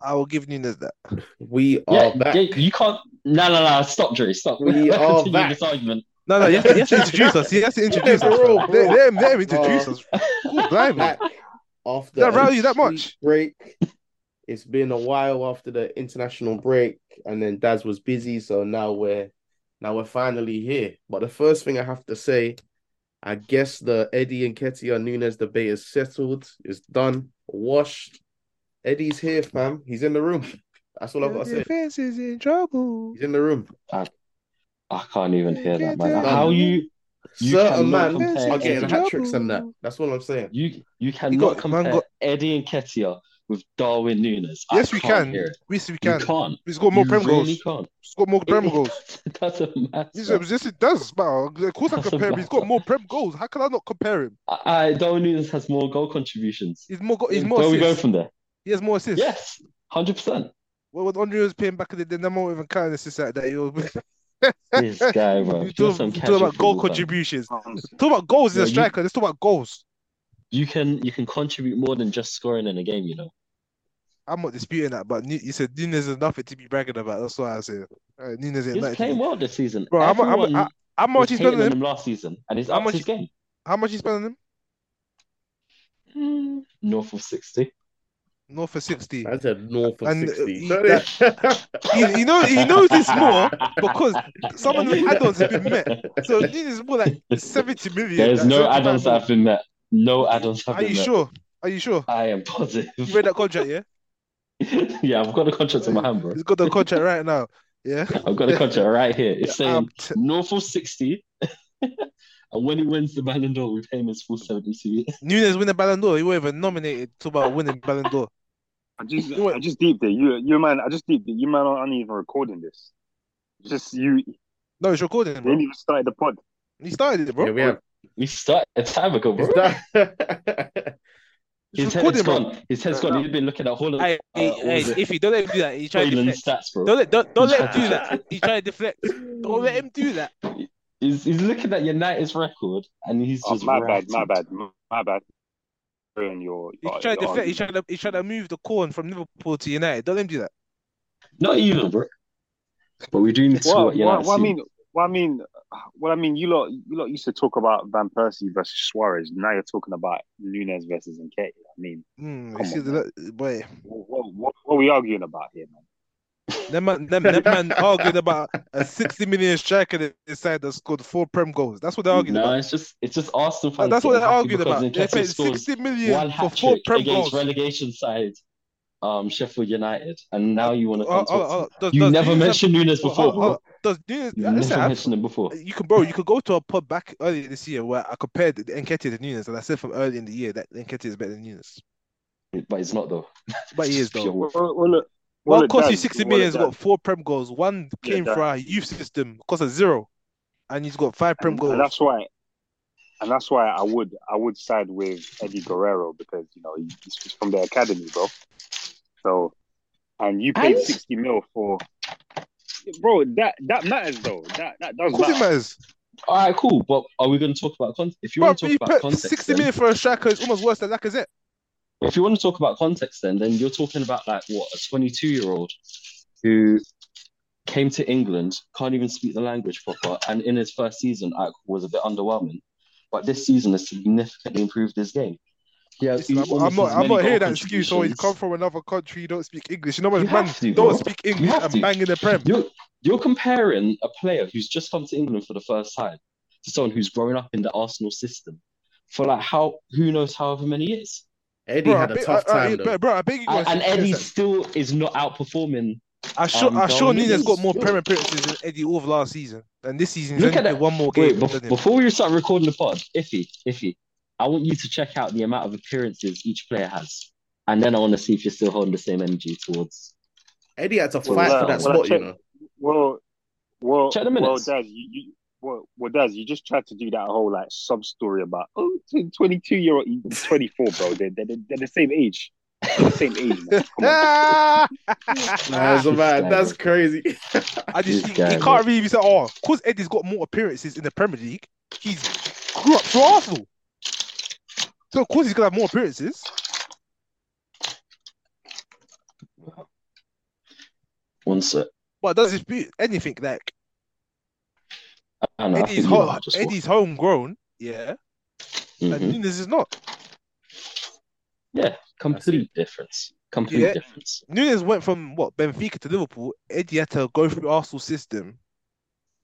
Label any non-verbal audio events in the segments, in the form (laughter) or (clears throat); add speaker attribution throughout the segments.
Speaker 1: I will give Nunes that.
Speaker 2: We are
Speaker 3: Yeah,
Speaker 2: back.
Speaker 3: yeah, you can't. No, no, no. Stop, Drew. Stop. (laughs)
Speaker 2: We are
Speaker 3: Continue
Speaker 2: back.
Speaker 3: this argument.
Speaker 1: No, no, he has to, he has to introduce us. He has to introduce us.
Speaker 2: bro,
Speaker 1: bro.
Speaker 2: bro.
Speaker 1: Let, let him, let him introduce us. Cool, blind man.
Speaker 2: (laughs) back after
Speaker 1: Does that
Speaker 2: a
Speaker 1: rile you that much?
Speaker 2: sweet break. It's been a while after the international break, and then Daz was busy, so now we're now we're finally here. But the first thing I have to say, I guess the Eddie and Ketia Nunes debate is settled, is done, washed. Eddie's here, fam. He's in the room. That's all I've got to say.
Speaker 1: defense is in trouble.
Speaker 2: He's in the room.
Speaker 3: I can't even hear that, man.
Speaker 1: Done.
Speaker 3: How you? You
Speaker 2: Certain man
Speaker 3: cannot compare
Speaker 2: are getting
Speaker 3: Eddie-
Speaker 2: hat tricks and that. That's all I'm saying.
Speaker 3: You you
Speaker 1: You
Speaker 3: cannot
Speaker 1: got- man
Speaker 3: compare
Speaker 1: got-
Speaker 3: Eddie and Ketia with Darwin Nunes. I
Speaker 1: Yes, we
Speaker 3: can't
Speaker 1: can.
Speaker 3: hear it.
Speaker 1: Yes, we
Speaker 3: You
Speaker 1: can.
Speaker 3: can't.
Speaker 1: He's got more
Speaker 3: you
Speaker 1: prem goals.
Speaker 3: really can't.
Speaker 1: He's got more prem
Speaker 3: (laughs) It-
Speaker 1: goals.
Speaker 3: It doesn't
Speaker 1: Yes,
Speaker 3: matter.
Speaker 1: yes, it does. Man. Of course, I
Speaker 3: (laughs) Doesn't
Speaker 1: compare him. He's got more prem goals. How can I not compare him?
Speaker 3: I, I, Darwin Nunes has more goal contributions.
Speaker 1: He's more. Got, he's
Speaker 3: Where
Speaker 1: more
Speaker 3: we go
Speaker 1: assists.
Speaker 3: from there?
Speaker 1: He has more assists.
Speaker 3: Yes, hundred percent.
Speaker 1: Well, when Andre was playing back in the day, then I won't even count assists like that. (laughs) You're, (laughs)
Speaker 3: This guy, bro.
Speaker 1: you
Speaker 3: You're
Speaker 1: talk,
Speaker 3: some
Speaker 1: you talk about
Speaker 3: casual
Speaker 1: goal
Speaker 3: football fan.
Speaker 1: contributions. Talk about goals as
Speaker 3: Yeah,
Speaker 1: a
Speaker 3: you-
Speaker 1: striker. Let's talk about goals.
Speaker 3: You can you can contribute more than just scoring in a game. You know.
Speaker 1: I'm not disputing that, but Nu- you said Nunes is nothing to be bragging about. That's what I said. Uh, Nunes ain't
Speaker 3: He's
Speaker 1: nothing. to
Speaker 3: playing
Speaker 1: be-
Speaker 3: well this season.
Speaker 1: Bro, I'm- I'm-
Speaker 3: Everyone
Speaker 1: I- How
Speaker 3: was
Speaker 1: much he's
Speaker 3: hating
Speaker 1: spending
Speaker 3: on
Speaker 1: him?
Speaker 3: him last season, and he's
Speaker 1: How
Speaker 3: up
Speaker 1: much-
Speaker 3: his game.
Speaker 1: How much he's spending him?
Speaker 3: North of sixty.
Speaker 1: North for sixty.
Speaker 2: That's a north of
Speaker 1: And, uh,
Speaker 2: 60.
Speaker 1: He, he know he knows this more because (laughs) some of the add-ons have been met. So this is more like
Speaker 3: (laughs)
Speaker 1: seventy million.
Speaker 3: There's
Speaker 1: like
Speaker 3: no
Speaker 1: 75
Speaker 3: add-ons that
Speaker 1: million.
Speaker 3: have been met. No add-ons have
Speaker 1: Are
Speaker 3: been
Speaker 1: you
Speaker 3: met.
Speaker 1: sure? Are you sure?
Speaker 3: I am positive.
Speaker 1: You read that contract,
Speaker 3: (laughs)
Speaker 1: yeah?
Speaker 3: yeah, I've got a contract in my hand, bro.
Speaker 1: He's got the contract right now. Yeah.
Speaker 3: I've got a contract right here.
Speaker 1: (laughs)
Speaker 3: It's saying
Speaker 1: Um, t-
Speaker 3: North of 60. (laughs) and when he wins the Ballon d'Or, we pay him his full 72.
Speaker 1: Nunes win the Ballon d'Or. He wasn't even nominated to about winning Ballon d'Or.
Speaker 4: I just, (laughs)
Speaker 1: You know what?
Speaker 4: I just deeped it. You, you man, I just deeped it. You man aren't even recording this. Just you, you
Speaker 1: No, it's recording, bro.
Speaker 4: didn't even start the pod.
Speaker 1: He started it, bro.
Speaker 2: (laughs) Yeah, we have.
Speaker 3: We started a time ago, bro.
Speaker 2: Is
Speaker 4: (laughs)
Speaker 2: that-
Speaker 1: It's
Speaker 3: His head's
Speaker 1: recording, bro.
Speaker 3: gone. His head's gone. He's been looking at Holland. uh,
Speaker 1: Hey,
Speaker 2: uh,
Speaker 1: hey, hey, if you don't let him do that, he tried to
Speaker 3: Holland
Speaker 1: deflect.
Speaker 3: stats, bro.
Speaker 1: Don't let, don't, don't let him do
Speaker 4: (laughs)
Speaker 1: that. He tried to deflect. Don't let him do that.
Speaker 3: He's, he's looking at United's record and he's
Speaker 4: Oh,
Speaker 3: just.
Speaker 4: my bad,
Speaker 3: rattled.
Speaker 4: my bad, my bad. Ruin your,
Speaker 1: He
Speaker 4: your-
Speaker 1: tried to
Speaker 4: your
Speaker 1: deflect. He
Speaker 4: argument.
Speaker 1: tried to, he tried to move the corn from Liverpool to United. Don't let him do that.
Speaker 3: Not even, bro. But we do need to
Speaker 4: Well,
Speaker 3: what United
Speaker 4: well, well, I
Speaker 3: see.
Speaker 4: mean, well, I mean, well, I mean, you lot, you lot used to talk about Van Persie versus Suarez. Now you're talking about Nunes versus Nketiah. I mean,
Speaker 1: Mm, you
Speaker 4: Come
Speaker 1: see
Speaker 4: on,
Speaker 1: the, boy,
Speaker 4: what, what, what are we arguing about here, man?
Speaker 1: them man, them, them
Speaker 4: (laughs)
Speaker 1: man arguing about a 60 million striker that decided that scored four prem goals. That's what they're arguing
Speaker 3: no,
Speaker 1: about.
Speaker 3: it's just it's just Arsenal fans.
Speaker 1: That- That's what
Speaker 3: getting
Speaker 1: they're
Speaker 3: happy
Speaker 1: arguing
Speaker 3: because
Speaker 1: about. They
Speaker 3: Nketiah
Speaker 1: paid
Speaker 3: scores
Speaker 1: 60
Speaker 3: one
Speaker 1: million for
Speaker 3: hat
Speaker 1: four
Speaker 3: trick
Speaker 1: prem
Speaker 3: against
Speaker 1: goals.
Speaker 3: relegation side, um, Sheffield United, and now you want to
Speaker 1: Oh,
Speaker 3: come
Speaker 1: oh,
Speaker 3: talk to
Speaker 1: oh, does-
Speaker 3: You
Speaker 1: does
Speaker 3: never
Speaker 1: Nunes have-
Speaker 3: mentioned Nunes
Speaker 1: oh,
Speaker 3: before.
Speaker 1: oh,
Speaker 3: bro.
Speaker 1: oh, Does Nunes?
Speaker 3: You
Speaker 1: listen,
Speaker 3: never
Speaker 1: I-
Speaker 3: mentioned him before.
Speaker 1: You can, bro. You could go to a pub back earlier this year where I compared Nketiah to Nunes, and I said from early in the year that Nketiah is better than Nunes.
Speaker 3: But it's not though.
Speaker 1: But he is though.
Speaker 3: Pure-
Speaker 4: Well, well, look,
Speaker 1: Well,
Speaker 4: well,
Speaker 1: of course,
Speaker 4: done.
Speaker 1: he's 60
Speaker 4: Well
Speaker 1: million. He's
Speaker 4: done.
Speaker 1: got four prem goals. One
Speaker 4: Yeah,
Speaker 1: came
Speaker 4: that-
Speaker 1: for our youth system, cost us zero, and he's got five prem
Speaker 4: and,
Speaker 1: goals.
Speaker 4: and that's why, and that's why I would I would side with Eddie Guerrero because you know he- he's, he's from the academy, bro. So, and you paid
Speaker 3: And-
Speaker 4: sixty mil for, bro. That that matters though. That that does
Speaker 1: Of course, it
Speaker 4: matter.
Speaker 1: matters.
Speaker 3: All right, cool. But are we going to talk about context? If you
Speaker 1: Bro,
Speaker 3: want to talk
Speaker 1: he
Speaker 3: about
Speaker 1: put
Speaker 3: context,
Speaker 1: 60
Speaker 3: then,
Speaker 1: million for a striker is almost worse than Lacazette.
Speaker 3: if you want to talk about context, then then you're talking about like what a 22 year old who came to England, can't even speak the language proper, and in his first season I was a bit underwhelming, but this season has significantly improved his game. Yeah,
Speaker 1: Listen, I'm, I'm not. I'm not hearing that excuse. Oh, he's come from another country. You don't speak English. You know how
Speaker 3: You
Speaker 1: much man
Speaker 3: have to, bro.
Speaker 1: don't speak English
Speaker 3: have
Speaker 1: and
Speaker 3: to.
Speaker 1: bang in the prem.
Speaker 3: You're, you're comparing a player who's just come to England for the first time to someone who's grown up in the Arsenal system for like how who knows however many years.
Speaker 2: Eddie
Speaker 1: Bro, I
Speaker 2: had a
Speaker 1: beg-
Speaker 2: tough
Speaker 1: I- I-
Speaker 2: time. though.
Speaker 1: bro, I beg you
Speaker 3: And,
Speaker 1: guys.
Speaker 3: and Eddie still is not outperforming.
Speaker 1: I sure,
Speaker 3: um,
Speaker 1: I sure
Speaker 3: Darwin
Speaker 1: Nunes got
Speaker 3: Nunes.
Speaker 1: more prem appearances than Eddie all of last season, and this season he's
Speaker 3: Look
Speaker 1: only
Speaker 3: at
Speaker 1: played
Speaker 3: that.
Speaker 1: one more
Speaker 3: Wait,
Speaker 1: game.
Speaker 3: bef-
Speaker 1: than him.
Speaker 3: before we start recording the pod, iffy, iffy. I want you to check out the amount of appearances each player has, and then I want to see if you're still holding the same energy towards.
Speaker 2: Eddie had to
Speaker 4: Well,
Speaker 2: fight
Speaker 4: well,
Speaker 2: for that
Speaker 4: well,
Speaker 2: spot, you
Speaker 4: check-
Speaker 2: know.
Speaker 4: Well, well,
Speaker 3: Check the
Speaker 4: well,
Speaker 3: minutes.
Speaker 4: Daz, you, you well, well, Daz, you just tried to do that whole like sub story about oh, 22 year old, 24, bro. They're, they're, they're the same age. They're the same age.
Speaker 1: (laughs)
Speaker 4: Man. Come on.
Speaker 1: Ah!
Speaker 2: Nah, it's
Speaker 3: This
Speaker 2: mad.
Speaker 3: guy,
Speaker 2: That's
Speaker 3: bro.
Speaker 2: crazy.
Speaker 1: I just
Speaker 3: This
Speaker 1: he,
Speaker 3: guy,
Speaker 1: he
Speaker 3: bro.
Speaker 1: can't really be said, oh, because Eddie's got more appearances in the Premier League, he's grew up for Arsenal. So of course he's gonna have more appearances.
Speaker 3: One sec.
Speaker 1: But does it be anything like
Speaker 3: I don't know. I
Speaker 1: Eddie's
Speaker 3: think you
Speaker 1: ho-
Speaker 3: might just watch.
Speaker 1: Eddie's homegrown? Yeah,
Speaker 3: Mhm.
Speaker 1: and Nunes is not.
Speaker 3: Mm-hmm. Yeah, complete difference. Complete
Speaker 1: Yeah.
Speaker 3: difference.
Speaker 1: Nunes went from what Benfica to Liverpool. Eddie had to go through Arsenal system,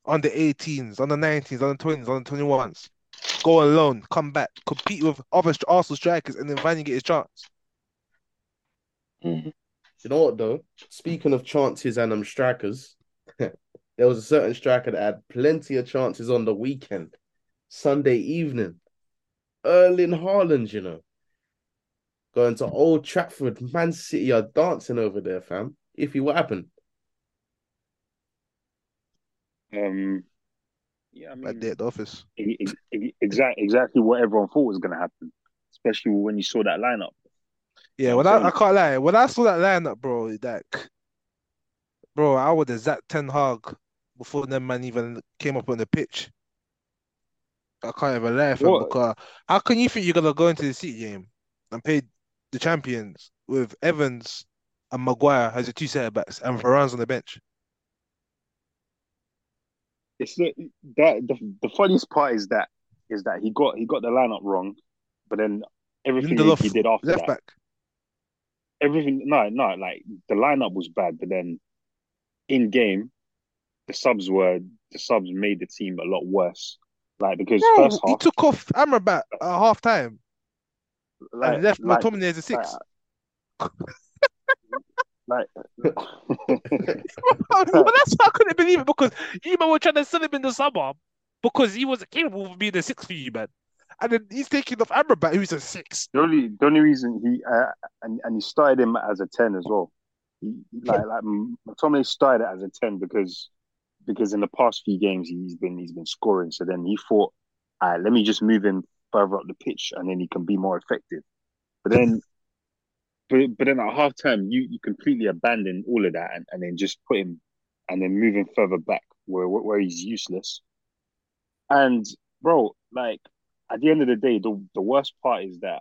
Speaker 1: under 18s, under 19s, under 20s, under 21s. Go alone, come back, compete with other st- Arsenal strikers, and then finally get his chance.
Speaker 3: Mhm.
Speaker 2: You know what though? Speaking of chances and um strikers, (laughs) there was a certain striker that had plenty of chances on the weekend, Sunday evening. Erling Haaland, you know, going to Old Trafford, Man City are dancing over there, fam. If you what happened?
Speaker 4: Um, yeah, I mean,
Speaker 1: Right there at the office.
Speaker 4: e-, exactly, exactly what everyone thought was going to happen, especially when you saw that lineup.
Speaker 1: Yeah, when
Speaker 4: Sorry.
Speaker 1: I, I can't lie, when I saw that lineup, bro, like, bro, I would have zapped Ten Hag before them man even came up on the pitch. I can't even lie, fam,
Speaker 4: What?
Speaker 1: because how can you think you're gonna go into the City game and play the champions with Evans and Maguire as your two centre backs and Varane's on the bench?
Speaker 4: It's the, that the, the funniest part is that is that he got he got the lineup wrong, but then everything
Speaker 1: Lindelof,
Speaker 4: he did after
Speaker 1: left
Speaker 4: that,
Speaker 1: back.
Speaker 4: everything no no like the lineup was bad, but then in game the subs were the subs made the team a lot worse. Like because
Speaker 1: Bro,
Speaker 4: first
Speaker 1: he
Speaker 4: half,
Speaker 1: took off Amrabat at half time
Speaker 4: like,
Speaker 1: and left
Speaker 4: like,
Speaker 1: McTominay as a six.
Speaker 4: like, (laughs)
Speaker 1: Oh, well, that's why I couldn't believe it because you man were trying to sell him in the summer because he wasn't capable of being a six for you, man. And then he's taking off Amrabat, who's a six.
Speaker 4: The only the only reason he uh, and and he started him as a ten as well. He, like like M- McTominay started as a ten because because in the past few games he's been he's been scoring. So then he thought, all right, let me just move him further up the pitch and then he can be more effective. But then. But, but then at half time you, you completely abandon all of that and, and then just put him and then move him further back where where he's useless. And bro, like at the end of the day, the the worst part is that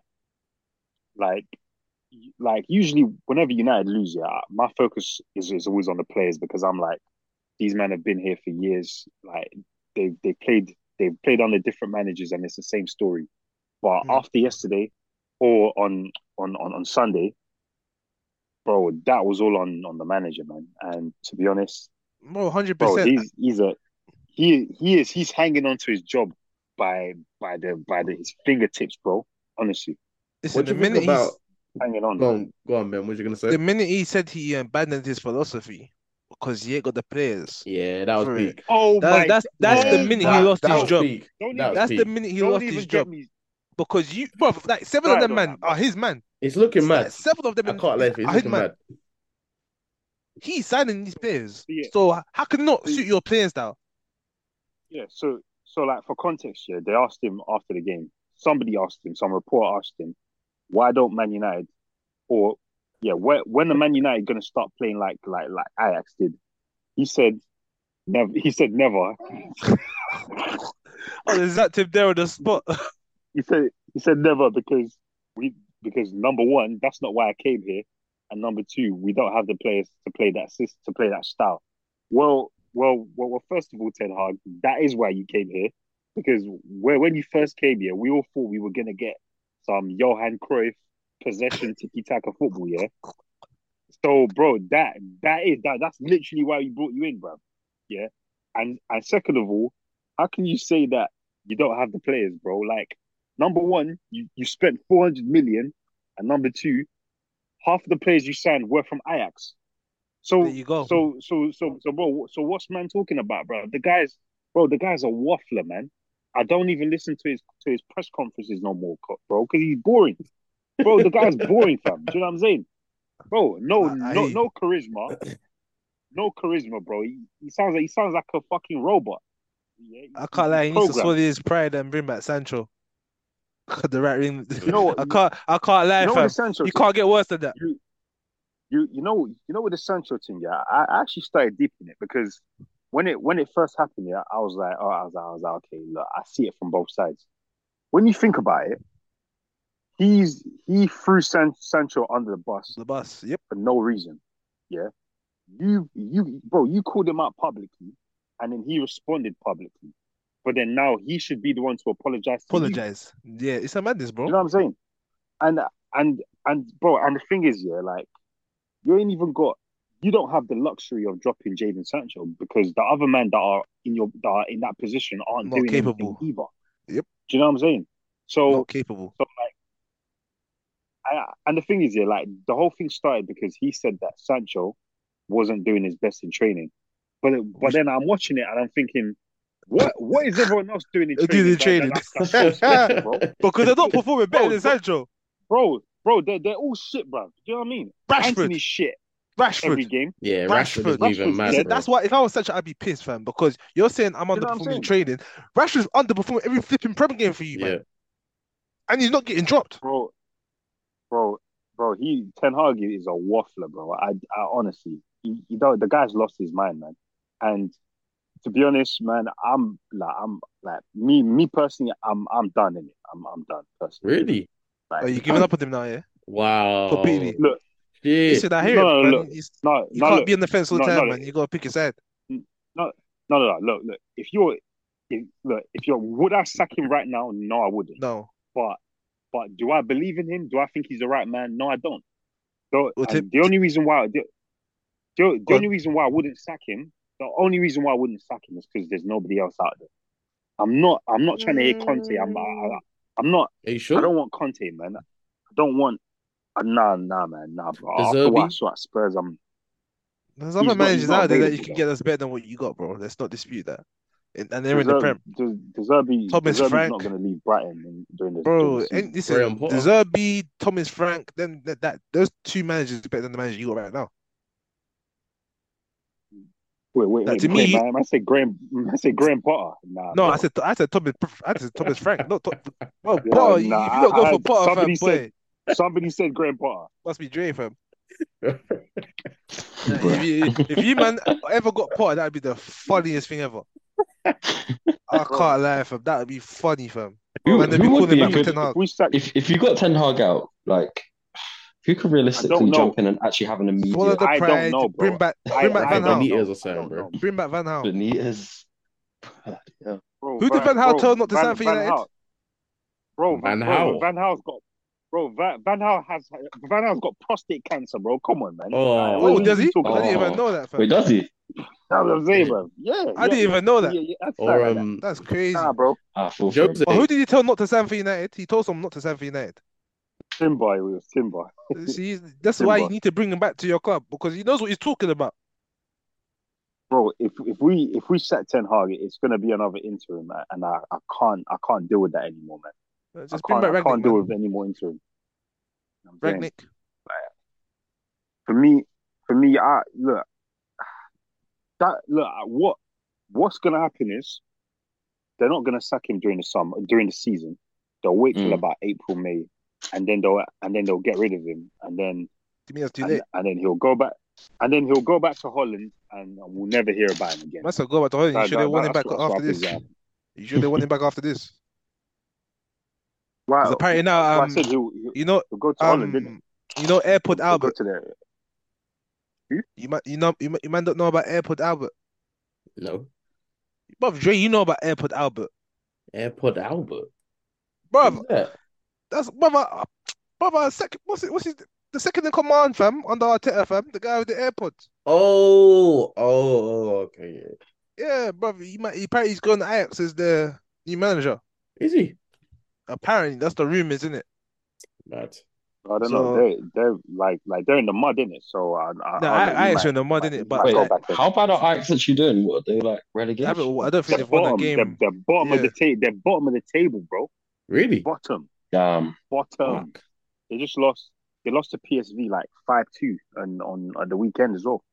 Speaker 4: like like usually whenever United lose, yeah, my focus is, is always on the players because I'm like, these men have been here for years. Like they they played they've played under different managers and it's the same story. But
Speaker 1: Hmm.
Speaker 4: after yesterday or on, on on on Sunday, bro, that was all on on the manager, man. And to be honest,
Speaker 1: Bro, 100%.
Speaker 4: bro, he's he's a he he is he's hanging on to his job by by the by the his fingertips, bro. Honestly,
Speaker 1: Listen,
Speaker 2: What
Speaker 1: the
Speaker 2: do you think
Speaker 1: minute he's,
Speaker 2: about?
Speaker 4: hanging on.
Speaker 2: Go on, go on, Ben. What you gonna say?
Speaker 1: the minute he said he uh, abandoned his philosophy because he ain't got the players.
Speaker 2: Yeah, that was
Speaker 1: Sorry.
Speaker 2: big.
Speaker 4: Oh
Speaker 1: That-
Speaker 4: my
Speaker 1: that's that's the
Speaker 4: God.
Speaker 1: minute
Speaker 2: That-
Speaker 1: he lost
Speaker 2: that
Speaker 1: his
Speaker 2: was
Speaker 1: job.
Speaker 2: big.
Speaker 4: Don't
Speaker 2: That was
Speaker 1: That's the
Speaker 2: big.
Speaker 1: minute he
Speaker 4: Don't
Speaker 1: lost
Speaker 4: even
Speaker 1: his
Speaker 4: get
Speaker 1: job
Speaker 4: me-
Speaker 1: because you, bro, like seven of
Speaker 4: Right
Speaker 1: them
Speaker 4: on
Speaker 1: man
Speaker 4: that.
Speaker 1: are his man.
Speaker 2: It's looking
Speaker 1: Like,
Speaker 2: mad.
Speaker 1: seven of them
Speaker 2: I
Speaker 1: in-
Speaker 2: can't laugh. It's
Speaker 1: are his
Speaker 2: looking
Speaker 1: man.
Speaker 2: mad.
Speaker 1: He's signing these players,
Speaker 4: Yeah.
Speaker 1: so how can it not
Speaker 4: See-
Speaker 1: suit your players now?
Speaker 4: Yeah. So so like for context, yeah, they asked him after the game. Somebody asked him. Some reporter asked him, "Why don't Man United or yeah, where, when the Man United gonna start playing like like like Ajax did?" He said, "Never." He said, "Never."
Speaker 1: Oh, there's that tip there on the spot.
Speaker 4: He said he said never because we because number one, that's not why I came here, and number two, we don't have the players to play that sys- to play that style. Well, well, well, well. First of all, Ted Hag, that is why you came here because where when you first came here, we all thought we were gonna get some Johan Cruyff possession tiki taka football, yeah. So, bro, that that is that that's literally why we brought you in, bro. Yeah, and and second of all, how can you say that you don't have the players, bro? Like, number one, you you spent four hundred million, and number two, half the players you signed were from Ajax. (laughs) So
Speaker 1: There you go.
Speaker 4: so so so so bro. So what's man talking about, bro? The guys, bro. The guy's a waffler, man. I don't even listen to his to his press conferences no more, co- bro, because he's boring. Bro, the guy's boring, fam. Do you know what I'm saying? Bro, no,
Speaker 1: I- I
Speaker 4: no,
Speaker 1: hear you.
Speaker 4: no charisma, no charisma, bro. He, he sounds like he sounds like a fucking robot. Yeah,
Speaker 1: I can't lie, he
Speaker 4: he's
Speaker 1: needs to
Speaker 4: programmed.
Speaker 1: swallow his pride and bring back Sancho. (laughs) the right ring.
Speaker 4: You know
Speaker 1: (laughs)
Speaker 4: what?
Speaker 1: I can't. I can't lie,
Speaker 4: You know what
Speaker 1: fam.
Speaker 4: the Sancho
Speaker 1: You
Speaker 4: thing-
Speaker 1: can't get worse than that.
Speaker 4: you, you, you know, you know with the Sancho thing, yeah. I, I actually started deep in it because when it when it first happened, yeah, I was like, oh, I was like, I was like, okay, look, I see it from both sides. When you think about it, he's he threw San, Sancho under the bus
Speaker 1: The bus. Yep.
Speaker 4: for no reason. yeah, you you bro, you called him out publicly, and then he responded publicly. But then now he should be the one to apologize. To you.
Speaker 1: Apologize. Yeah, it's a madness, bro.
Speaker 4: You know what I'm saying? And and and bro, and the thing is, yeah, like you ain't even got you don't have the luxury of dropping Jaden Sancho because the other men that are in your that are in that position aren't
Speaker 1: Not
Speaker 4: doing
Speaker 1: capable.
Speaker 4: capable either.
Speaker 1: Yep.
Speaker 4: Do you know what I'm saying? So
Speaker 1: Not capable.
Speaker 4: so like, I, and the thing is, yeah, like the whole thing started because he said that Sancho wasn't doing his best in training, but but then I'm watching it and I'm thinking, what what is everyone else doing in
Speaker 1: Doing in training.
Speaker 4: training? That, that's, that's
Speaker 1: (laughs)
Speaker 4: bullshit, bro.
Speaker 1: Because they're
Speaker 4: (laughs)
Speaker 1: not performing better
Speaker 4: Bro,
Speaker 1: than
Speaker 4: bro.
Speaker 1: Sancho.
Speaker 4: bro, bro, they're they're all shit, bro. Do you know what I mean?
Speaker 1: Rashford,
Speaker 4: Anthony's shit every
Speaker 1: Rashford.
Speaker 4: game.
Speaker 2: (laughs) Yeah,
Speaker 1: Rashford.
Speaker 2: Rashford, isn't even
Speaker 4: Rashford's
Speaker 2: mad.
Speaker 1: Yeah,
Speaker 2: bro.
Speaker 1: that's why if I was Sancho, I'd be pissed, fam. Because you're saying I'm
Speaker 4: You know what I'm
Speaker 1: underperforming in
Speaker 4: saying?
Speaker 1: training. Rashford's underperforming every flipping Prem game for you,
Speaker 2: yeah.
Speaker 1: man, and he's not getting dropped.
Speaker 4: bro, bro, bro. He Ten Hag is a waffler, bro. I, I honestly, he, he don't, the guy's lost his mind, man. And to be honest, man, I'm like, I'm like me, me personally, I'm, I'm done in it. I'm, I'm done personally.
Speaker 2: Really?
Speaker 4: Like,
Speaker 1: Are Oh, you giving up on him now? Yeah.
Speaker 2: Wow.
Speaker 1: Completely.
Speaker 4: Look,
Speaker 1: He
Speaker 2: Shit.
Speaker 1: said, I hear
Speaker 4: No,
Speaker 1: it, man.
Speaker 4: look.
Speaker 1: He's-
Speaker 4: No,
Speaker 1: you
Speaker 4: no,
Speaker 1: can't
Speaker 4: look,
Speaker 1: be on the fence all the
Speaker 4: no,
Speaker 1: time,
Speaker 4: no,
Speaker 1: man. You gotta pick your side.
Speaker 4: no, no, no, look, look. If you're, if, look, if you're, would I sack him right now? No, I wouldn't.
Speaker 1: No.
Speaker 4: But, but do I believe in him? Do I think he's the right man? No, I don't. So,
Speaker 1: Well,
Speaker 4: and
Speaker 1: Tim-
Speaker 4: the only reason why the, the,
Speaker 1: Go
Speaker 4: the
Speaker 1: on.
Speaker 4: only reason why I wouldn't sack him, the only reason why I wouldn't sack him is because there's nobody else out there. I'm not. I'm not trying to hear Conte. I'm. I, I, I'm not.
Speaker 2: Are you
Speaker 4: I
Speaker 2: sure?
Speaker 4: don't want Conte, man. I don't want. Uh, nah, nah, man, nah. Bro.
Speaker 2: Deserve
Speaker 4: After what I
Speaker 2: he?
Speaker 4: saw at Spurs, I'm.
Speaker 1: There's other
Speaker 4: not-
Speaker 1: managers
Speaker 4: he's not
Speaker 1: out there that you
Speaker 4: available,
Speaker 1: can
Speaker 4: though.
Speaker 1: get that's better than what you got, bro. Let's not dispute that. And, and they're in the
Speaker 4: Deserve,
Speaker 1: Prem.
Speaker 4: De- Deserby,
Speaker 1: Thomas
Speaker 4: Deserby's
Speaker 1: Frank.
Speaker 4: not going to leave Brighton and during this. during
Speaker 1: Bro,
Speaker 4: this season.
Speaker 1: and listen,
Speaker 2: Graham Potter. (laughs)
Speaker 1: Deserby, Thomas Frank, then that, that those two managers are better than the manager you got right now.
Speaker 4: Wait, wait,
Speaker 1: Like,
Speaker 4: wait.
Speaker 1: to
Speaker 4: wait,
Speaker 1: me-
Speaker 4: man, I say Graham. (laughs) I say Graham Potter. Nah,
Speaker 1: No,
Speaker 4: bro.
Speaker 1: I said I said Thomas I said Thomas Frank, not Tom, well,
Speaker 4: (laughs) Yeah,
Speaker 1: Potter, you-
Speaker 4: nah,
Speaker 1: if you not go
Speaker 4: I-
Speaker 1: for Potter, fam,
Speaker 4: somebody
Speaker 1: boy,
Speaker 4: said- somebody said Graham Potter.
Speaker 1: must be Dre,
Speaker 4: (laughs)
Speaker 1: fam. If
Speaker 3: Bruh.
Speaker 1: you, if you man ever got Potter, that'd be the funniest thing
Speaker 4: (laughs)
Speaker 1: ever. I
Speaker 4: Bro.
Speaker 1: can't lie, fam. That would be funny, fam.
Speaker 3: Who,
Speaker 1: Man, they'd be
Speaker 3: who would
Speaker 1: calling
Speaker 3: be a
Speaker 1: back for
Speaker 3: good,
Speaker 1: Ten Hag.
Speaker 4: We sacked.
Speaker 3: if if you got Ten Hag out, like who could realistically
Speaker 4: know.
Speaker 3: jump in and actually have an
Speaker 1: Swallow
Speaker 3: immediate
Speaker 1: the
Speaker 4: I don't
Speaker 1: pride.
Speaker 4: know, bro.
Speaker 1: Bring back,
Speaker 4: I-
Speaker 1: bring back
Speaker 4: I
Speaker 1: Van
Speaker 4: don't
Speaker 1: Gaal.
Speaker 2: Benitez
Speaker 4: know.
Speaker 2: or something,
Speaker 4: I don't
Speaker 2: bro.
Speaker 4: know.
Speaker 1: Bring back Van Gaal.
Speaker 3: Benitez? Bloody hell.
Speaker 4: Bro,
Speaker 1: Who did Van Gaal
Speaker 4: bro,
Speaker 1: tell not to
Speaker 4: Van-
Speaker 1: sign for
Speaker 4: Van
Speaker 1: United?
Speaker 4: Gaal. Bro,
Speaker 2: Van
Speaker 4: Van, bro,
Speaker 2: Gaal.
Speaker 4: Van Gaal's got, bro, Van, Van Gaal has, Van Gaal's got prostate cancer, bro. Come on, man.
Speaker 2: Oh.
Speaker 4: Like,
Speaker 1: Oh,
Speaker 4: what are
Speaker 1: does
Speaker 4: you
Speaker 1: he?
Speaker 4: talking
Speaker 1: I
Speaker 4: about?
Speaker 1: didn't
Speaker 3: Oh.
Speaker 1: even know that, fam.
Speaker 3: Wait, does he?
Speaker 4: That's what I'm saying, bro. Yeah,
Speaker 1: I didn't even know that.
Speaker 4: Yeah, yeah, that's
Speaker 2: or
Speaker 4: like that.
Speaker 2: um,
Speaker 1: That's crazy.
Speaker 4: Nah, bro.
Speaker 3: Ah, full for
Speaker 2: Jose.
Speaker 3: him.
Speaker 1: But who did he tell not to sign for United? He told someone not to sign for
Speaker 4: (laughs)
Speaker 1: United.
Speaker 4: Timber, it was Timber.
Speaker 1: See, that's why you
Speaker 4: Timber.
Speaker 1: need to bring him back to your club because he knows what he's talking about.
Speaker 4: Bro, if if we if we set Ten Hag, it's gonna be another interim, man, and I, I can't I can't deal with that anymore, man.
Speaker 1: Uh,
Speaker 4: I
Speaker 1: Just bring
Speaker 4: can't
Speaker 1: back
Speaker 4: I can't
Speaker 1: Ragnick.
Speaker 4: deal
Speaker 1: man.
Speaker 4: with any more interim. I'm saying.
Speaker 1: Ragnick.
Speaker 4: for me, for me, I look that look what what's gonna happen is they're not gonna sack him during the summer during the season. They'll wait till
Speaker 3: Mm.
Speaker 4: about April, May, and then they'll and then they'll get rid of him, and then
Speaker 1: To me, that's too
Speaker 4: and,
Speaker 1: late.
Speaker 4: and then he'll go back, and then he'll go back to Holland, and we'll never hear about him again.
Speaker 1: Must have go back to Holland. You
Speaker 4: That-
Speaker 1: should
Speaker 4: that-
Speaker 1: have won him
Speaker 4: that's
Speaker 1: back
Speaker 4: what- that's what
Speaker 1: after this.
Speaker 4: happens, yeah.
Speaker 1: You should have won him back after this.
Speaker 4: Wow,
Speaker 1: Because apparently
Speaker 4: Well,
Speaker 1: now,
Speaker 4: I
Speaker 1: um,
Speaker 4: said he'll, he'll,
Speaker 1: you know,
Speaker 4: he'll go to Holland, didn't he?
Speaker 1: um, you know, Airport
Speaker 4: He'll go
Speaker 1: Albert.
Speaker 4: to the
Speaker 1: You might, you know, you might, you might not know about Airport Albert.
Speaker 2: no,
Speaker 1: Bruv, Dre, you know about Airport Albert,
Speaker 2: AirPod Albert.
Speaker 1: bruv.
Speaker 2: Who's that?
Speaker 1: That's brother, uh, brother. Second, what's it? What's his? The second in command, fam, under Arteta, fam. The guy with the AirPods.
Speaker 2: Oh, oh, oh, okay. yeah.
Speaker 1: Yeah, brother. He might. He apparently he's going to Ajax as the new manager.
Speaker 2: Is he?
Speaker 1: Apparently, that's the rumors, isn't it?
Speaker 2: Mad.
Speaker 4: I
Speaker 1: So-
Speaker 4: don't know. They they're like like they're in the mud, innit? So I, I,
Speaker 1: No,
Speaker 4: Uh, I,
Speaker 1: I,
Speaker 4: don't know,
Speaker 1: I
Speaker 4: he
Speaker 1: actually
Speaker 4: might-
Speaker 1: in the mud,
Speaker 4: might-
Speaker 1: innit?
Speaker 4: he
Speaker 1: But
Speaker 4: might
Speaker 3: Wait,
Speaker 4: go back there.
Speaker 3: how bad are Ajax actually doing? What are they like
Speaker 1: I haven't.
Speaker 3: relegation?
Speaker 1: I don't think
Speaker 4: They're
Speaker 1: they've won a
Speaker 4: bottom, they're,
Speaker 1: game.
Speaker 4: they're bottom of
Speaker 1: Yeah.
Speaker 4: the table. They're bottom of the table, bro.
Speaker 2: Really?
Speaker 4: Bottom,
Speaker 3: Damn.
Speaker 4: bottom.
Speaker 3: fuck.
Speaker 4: They just lost. They lost to PSV like five two, and on, on the weekend as well.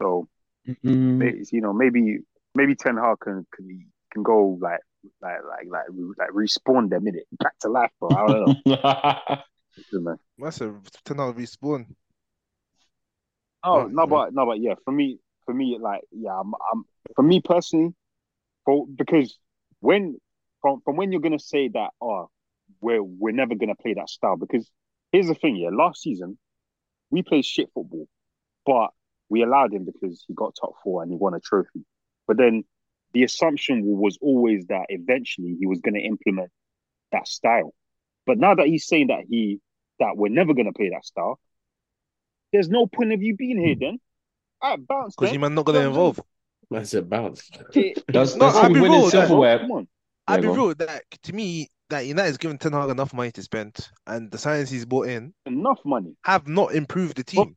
Speaker 4: So (laughs)
Speaker 3: Mm,
Speaker 4: it's, you know maybe maybe Ten Hag can can, can go like like like like like respawn them in it back to life, bro. I
Speaker 1: (laughs)
Speaker 4: don't know. Listen, man.
Speaker 1: That's a ten out respawn.
Speaker 4: No,
Speaker 1: Right,
Speaker 4: Oh,
Speaker 1: bro.
Speaker 4: no, but no, but yeah, for me, for me, like, yeah, I'm, I'm for me personally, for because when from from when you're gonna say that, oh, we're we're never gonna play that style because here's the thing, yeah, last season we played shit football, but we allowed him because he got top four and he won a trophy. But then the assumption was always that eventually he was going to implement that style. But now that he's saying that he that we're never going to play that style, there's no point of you being here then. I bounce
Speaker 1: Hmm. because you
Speaker 4: then.
Speaker 1: man not gonna
Speaker 4: Don't do
Speaker 1: involve.
Speaker 2: That's a bounce.
Speaker 4: It-
Speaker 3: That's,
Speaker 1: No,
Speaker 3: that's
Speaker 1: I'll
Speaker 3: him
Speaker 1: be
Speaker 3: winning
Speaker 1: real, that-
Speaker 3: silverware.
Speaker 4: Come on.
Speaker 3: Yeah,
Speaker 1: I'd be
Speaker 3: go on.
Speaker 1: real. That to me, that United's given Ten Hag enough money to spend, and the signings he's brought in
Speaker 4: Enough money.
Speaker 1: have not improved the
Speaker 4: Well,
Speaker 1: team.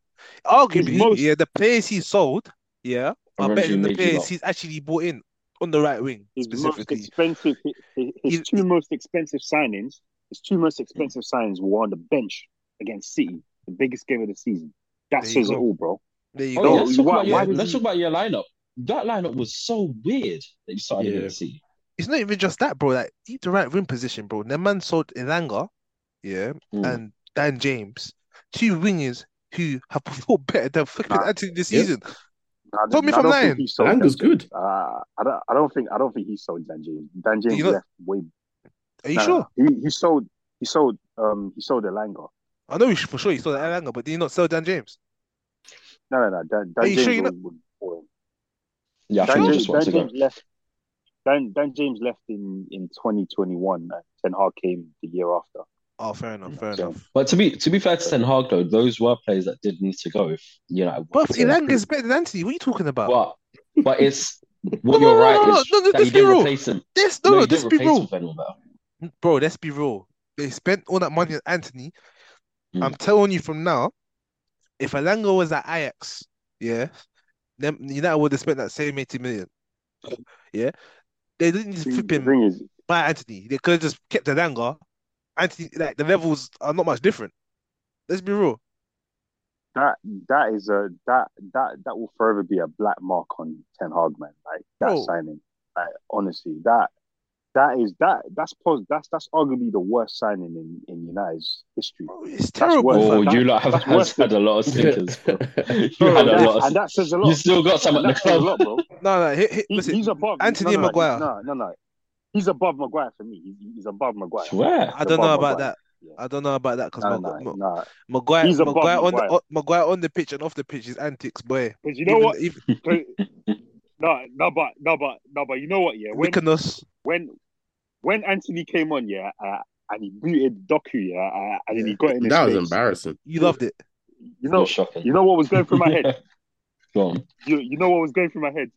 Speaker 4: his
Speaker 1: Arguably,
Speaker 4: most-
Speaker 1: yeah, the players he sold, yeah, are
Speaker 3: Aronji
Speaker 1: better than the
Speaker 3: Meiji
Speaker 1: players
Speaker 3: lot.
Speaker 1: he's actually bought in on the right wing
Speaker 4: His most
Speaker 1: specifically.
Speaker 4: expensive, his, his
Speaker 1: He's-
Speaker 4: two most expensive signings, his two most expensive signings were on the bench against City, the biggest game of the season. That
Speaker 1: There you
Speaker 4: says it
Speaker 1: go.
Speaker 4: all, bro.
Speaker 1: There you
Speaker 3: Oh,
Speaker 1: go.
Speaker 3: yeah, let's, talk
Speaker 4: why-
Speaker 3: about your,
Speaker 4: why
Speaker 1: did
Speaker 3: let's
Speaker 4: he-
Speaker 3: talk about your lineup. That lineup was so weird that you started
Speaker 2: Yeah.
Speaker 3: against City.
Speaker 1: It's not even just that, bro. Like deep the right wing position, bro. Their man sold Elanga, yeah,
Speaker 3: Mm.
Speaker 1: and Dan James, two wingers who have performed better than fucking
Speaker 4: Nah.
Speaker 1: Anthony this
Speaker 2: Yep.
Speaker 1: season.
Speaker 4: I
Speaker 1: Tell me if
Speaker 4: I
Speaker 1: I'm
Speaker 4: don't think
Speaker 1: lying.
Speaker 4: he sold Dan
Speaker 2: Langer's
Speaker 4: James.
Speaker 2: good.
Speaker 4: Uh, I don't. I don't think. I don't think he sold Dan James. Dan James
Speaker 1: You know-
Speaker 4: left way.
Speaker 1: Are you
Speaker 4: Nah,
Speaker 1: sure?
Speaker 4: He, he sold. He sold. Um. He sold Elanga.
Speaker 1: I know you for sure you sold Elanga, but did you not sell Dan James?
Speaker 4: No, no, no. Dan, Dan
Speaker 1: Are you
Speaker 4: James
Speaker 1: sure you're
Speaker 4: was, was boring.
Speaker 3: Yeah, I
Speaker 4: Dan
Speaker 3: think he
Speaker 4: James,
Speaker 3: just wants
Speaker 4: Dan
Speaker 3: to go.
Speaker 4: James left. Dan, Dan James left in, in 2021. And Ten Hag came the year after.
Speaker 1: Oh, fair enough, fair
Speaker 4: So-
Speaker 1: enough.
Speaker 3: But to be to be fair to Ten Hag though, those were players that did need to go. If you know,
Speaker 1: But Elanga's better than Anthony. What are you talking about?
Speaker 3: but but it's
Speaker 1: No,
Speaker 3: what you're
Speaker 1: no, no,
Speaker 3: right
Speaker 1: no,
Speaker 3: is
Speaker 1: no, no,
Speaker 3: that you
Speaker 1: let's be
Speaker 3: didn't
Speaker 1: real.
Speaker 3: replace him.
Speaker 1: This
Speaker 3: No,
Speaker 1: no,
Speaker 3: you
Speaker 1: let's
Speaker 3: didn't
Speaker 1: be
Speaker 3: replace him
Speaker 1: real,
Speaker 3: with anyone better.
Speaker 1: bro. Let's be real. They spent all that money on Anthony.
Speaker 4: Hmm.
Speaker 3: Mm.
Speaker 1: I'm telling you from now, if Elanga was at Ajax, yeah, then United would have spent that same 80 million. Yeah, they didn't need to flip
Speaker 4: The
Speaker 1: him
Speaker 4: thing is,
Speaker 1: by Anthony. They could have just kept Elanga. Anthony, like the levels are not much different. Let's be real.
Speaker 4: that that is a that that that will forever be a black mark on Ten Hag, man. Like that
Speaker 1: Bro.
Speaker 4: signing, like honestly, that that is that that's pos- that's that's arguably the worst signing in in United's history.
Speaker 1: Bro, it's
Speaker 4: That's
Speaker 1: terrible.
Speaker 4: worse.
Speaker 1: fam.
Speaker 3: Oh,
Speaker 4: that-
Speaker 3: you lot have
Speaker 4: that's
Speaker 3: has
Speaker 4: worse
Speaker 3: had
Speaker 4: than-
Speaker 3: a lot of
Speaker 2: (laughs)
Speaker 3: stinkers. Bro. You
Speaker 4: Bro,
Speaker 3: had a
Speaker 4: that-
Speaker 3: lot.
Speaker 4: and
Speaker 3: Of,
Speaker 4: that says a lot.
Speaker 3: you still got some at
Speaker 4: And
Speaker 3: the
Speaker 4: that says a
Speaker 3: club.
Speaker 4: lot, bro.
Speaker 1: No, no, he- he-
Speaker 3: (laughs)
Speaker 4: He,
Speaker 1: listen,
Speaker 4: he's above
Speaker 1: Anthony
Speaker 4: no, no,
Speaker 1: and Maguire.
Speaker 4: No, no, no. He's above Maguire for me. He's, he's above Maguire.
Speaker 3: Swear.
Speaker 1: I don't know
Speaker 4: above
Speaker 1: about
Speaker 4: Maguire.
Speaker 1: that. I don't know about that because
Speaker 4: No, no, no.
Speaker 1: Maguire,
Speaker 4: He's above
Speaker 1: Maguire on
Speaker 4: Maguire.
Speaker 1: the, Maguire on the pitch and off the pitch is antics, boy.
Speaker 4: Because you know
Speaker 1: Even-
Speaker 3: (laughs)
Speaker 4: what?
Speaker 1: even
Speaker 4: 'Cause- No, no, but no, but no, but you know what? Yeah, when
Speaker 1: Mykonos,
Speaker 4: when when Anthony came on, yeah, uh, and he booted Doku, yeah, uh, and then he got in his
Speaker 2: That was
Speaker 4: face.
Speaker 2: embarrassing.
Speaker 1: you loved
Speaker 3: (laughs)
Speaker 1: it.
Speaker 4: You
Speaker 3: You're
Speaker 4: know,
Speaker 3: shocking.
Speaker 4: you know what was going through
Speaker 2: (laughs)
Speaker 4: my head.
Speaker 3: Go on.
Speaker 4: You you know what was going through my head.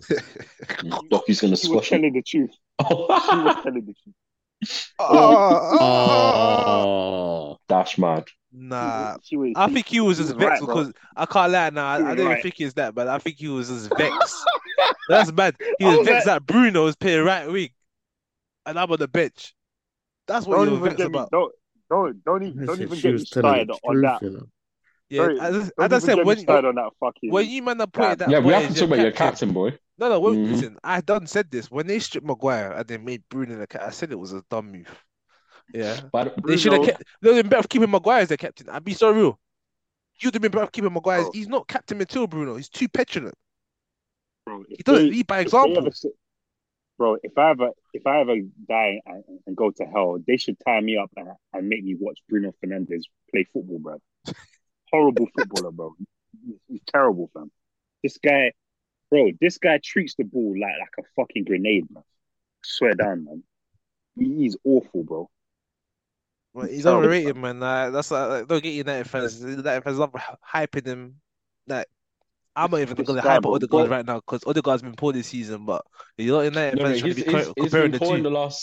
Speaker 3: Docu's gonna
Speaker 4: He was
Speaker 3: squash him.
Speaker 4: telling the truth.
Speaker 2: (laughs)
Speaker 4: He was telling the truth.
Speaker 2: Oh,
Speaker 3: (laughs) Dash mad.
Speaker 1: Nah,
Speaker 4: She was-
Speaker 1: Uh, I think he was
Speaker 4: he
Speaker 1: just
Speaker 4: was right,
Speaker 1: vexed
Speaker 4: bro.
Speaker 1: because I can't lie. Nah, I, I
Speaker 4: He was
Speaker 1: didn't
Speaker 4: right.
Speaker 1: think he was that, but I think he was
Speaker 4: (laughs)
Speaker 1: just vexed. That's bad. He
Speaker 4: I
Speaker 1: was
Speaker 4: was
Speaker 1: vexed that Bruno was playing right wing, and I'm on the bench. That's what
Speaker 4: don't
Speaker 1: he
Speaker 4: even
Speaker 1: was vexed
Speaker 4: get me.
Speaker 1: about.
Speaker 4: Don't don't don't even don't
Speaker 2: Listen,
Speaker 4: even
Speaker 2: she
Speaker 4: get me
Speaker 2: was telling
Speaker 4: started
Speaker 2: the
Speaker 4: on that.
Speaker 2: truth, you know.
Speaker 1: Yeah,
Speaker 4: Don't-
Speaker 1: as, I- as
Speaker 4: Don't
Speaker 1: I
Speaker 4: even
Speaker 1: said,
Speaker 4: get me
Speaker 1: when
Speaker 4: started on that fucking.
Speaker 1: when you man are pointed that
Speaker 3: Yeah, we
Speaker 1: boy
Speaker 3: have to
Speaker 1: is
Speaker 3: talk about your
Speaker 1: captain.
Speaker 3: captain, boy.
Speaker 1: No, no. Well,
Speaker 3: Mhm.
Speaker 1: listen, I done said this when they stripped Maguire and they made Bruno the captain. I said it was a dumb move. Yeah,
Speaker 3: But
Speaker 1: they should have
Speaker 4: Bruno-
Speaker 1: kept. They'd been better off keeping Maguire as their captain. I'd be so real. You'd have been better off keeping Maguire.
Speaker 4: Bro.
Speaker 1: He's not captain material, Bruno. He's too petulant.
Speaker 4: Bro,
Speaker 1: He
Speaker 4: if
Speaker 1: doesn't
Speaker 4: they-
Speaker 1: lead by
Speaker 4: if they
Speaker 1: example.
Speaker 4: ever sit- bro, if I ever if I ever die and, and go to hell, they should tie me up and, and make me watch Bruno Fernandez play football, bro. Horrible footballer, bro. He's, he's terrible, fam. This guy, bro, this guy treats the ball like like a fucking grenade, man. Swear down, man. He is awful, bro.
Speaker 1: Well, he's
Speaker 4: terrible,
Speaker 1: overrated, man. Uh, that's uh, like, don't get United fans. United fans love hy- hyping him. Like I'm not even
Speaker 4: This
Speaker 1: gonna
Speaker 4: guy,
Speaker 1: hype
Speaker 4: bro,
Speaker 1: Odegaard
Speaker 4: but-
Speaker 1: right now because Odegaard's been poor this season. But you know, United
Speaker 3: No,
Speaker 1: fans
Speaker 3: mate,
Speaker 1: should
Speaker 3: he's,
Speaker 1: be
Speaker 3: he's-
Speaker 1: co-
Speaker 3: he's
Speaker 1: comparing the
Speaker 3: been poor in
Speaker 1: two.
Speaker 3: the last.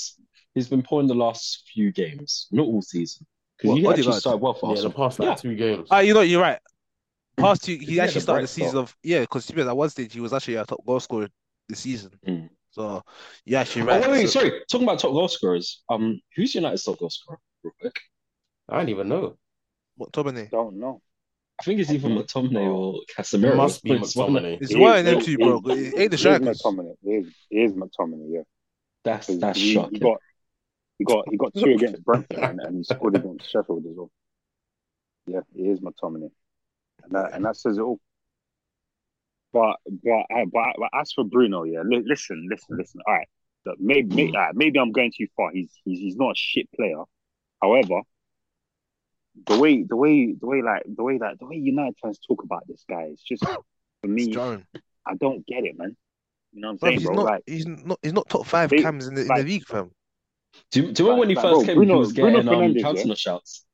Speaker 3: He's been poor in the last few games, not all season, because
Speaker 1: What,
Speaker 3: he actually
Speaker 1: Odegaard?
Speaker 3: started well for
Speaker 2: Yeah, the
Speaker 3: Arsenal.
Speaker 2: past like
Speaker 3: Yeah.
Speaker 2: two games.
Speaker 1: Ah, you know, you're
Speaker 3: (clears throat)
Speaker 1: right. Past two, he
Speaker 3: He had
Speaker 1: actually
Speaker 3: a
Speaker 1: started the
Speaker 3: bright
Speaker 1: season
Speaker 3: start.
Speaker 1: of yeah, because to be honest, at one stage he was actually our top goal scorer this season.
Speaker 3: Mm.
Speaker 1: So you're actually
Speaker 3: Oh,
Speaker 1: right.
Speaker 3: wait, wait,
Speaker 1: So-
Speaker 3: sorry. Talking about top goal scorers, um, who's United's top goal scorer? Real quick,
Speaker 2: I don't even know.
Speaker 1: McTominay.
Speaker 4: don't know.
Speaker 3: I think it's either McTominay or Casemiro.
Speaker 2: It must be
Speaker 3: It's one of-
Speaker 2: McTominay.
Speaker 1: It's
Speaker 4: It
Speaker 1: one
Speaker 4: is-
Speaker 1: of them
Speaker 4: it
Speaker 1: two,
Speaker 4: is-
Speaker 1: bro. It ain't
Speaker 4: it
Speaker 1: the
Speaker 4: is
Speaker 1: strikers.
Speaker 4: McTominay. It is, it is McTominay, yeah.
Speaker 3: That's
Speaker 4: Because
Speaker 3: that's
Speaker 4: he, he
Speaker 3: shocking.
Speaker 4: got he got he got two
Speaker 1: (laughs)
Speaker 4: against Brentford and, and he scored against Sheffield as well. Yeah, it is McTominay, and that, and that says it all. But but I- but, but as for Bruno, yeah, li- listen, listen, listen. All right, Look, maybe maybe, all right, maybe I'm going too far. He's he's he's not a shit player. However, the way the way the way like the way like the way United fans talk about this guy is just for
Speaker 1: It's
Speaker 4: me.
Speaker 1: jarring.
Speaker 4: I don't get it, man. You know what I'm
Speaker 1: Bro,
Speaker 4: saying,
Speaker 1: he's
Speaker 4: bro?
Speaker 1: not.
Speaker 4: Like,
Speaker 1: he's not. He's not top five
Speaker 4: They-
Speaker 1: cams in the in
Speaker 4: like-
Speaker 1: the league, fam.
Speaker 3: Do, you- do you remember when he
Speaker 4: Like-
Speaker 3: first
Speaker 4: like, bro,
Speaker 3: came?
Speaker 4: Bruno-
Speaker 3: he was
Speaker 4: Bruno
Speaker 3: getting um,
Speaker 4: Fernandes, yeah?
Speaker 3: council shouts.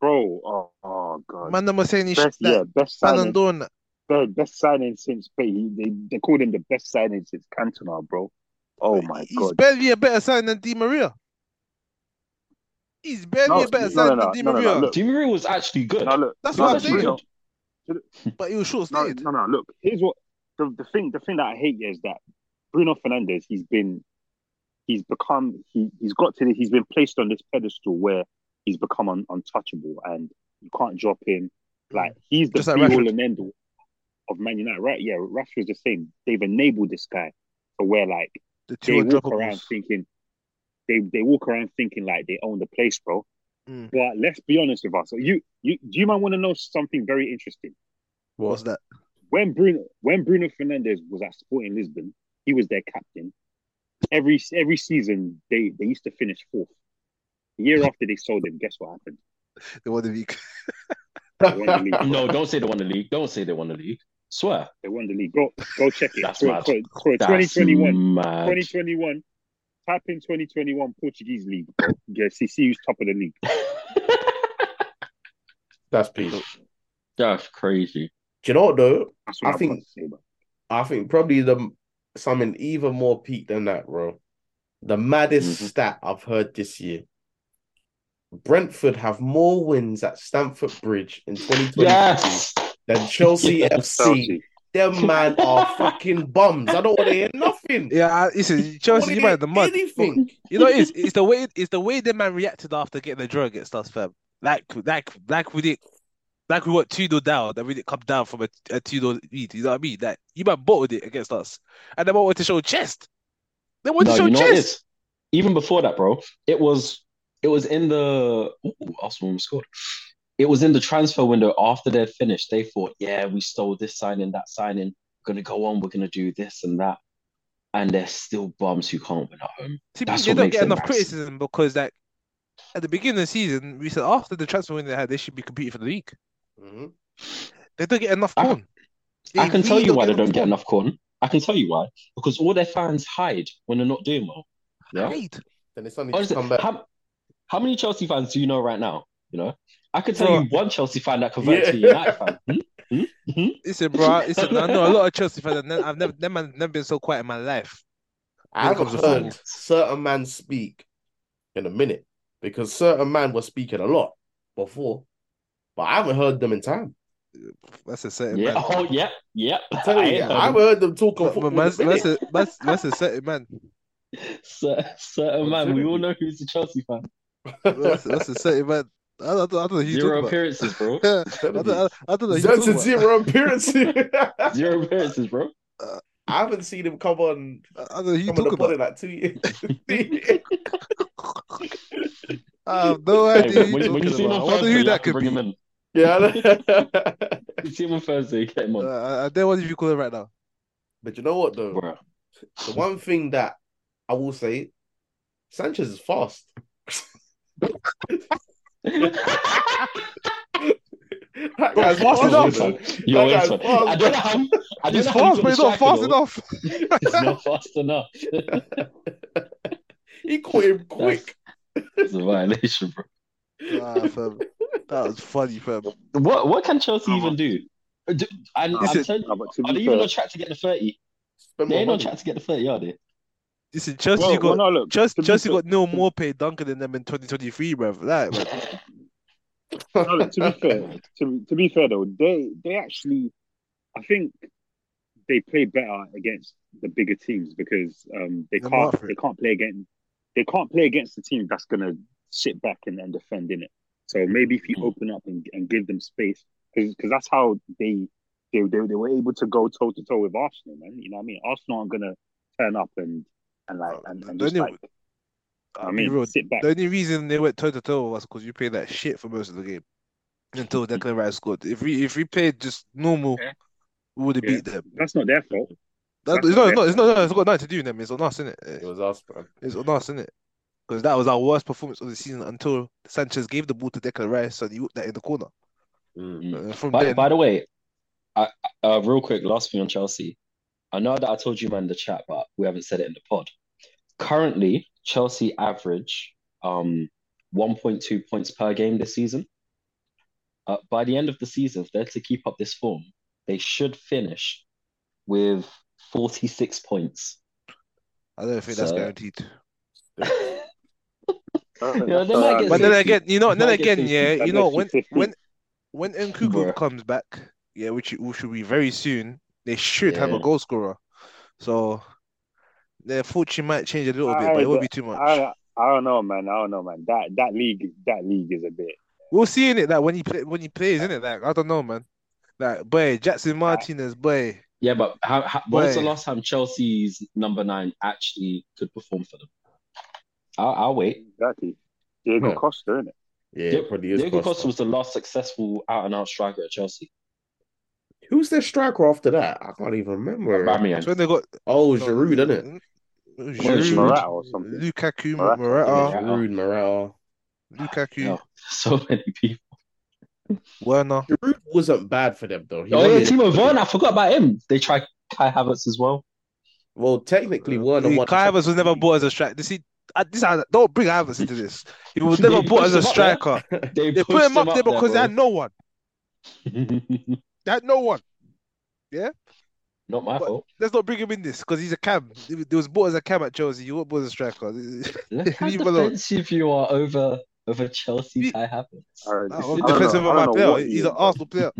Speaker 4: bro, oh, oh god,
Speaker 1: Man, I'm saying he should.
Speaker 4: best yeah, best
Speaker 1: Ballon
Speaker 4: signing,
Speaker 1: d'Or. and that.
Speaker 4: best, best signing since. But he, they they called him the best signing since Cantona, bro. Oh my
Speaker 1: uh, he's
Speaker 4: god,
Speaker 1: barely a better sign than Di Maria. He's barely
Speaker 4: No,
Speaker 1: a better
Speaker 4: no,
Speaker 1: sign
Speaker 4: no, no,
Speaker 1: than Di
Speaker 4: no, no,
Speaker 1: Maria.
Speaker 4: look.
Speaker 3: Di Maria was actually good.
Speaker 4: now look,
Speaker 1: That's
Speaker 4: now
Speaker 1: what I'm
Speaker 4: look,
Speaker 1: saying.
Speaker 4: Bruno,
Speaker 1: But he was short
Speaker 4: No,
Speaker 1: sighted.
Speaker 4: no, no. Look, here's what the, the thing the thing that I hate is that Bruno Fernandez he's been he's become he he's got to the, he's been placed on this pedestal where he's become un, untouchable and you can't drop him. Like he's the
Speaker 1: Just like
Speaker 4: be all
Speaker 1: Rashford.
Speaker 4: and end all of Man United, right? Yeah, Rashford's the same. They've enabled this guy to where like
Speaker 1: The two
Speaker 4: they walk
Speaker 1: undroppables.
Speaker 4: around thinking they they walk around thinking like they own the place, bro.
Speaker 1: Mm.
Speaker 4: But let's be honest with us. You you do you mind want to know something very interesting?
Speaker 1: What's that?
Speaker 4: when Bruno when Bruno Fernandez was at Sporting Lisbon, he was their captain. Every every season they, they used to finish fourth. The year after they sold him, guess what happened?
Speaker 1: They won the league. (laughs)
Speaker 4: They won the
Speaker 3: (laughs)
Speaker 4: league.
Speaker 3: No, don't say they won the league. Don't say they won the league. Swear.
Speaker 4: They won the league. Go go check it.
Speaker 3: That's
Speaker 4: for,
Speaker 3: mad.
Speaker 4: for- for
Speaker 3: That's
Speaker 4: 2021,
Speaker 3: mad.
Speaker 4: 2021, type in 2021 Portuguese league. bro. Yeah, see, see who's top of the league.
Speaker 2: That's peak. Do
Speaker 3: (laughs) That's crazy.
Speaker 2: you know what though?
Speaker 4: That's what
Speaker 2: I
Speaker 4: I
Speaker 2: think-
Speaker 4: think. To say, bro.
Speaker 2: I think probably the something even more peak than that, bro. The maddest
Speaker 3: Mhm.
Speaker 2: stat I've heard this year. Brentford have more wins at Stamford Bridge in 2022
Speaker 3: Yes.
Speaker 2: than (laughs) Chelsea FC.
Speaker 4: Chelsea.
Speaker 2: Them man are fucking bums. I don't want to hear nothing.
Speaker 1: Yeah, I, listen,
Speaker 2: I don't wanna
Speaker 1: Chelsea United
Speaker 2: hear
Speaker 1: the mud.
Speaker 2: Anything.
Speaker 1: You know, it's it's the way it's the way the man reacted after getting the draw against us, fam. Like like like we did, like we went two 0 down, then we didn't come down from a, a two 0 lead. You know what I mean? Like you man bottled it against us, and they wanted to show chest. They wanted
Speaker 3: No,
Speaker 1: to show
Speaker 3: you know what it
Speaker 1: chest.
Speaker 3: is? Even before that, bro, it was it was in the ooh, Arsenal scored. It was in the transfer window after they'd finished. They thought, yeah, we stole this signing, that signing. We're gonna go on. We're gonna do this and that. And they're still bums who can't win at home.
Speaker 1: To me,
Speaker 3: That's
Speaker 1: they
Speaker 3: what
Speaker 1: don't
Speaker 3: makes
Speaker 1: get
Speaker 3: it
Speaker 1: enough
Speaker 3: embarrassing.
Speaker 1: criticism because like at the beginning of the season, we said after the transfer window they had, they should be competing for the league.
Speaker 2: Mhm.
Speaker 1: They don't get enough
Speaker 3: I-
Speaker 1: corn.
Speaker 3: I can tell
Speaker 1: really
Speaker 3: you why they
Speaker 1: get
Speaker 3: don't get
Speaker 1: corn.
Speaker 3: enough corn. I can tell you why. Because all their fans hide when they're not doing well. Yeah.
Speaker 1: Hide.
Speaker 2: Then it's only just
Speaker 3: Honestly,
Speaker 1: Uh,
Speaker 2: come back.
Speaker 3: how, how many Chelsea fans do you know right now? You know, I could tell
Speaker 1: Bro.
Speaker 3: you one Chelsea fan that converted to a
Speaker 2: Yeah.
Speaker 1: (laughs)
Speaker 3: United fan. Hmm? Hmm? Hmm?
Speaker 1: Listen, bro. Listen, I know a lot of Chelsea fans. and I've never, them man, never been so quiet in my life.
Speaker 2: I haven't
Speaker 1: comes the
Speaker 2: heard
Speaker 3: fans.
Speaker 2: certain man speak in a minute because certain man was speaking a lot before, but I haven't heard them in time.
Speaker 1: That's a certain
Speaker 3: Yeah.
Speaker 1: man.
Speaker 3: Oh, yeah. Yeah.
Speaker 2: I'm telling you,
Speaker 3: ain't
Speaker 2: I,
Speaker 3: heard
Speaker 2: haven't heard them talking
Speaker 1: But-
Speaker 2: football.
Speaker 1: but
Speaker 2: in
Speaker 1: That's
Speaker 2: a minute.
Speaker 1: that's a that's that's a certain man.
Speaker 3: them. Cer- certain man. We all know who's a Chelsea fan.
Speaker 1: That's, that's a certain man. I don't, I don't know who you
Speaker 3: Zero
Speaker 1: talking
Speaker 3: appearances,
Speaker 1: (laughs)
Speaker 3: bro.
Speaker 1: about.
Speaker 2: I'm
Speaker 1: I
Speaker 2: telling
Speaker 1: don't,
Speaker 2: you.
Speaker 1: I, I don't know who you're
Speaker 2: Zero
Speaker 1: talking
Speaker 2: to
Speaker 1: about.
Speaker 2: zero appearances.
Speaker 3: Zero appearances, bro.
Speaker 2: (laughs) I haven't seen him come on
Speaker 1: I don't know who you
Speaker 2: come on the
Speaker 1: talking
Speaker 2: pod
Speaker 1: about.
Speaker 2: in like two years. (laughs) Three
Speaker 1: I (laughs) have no
Speaker 3: Hey,
Speaker 1: idea who
Speaker 3: when,
Speaker 1: you're
Speaker 3: when you see
Speaker 1: talking
Speaker 3: him
Speaker 1: about. I
Speaker 3: on
Speaker 1: wonder who
Speaker 3: Thursday, you have
Speaker 1: that
Speaker 3: to
Speaker 1: could
Speaker 3: bring
Speaker 1: be.
Speaker 3: him in.
Speaker 2: yeah. I know. (laughs)
Speaker 3: You see him on Thursday, get him on,
Speaker 1: Uh, I don't want you call it right now.
Speaker 2: but you know what though?
Speaker 3: bro.
Speaker 1: (laughs)
Speaker 2: The one thing that I will say, Sanchez is fast. (laughs) That guy's fast
Speaker 1: Hold on,
Speaker 2: enough.
Speaker 3: son.
Speaker 2: That
Speaker 3: You're in,
Speaker 2: guy's
Speaker 3: son.
Speaker 2: fast.
Speaker 3: I don't know how. I don't
Speaker 1: He's
Speaker 3: know how
Speaker 1: fast, but he's not
Speaker 3: got
Speaker 1: fast
Speaker 3: distracted, (laughs)
Speaker 1: enough.
Speaker 3: though. He's not fast enough.
Speaker 2: He caught him quick.
Speaker 3: It's a violation, bro.
Speaker 1: Ah, fam. That was funny, fam.
Speaker 3: What what can Chelsea
Speaker 4: Come
Speaker 3: even
Speaker 4: on.
Speaker 3: do? Uh, do and
Speaker 4: Nah,
Speaker 3: I'm
Speaker 1: Listen,
Speaker 3: telling you,
Speaker 4: nah, but to
Speaker 3: are they
Speaker 4: be
Speaker 3: even
Speaker 4: fair,
Speaker 3: on track to get the thirty?
Speaker 2: Spend
Speaker 3: They
Speaker 2: more
Speaker 3: ain't on
Speaker 2: money.
Speaker 3: track to get the thirty, are they?
Speaker 1: Listen, Chelsea
Speaker 4: well,
Speaker 1: got
Speaker 4: well, no, look,
Speaker 1: Chelsea,
Speaker 4: to be
Speaker 1: Chelsea
Speaker 4: fair-
Speaker 1: got Neil more paid dunker than them in 2023, bro. Like, bruv.
Speaker 4: No, look,
Speaker 1: (laughs)
Speaker 4: to be fair, to, to be fair though, they they actually, I think they play better against the bigger teams because um, they
Speaker 1: They're
Speaker 4: can't
Speaker 1: not for
Speaker 4: they
Speaker 1: it.
Speaker 4: can't play against they can't play against the team that's gonna sit back and, and defend in it. So maybe if you
Speaker 1: Hmm.
Speaker 3: Mhm.
Speaker 4: open up and, and give them space, because that's how they they, they they were able to go toe to toe with Arsenal, man. You know what I mean? Arsenal aren't gonna turn up and and like and, and just
Speaker 1: Uh, Don't
Speaker 4: like
Speaker 1: you-
Speaker 4: I
Speaker 1: I'll be
Speaker 4: mean
Speaker 1: real.
Speaker 4: sit back.
Speaker 1: The only reason they went toe to toe with us because you played that shit for most of the game until
Speaker 4: (laughs)
Speaker 1: Declan Rice scored. If we if we played just normal,
Speaker 4: Yeah.
Speaker 1: we would have
Speaker 4: Yeah.
Speaker 1: beat them.
Speaker 4: That's not their fault.
Speaker 1: That,
Speaker 4: That's
Speaker 1: it's
Speaker 4: not
Speaker 1: not, it's not, it's not, it's got nothing to do with them. It's on us, innit?
Speaker 2: It was us, bro.
Speaker 1: It's on us, innit? because that was our worst performance of the season until Sanchez gave the ball to Declan Rice and he whipped that in the corner.
Speaker 3: Mm.
Speaker 4: Mm.
Speaker 1: Uh, from
Speaker 3: By,
Speaker 1: then,
Speaker 3: by the way, I, uh, real quick, last thing on Chelsea. I know that I told you man in the chat, but we haven't said it in the pod. Currently, Chelsea average um, 1.2 points per game this season. Uh, by the end of the season, if they're to keep up this form, they should finish with 46
Speaker 1: (laughs)
Speaker 3: points.
Speaker 1: I don't think that's
Speaker 3: So-
Speaker 1: guaranteed.
Speaker 3: Yeah, they
Speaker 4: uh,
Speaker 3: might get
Speaker 1: But then
Speaker 3: Fifty.
Speaker 1: again, you know, then
Speaker 3: Might get
Speaker 1: again, yeah,
Speaker 4: fifty.
Speaker 1: you know,
Speaker 4: Might
Speaker 1: when
Speaker 4: get fifty.
Speaker 1: when when Nkuku
Speaker 3: Bruh.
Speaker 1: comes back, yeah, which which will be very soon, they should have a
Speaker 3: Yeah.
Speaker 1: goal scorer. So their fortune might change a little bit,
Speaker 4: I-
Speaker 1: but it won't be too much.
Speaker 4: I, I don't know, man. I don't know, man. That that league, that league is a bit.
Speaker 1: We'll see in it that when he play when he plays in it, like I don't know, man. Like boy, Jackson Martinez, boy,
Speaker 3: Yeah, but how, how, when was the
Speaker 1: Wait.
Speaker 3: last time Chelsea's number nine actually could perform for them? I'll, I'll wait.
Speaker 4: Exactly. Diego
Speaker 2: Yeah.
Speaker 4: Costa, innit?
Speaker 2: Yeah,
Speaker 3: Yeah,
Speaker 2: it probably is.
Speaker 3: Diego
Speaker 2: Costa.
Speaker 3: Costa was the last successful out and out striker at Chelsea.
Speaker 2: Who's their striker after that? I can't even remember.
Speaker 1: that's
Speaker 3: Aubameyang.
Speaker 1: when they got Mm,
Speaker 2: Oh, Giroud, isn't it?
Speaker 1: Giroud,
Speaker 4: Morata or something.
Speaker 1: Lukaku,
Speaker 4: Morata.
Speaker 1: Morata,
Speaker 2: Giroud, Morata.
Speaker 1: Lukaku,
Speaker 3: Yeah. (laughs) So many people.
Speaker 1: Werner.
Speaker 2: Giroud wasn't bad for them though. He
Speaker 3: oh yeah,
Speaker 2: only-
Speaker 3: Timo Werner. I forgot about him. They tried Kai Havertz as well.
Speaker 2: Well, technically, Werner.
Speaker 1: Lee,
Speaker 2: won-
Speaker 1: Kai Havertz was never bought as a striker. This, is- uh, this, I- don't bring Havertz into this. He was never
Speaker 3: They
Speaker 1: bought as a
Speaker 3: pushed him up
Speaker 1: striker. (laughs)
Speaker 3: They,
Speaker 1: They put
Speaker 3: pushed
Speaker 1: him up there because they had no one.
Speaker 3: bro.
Speaker 1: They had no one.
Speaker 3: (laughs) Not my
Speaker 1: But-
Speaker 3: fault.
Speaker 1: Let's not bring him in this because he's a cam. He was- he was bought as a cam at Chelsea. You weren't bought as a striker.
Speaker 3: Look
Speaker 1: (laughs)
Speaker 3: how
Speaker 1: Leave him alone.
Speaker 3: defensive you are over over Chelsea
Speaker 1: Ye-
Speaker 3: Kai Havertz.
Speaker 4: All right.
Speaker 1: Nah,
Speaker 4: this-
Speaker 1: I'm
Speaker 4: I don't
Speaker 1: defensive
Speaker 4: know. I
Speaker 1: of my
Speaker 4: don't know
Speaker 1: player.
Speaker 4: what he
Speaker 1: He's
Speaker 4: is,
Speaker 1: an
Speaker 4: bro.
Speaker 1: Arsenal player.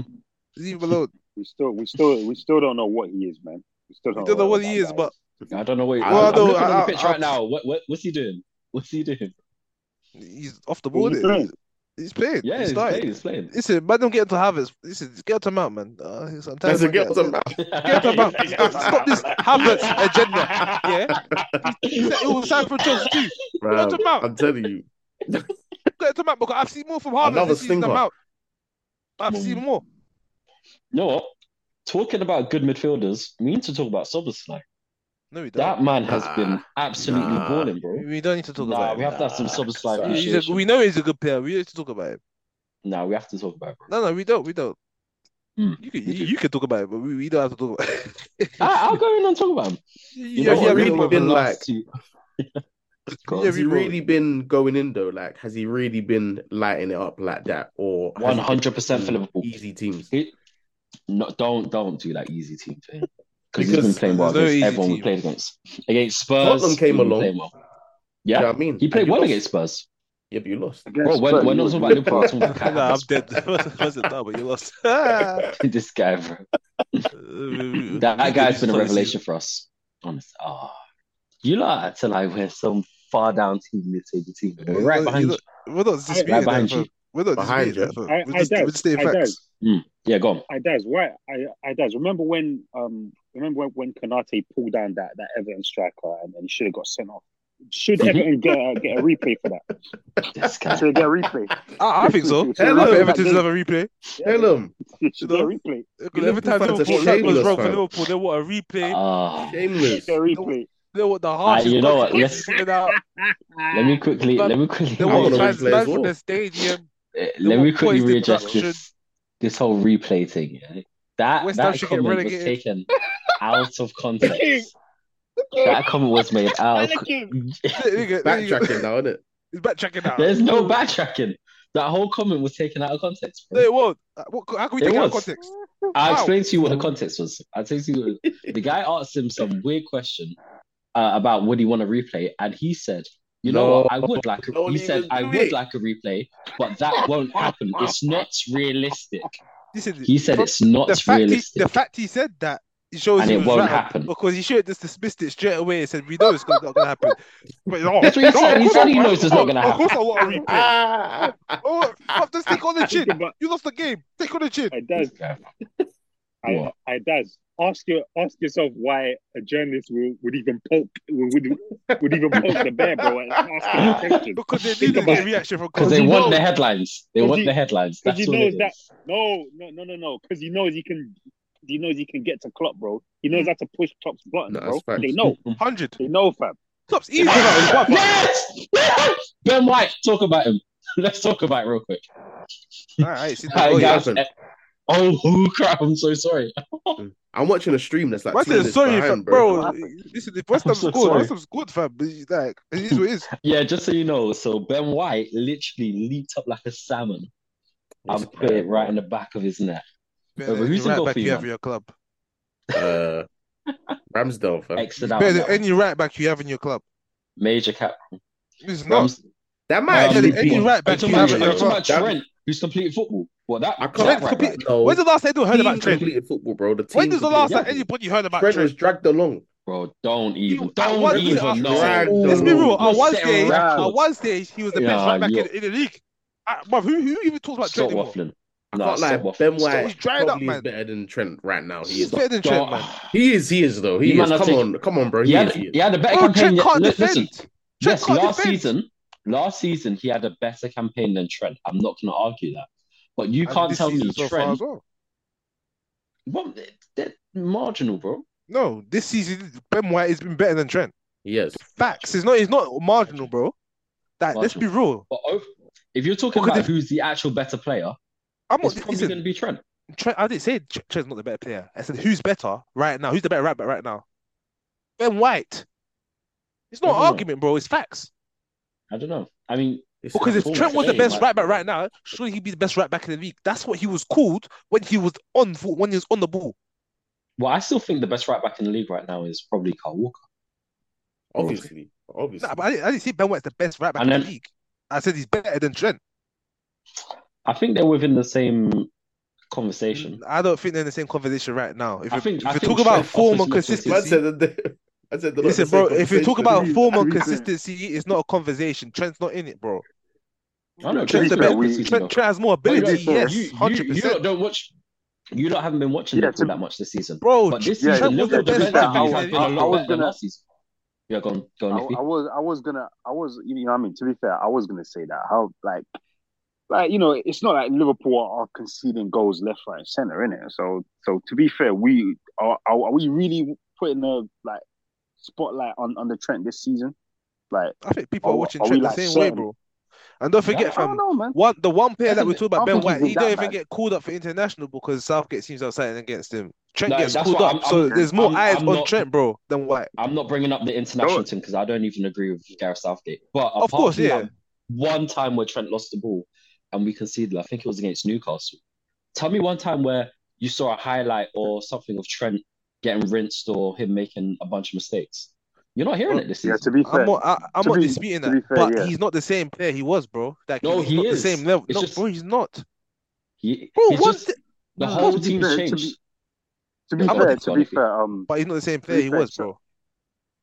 Speaker 1: Leave him alone.
Speaker 4: We still, we still, we still don't know what he is, man. We still
Speaker 1: We
Speaker 4: don't,
Speaker 1: don't know what
Speaker 4: that
Speaker 1: he is,
Speaker 4: guy
Speaker 1: but
Speaker 3: I don't know what.
Speaker 2: Well,
Speaker 3: I'm
Speaker 2: no,
Speaker 3: looking on
Speaker 1: I-
Speaker 3: the pitch
Speaker 1: I-
Speaker 3: right now. What, what what's he doing? What's he doing?
Speaker 1: he's off the
Speaker 4: He's
Speaker 1: ball. innit?
Speaker 4: playing.
Speaker 1: He's playing.
Speaker 3: Yeah,
Speaker 1: he's
Speaker 3: he's
Speaker 1: starting.
Speaker 3: playing. He's playing.
Speaker 1: Listen, man, don't get into Havertz. Listen, get him out, man. Uh, I'm tired
Speaker 2: (laughs) That's a
Speaker 1: of
Speaker 3: (laughs)
Speaker 2: guilt.
Speaker 1: that. Get him out. Stop, stop this Havertz
Speaker 2: (laughs)
Speaker 1: agenda. (laughs) Yeah, it was time for "Oh, Chelsea too.
Speaker 2: Bruh,
Speaker 1: Get him out.
Speaker 2: I'm telling you.
Speaker 1: Get him out because I've seen more from Harvard
Speaker 2: Another
Speaker 1: this season. I'm
Speaker 2: stinker.
Speaker 1: out. I've seen more.
Speaker 3: You know what? Talking about good midfielders, we need to talk about Soberslay.
Speaker 1: No, we don't.
Speaker 3: That man has
Speaker 2: Nah.
Speaker 3: been absolutely
Speaker 2: Nah.
Speaker 3: balling, bro.
Speaker 1: We don't need to talk
Speaker 3: Nah,
Speaker 1: about
Speaker 3: we
Speaker 1: him.
Speaker 3: have to have some
Speaker 2: Nah.
Speaker 3: Soberslay
Speaker 1: He's a-
Speaker 2: Sorry.
Speaker 3: appreciation.
Speaker 1: we know he's a good player. We need to talk about him.
Speaker 3: Nah, we have to talk about it, bro.
Speaker 1: No, no, we don't. We don't.
Speaker 3: Mm.
Speaker 1: You, can, you, you can talk about it, but we, we don't have to talk about it. (laughs)
Speaker 3: I, Ah, I'll go in and talk about him.
Speaker 1: You
Speaker 3: You
Speaker 1: yeah,
Speaker 3: know
Speaker 1: yeah,
Speaker 3: what?
Speaker 2: we
Speaker 1: people-
Speaker 2: really
Speaker 3: Over the
Speaker 2: been
Speaker 3: last
Speaker 2: like-
Speaker 3: two-
Speaker 1: Yeah,
Speaker 2: Has he
Speaker 1: people-
Speaker 2: really been going in though? Like, has he really been lighting it up like that, or has he been
Speaker 3: 100% for Liverpool.
Speaker 2: Easy teams.
Speaker 3: He- no, don't don't do that easy team thing because he's
Speaker 2: Because
Speaker 3: been playing well
Speaker 1: there's no
Speaker 3: against
Speaker 1: easy
Speaker 3: everyone we
Speaker 1: team.
Speaker 3: played against. Against Spurs,
Speaker 2: Tottenham came
Speaker 3: he was
Speaker 2: along.
Speaker 3: playing well.
Speaker 2: Do
Speaker 3: Yeah,
Speaker 2: you know what I mean?
Speaker 3: he played
Speaker 2: And you
Speaker 3: well
Speaker 2: lost.
Speaker 3: against Spurs.
Speaker 2: Yeah, but you lost.
Speaker 3: Bro,
Speaker 4: Against
Speaker 3: we're,
Speaker 4: Spurs,
Speaker 3: we're
Speaker 4: he
Speaker 3: not
Speaker 4: was
Speaker 3: talking about
Speaker 4: really
Speaker 3: Liverpool.
Speaker 4: bad.
Speaker 3: We're
Speaker 1: (laughs)
Speaker 3: talking about Kai
Speaker 1: (laughs) Nah,
Speaker 2: (laughs)
Speaker 1: I'm
Speaker 3: Havertz,
Speaker 1: dead. Wasn't that, but you lost. (laughs) that
Speaker 3: bro. (laughs) this guy, bro. That guy's been a revelation for us. Honestly, ah, you lot to like we're some far down team, mid-table team. We're right behind you.
Speaker 1: We're not disputing
Speaker 3: Right behind
Speaker 1: that, fam.
Speaker 3: you.
Speaker 1: We're not
Speaker 2: Behind
Speaker 1: disputing that,
Speaker 2: you.
Speaker 1: fam.
Speaker 4: I-
Speaker 1: We're
Speaker 4: I
Speaker 1: just,
Speaker 4: doubt-
Speaker 1: we're just stating
Speaker 4: I
Speaker 1: facts.
Speaker 3: Yeah, go on.
Speaker 4: I does why I I does remember when um remember when, when Kanate pulled down that that Everton striker and, and he should have got sent off. Should
Speaker 3: Mm-hmm.
Speaker 4: Everton get a, get a replay for that?
Speaker 3: This guy.
Speaker 4: (laughs) Should they get a replay?
Speaker 1: I, I think
Speaker 2: (laughs)
Speaker 1: so.
Speaker 4: Hello,
Speaker 1: I think
Speaker 2: that
Speaker 1: Everton
Speaker 4: game.
Speaker 1: deserve a replay.
Speaker 2: Tell
Speaker 4: (laughs)
Speaker 2: him.
Speaker 4: Should get a replay.
Speaker 1: Because every time
Speaker 2: Liverpool fans
Speaker 1: Liverpool
Speaker 2: are
Speaker 1: something goes
Speaker 2: shameless,
Speaker 1: wrong for
Speaker 2: fam.
Speaker 1: Liverpool, they want a replay.
Speaker 3: Ah, (laughs)
Speaker 4: Should
Speaker 2: Shameless.
Speaker 4: get a replay.
Speaker 1: They want the harshest
Speaker 3: uh, you know what,
Speaker 1: consequences
Speaker 3: let's-
Speaker 1: given
Speaker 3: (laughs)
Speaker 1: out.
Speaker 3: let me quickly.
Speaker 1: But-
Speaker 3: Let me quickly.
Speaker 1: They
Speaker 2: I
Speaker 1: want
Speaker 2: wanna
Speaker 1: fans
Speaker 2: replay
Speaker 1: banned
Speaker 2: as
Speaker 1: from
Speaker 2: well.
Speaker 1: the
Speaker 3: (laughs)
Speaker 1: stadium.
Speaker 3: Eh,
Speaker 1: They
Speaker 3: let me
Speaker 1: want
Speaker 3: quickly
Speaker 1: points
Speaker 3: readjust
Speaker 1: deduction.
Speaker 3: this this whole replay thing. Yeah? That
Speaker 1: West Ham
Speaker 3: that
Speaker 1: should get
Speaker 3: comment was
Speaker 1: relegated. (laughs)
Speaker 3: taken out of context.
Speaker 4: Uh,
Speaker 3: that comment was made out. Of...
Speaker 1: Nigga, nigga,
Speaker 2: Backtracking now, isn't it?
Speaker 1: It's backtracking now.
Speaker 3: There's no backtracking. That whole comment was taken out of context.
Speaker 1: No,
Speaker 3: Bro.
Speaker 1: it won't. Uh, What, how can we
Speaker 3: It
Speaker 1: take it out of
Speaker 3: was.
Speaker 1: context? How?
Speaker 3: I'll explain to you what the context was. I'll tell you the guy asked him some weird question uh, about would he want a replay, and he said, "You know
Speaker 2: No.
Speaker 3: what? I would like." A,
Speaker 2: Don't
Speaker 3: he said,
Speaker 2: even
Speaker 3: "I
Speaker 2: do
Speaker 3: would
Speaker 2: it."
Speaker 3: like a replay, but that won't happen. It's not realistic."
Speaker 1: Listen,
Speaker 3: He said,
Speaker 1: from
Speaker 3: "It's not
Speaker 1: the fact he,
Speaker 3: realistic."
Speaker 1: the fact he said that it shows
Speaker 3: And
Speaker 1: he
Speaker 3: it
Speaker 1: was
Speaker 3: won't
Speaker 1: right
Speaker 3: happen.
Speaker 1: because he should have just dismissed it straight away and said, "We know it's not going to happen." But no,
Speaker 3: (laughs) That's what
Speaker 1: no,
Speaker 3: he said.
Speaker 1: of
Speaker 3: He
Speaker 1: course
Speaker 3: said
Speaker 1: I-
Speaker 3: he knows it's not gonna
Speaker 1: Of course, I want a replay.
Speaker 2: Ah,
Speaker 1: Oh, fuck, just take on
Speaker 3: (laughs)
Speaker 1: the chin.
Speaker 4: But
Speaker 1: You lost the game. Take on the chin.
Speaker 4: I does I,
Speaker 3: What?
Speaker 4: I does ask you ask yourself why a journalist would, would even poke would would even poke the bear, bro, and ask him a question.
Speaker 1: Because they
Speaker 4: Think
Speaker 1: needed
Speaker 4: about
Speaker 1: the
Speaker 4: it.
Speaker 1: reaction from
Speaker 3: Because
Speaker 1: Conte.
Speaker 3: they
Speaker 4: he
Speaker 3: want
Speaker 4: knows-
Speaker 3: the headlines. They
Speaker 4: 'cause
Speaker 3: want
Speaker 4: he-
Speaker 3: the headlines.
Speaker 4: 'cause
Speaker 3: That's
Speaker 4: he
Speaker 3: all it
Speaker 4: knows
Speaker 3: is.
Speaker 4: that- No, no, no, no, no. Because he knows he can. He
Speaker 3: Hmm.
Speaker 4: knows he can get to Klopp, bro. He knows how to push Klopp's button,
Speaker 2: No,
Speaker 4: bro.
Speaker 2: that's facts.
Speaker 4: They know.
Speaker 1: Hundred.
Speaker 4: They know, fam.
Speaker 1: Klopp's easy.
Speaker 3: Next! ben White, talk about him. (laughs) Let's talk about it real quick.
Speaker 1: All right, see,
Speaker 3: Hi,
Speaker 1: oh, yeah.
Speaker 3: guys. eh,
Speaker 2: happened?
Speaker 3: Oh, (laughs) oh, crap! I'm so sorry.
Speaker 2: I'm watching a stream that's like
Speaker 1: What's
Speaker 2: two minutes
Speaker 1: it? Sorry,
Speaker 2: behind,
Speaker 1: fam, bro.
Speaker 2: bro.
Speaker 1: Listen, if West Ham's
Speaker 3: so
Speaker 1: good, West
Speaker 3: sorry.
Speaker 1: Ham's good, fam. But it's Like, it is what it is.
Speaker 3: Yeah, just so you know, so Ben White literally leaped up like a salmon
Speaker 2: It's
Speaker 3: and put it right in the back of his net.
Speaker 1: Better
Speaker 3: but
Speaker 1: than
Speaker 3: who's
Speaker 1: any
Speaker 3: the
Speaker 1: right back
Speaker 3: goalkeeper?
Speaker 1: you have in your club?
Speaker 2: Uh, Ramsdale, fam.
Speaker 3: Exited out.
Speaker 1: Better than
Speaker 3: on that one.
Speaker 1: any right back you have in your club.
Speaker 3: Major cap.
Speaker 1: It's not.
Speaker 3: Rams-
Speaker 2: That
Speaker 3: Um,
Speaker 2: might actually
Speaker 1: any
Speaker 2: be.
Speaker 1: right
Speaker 3: Are you
Speaker 1: back
Speaker 3: talking
Speaker 1: you have
Speaker 3: about
Speaker 1: in
Speaker 3: are you
Speaker 1: your
Speaker 3: talking
Speaker 1: club.
Speaker 3: about
Speaker 2: That-
Speaker 3: Trent, who's completed football? What that?
Speaker 2: I can't-
Speaker 3: that right
Speaker 1: complete-
Speaker 3: back?
Speaker 2: No,
Speaker 1: When's the last time you heard about
Speaker 2: team
Speaker 1: Trent?
Speaker 2: completed football, bro. The team
Speaker 1: When was the last
Speaker 2: completed
Speaker 1: time anybody heard about
Speaker 2: football. Trent was
Speaker 1: Trent?
Speaker 2: dragged along.
Speaker 3: Bro, don't
Speaker 1: You-
Speaker 3: even.
Speaker 1: I
Speaker 3: Don't
Speaker 1: want-
Speaker 3: even. No.
Speaker 2: Dragged along.
Speaker 1: Let's be real.
Speaker 3: You're
Speaker 1: At one
Speaker 3: setting
Speaker 1: stage,
Speaker 3: records.
Speaker 1: at one stage, he was the best
Speaker 3: Yeah,
Speaker 1: right back
Speaker 3: you're-
Speaker 1: in, in the league. Uh, bruv, who, who even talks about
Speaker 3: Stop
Speaker 1: Trent anymore?
Speaker 3: waffling.
Speaker 2: I
Speaker 3: Nah,
Speaker 2: can't lie.
Speaker 3: stop waffling.
Speaker 2: Ben
Speaker 3: Stop-
Speaker 1: He's
Speaker 2: White
Speaker 1: dried up,
Speaker 2: probably is
Speaker 1: man.
Speaker 2: better than Trent right now. He
Speaker 1: He's
Speaker 2: is.
Speaker 1: better than Trent,
Speaker 3: Don't-
Speaker 1: man.
Speaker 2: He is. He is though. He
Speaker 3: You
Speaker 2: is.
Speaker 3: might not
Speaker 2: Come
Speaker 3: take-
Speaker 2: on, come on, bro.
Speaker 3: He
Speaker 2: He
Speaker 3: had,
Speaker 2: is. He
Speaker 3: he
Speaker 2: is.
Speaker 3: had a better
Speaker 1: Bro,
Speaker 3: campaign.
Speaker 1: Trent
Speaker 3: yet-
Speaker 1: can't
Speaker 3: li- Listen,
Speaker 1: defend. Trent
Speaker 3: yes,
Speaker 1: can't
Speaker 3: last
Speaker 1: defend.
Speaker 3: season, last season he had a better campaign than Trent. I'm not going to argue that. But you
Speaker 1: And
Speaker 3: can't
Speaker 1: this
Speaker 3: tell
Speaker 1: season
Speaker 3: me
Speaker 1: so far
Speaker 3: Trent.
Speaker 1: as well.
Speaker 3: Well, they're, they're marginal, bro.
Speaker 1: No, this season Ben White has been better than Trent.
Speaker 2: Yes.
Speaker 1: Facts. It's not. It's not marginal, bro. That let's be real.
Speaker 3: But ov- if you're talking
Speaker 1: Look at
Speaker 3: about who's the actual better player,
Speaker 1: I'm
Speaker 3: it's
Speaker 1: not.
Speaker 3: probably
Speaker 1: Listen,
Speaker 3: going to be Trent.
Speaker 1: Trent, I didn't say Tr- Trent's not the better player. I said who's better right now. Who's the better right back right now? Ben White. It's not an
Speaker 3: Mhm.
Speaker 1: argument, bro. It's facts.
Speaker 3: I don't know. I mean,
Speaker 2: It's
Speaker 1: Because if
Speaker 2: so
Speaker 1: Trent was the
Speaker 2: insane.
Speaker 1: best
Speaker 3: like-
Speaker 1: right back right now, surely he'd be the best right back in the league. That's what he was called when he was on fo- when he was on the ball.
Speaker 3: well, I still think the best right back in the league right now is probably Carl Walker.
Speaker 2: obviously, obviously.
Speaker 1: Nah, but I didn't, I didn't say Ben White's the best right back
Speaker 3: And
Speaker 1: in the
Speaker 3: then-
Speaker 1: league. I said he's better than Trent.
Speaker 3: I think they're within the same conversation.
Speaker 1: I don't think they're in the same conversation right now. If
Speaker 3: I
Speaker 1: you
Speaker 3: think- I
Speaker 1: if you
Speaker 3: think
Speaker 1: talk about
Speaker 3: Trent
Speaker 1: form
Speaker 3: offers
Speaker 1: and
Speaker 3: more consistency.
Speaker 2: I
Speaker 1: consistency,
Speaker 2: said that. They, (laughs) I said that.
Speaker 1: Listen, bro, if you talk about
Speaker 4: Agreed,
Speaker 1: form and
Speaker 4: agreed.
Speaker 1: consistency, it's not a conversation. Trent's not in it, bro.
Speaker 3: I know
Speaker 4: To
Speaker 1: Trent's
Speaker 4: be
Speaker 1: the
Speaker 4: fair,
Speaker 1: best.
Speaker 4: we-
Speaker 1: Trent, Trent has more
Speaker 3: But
Speaker 1: ability,
Speaker 4: you-
Speaker 1: yes,
Speaker 3: you, you,
Speaker 1: 100%.
Speaker 3: you lot don't watch. You lot haven't been watching
Speaker 4: Yeah,
Speaker 3: Liverpool
Speaker 4: to-
Speaker 3: that much this season.
Speaker 1: bro,
Speaker 3: But this
Speaker 4: Yeah,
Speaker 3: season,
Speaker 1: Trent was the
Speaker 3: Liverpool
Speaker 1: best
Speaker 4: defensively
Speaker 1: right
Speaker 3: defensively
Speaker 1: back
Speaker 3: has
Speaker 1: in
Speaker 3: been
Speaker 1: the
Speaker 3: a
Speaker 1: league.
Speaker 4: I
Speaker 3: lot
Speaker 4: was
Speaker 3: better than
Speaker 4: gonna-
Speaker 3: last season. Yeah, go on, go
Speaker 4: I,
Speaker 3: on, Nicky.
Speaker 4: I was I was gonna I was you know what I mean to be fair I was gonna say that how like like you know it's not like Liverpool are, are conceding goals left right and center in it so so to be fair we are are, are we really putting a like spotlight on on the Trent this season like
Speaker 1: I think people are
Speaker 4: Are-
Speaker 1: watching
Speaker 4: are we,
Speaker 1: Trent the
Speaker 4: like,
Speaker 1: same way,
Speaker 4: certain?
Speaker 1: bro. And don't
Speaker 4: I
Speaker 1: forget,
Speaker 4: don't
Speaker 1: fam,
Speaker 4: know man
Speaker 1: one the one player
Speaker 3: I
Speaker 1: that we
Speaker 3: think-
Speaker 1: talk
Speaker 4: I
Speaker 1: about,
Speaker 4: don't
Speaker 1: Ben
Speaker 4: think
Speaker 1: White,
Speaker 4: he's
Speaker 1: he
Speaker 4: that
Speaker 1: don't even
Speaker 4: bad.
Speaker 1: get called up for international because Southgate seems outside against him. Trent
Speaker 3: No,
Speaker 1: gets
Speaker 3: that's
Speaker 1: called
Speaker 3: what
Speaker 1: up,
Speaker 3: I'm-
Speaker 1: so
Speaker 3: I'm-
Speaker 1: there's more
Speaker 3: I'm-
Speaker 1: eyes
Speaker 3: I'm
Speaker 1: on
Speaker 3: not-
Speaker 1: Trent, bro, than White.
Speaker 3: I'm not bringing up the international
Speaker 4: No.
Speaker 3: thing because I don't even agree with Gareth Southgate. But
Speaker 1: Of
Speaker 3: apart
Speaker 1: course,
Speaker 3: from
Speaker 1: yeah.
Speaker 3: that one time where Trent lost the ball and we conceded, I think it was against Newcastle. Tell me one time where you saw a highlight or something of Trent getting rinsed or him making a bunch of mistakes. You're not hearing it this
Speaker 4: yeah
Speaker 3: season.
Speaker 4: to be
Speaker 1: I'm
Speaker 4: fair
Speaker 1: not, I, I'm
Speaker 4: To
Speaker 1: not
Speaker 4: be-
Speaker 1: disputing
Speaker 4: to
Speaker 1: that,
Speaker 4: be fair,
Speaker 1: but
Speaker 4: yeah.
Speaker 1: he's not the same player he was, bro. Like,
Speaker 3: No,
Speaker 1: he's
Speaker 3: he
Speaker 1: not
Speaker 3: is.
Speaker 1: the same level.
Speaker 3: It's
Speaker 1: no,
Speaker 3: just-
Speaker 1: bro, he's not.
Speaker 3: He,
Speaker 1: Bro,
Speaker 3: he's
Speaker 1: what?
Speaker 3: just,
Speaker 1: the-
Speaker 3: the
Speaker 4: No,
Speaker 3: whole
Speaker 4: to be
Speaker 3: team's
Speaker 4: fair, to
Speaker 3: changed.
Speaker 4: be- to be
Speaker 3: No,
Speaker 4: fair
Speaker 3: but-
Speaker 4: to be fair um
Speaker 1: But he's not the same
Speaker 4: be
Speaker 1: player he
Speaker 4: fair,
Speaker 1: was,
Speaker 4: so-
Speaker 1: bro.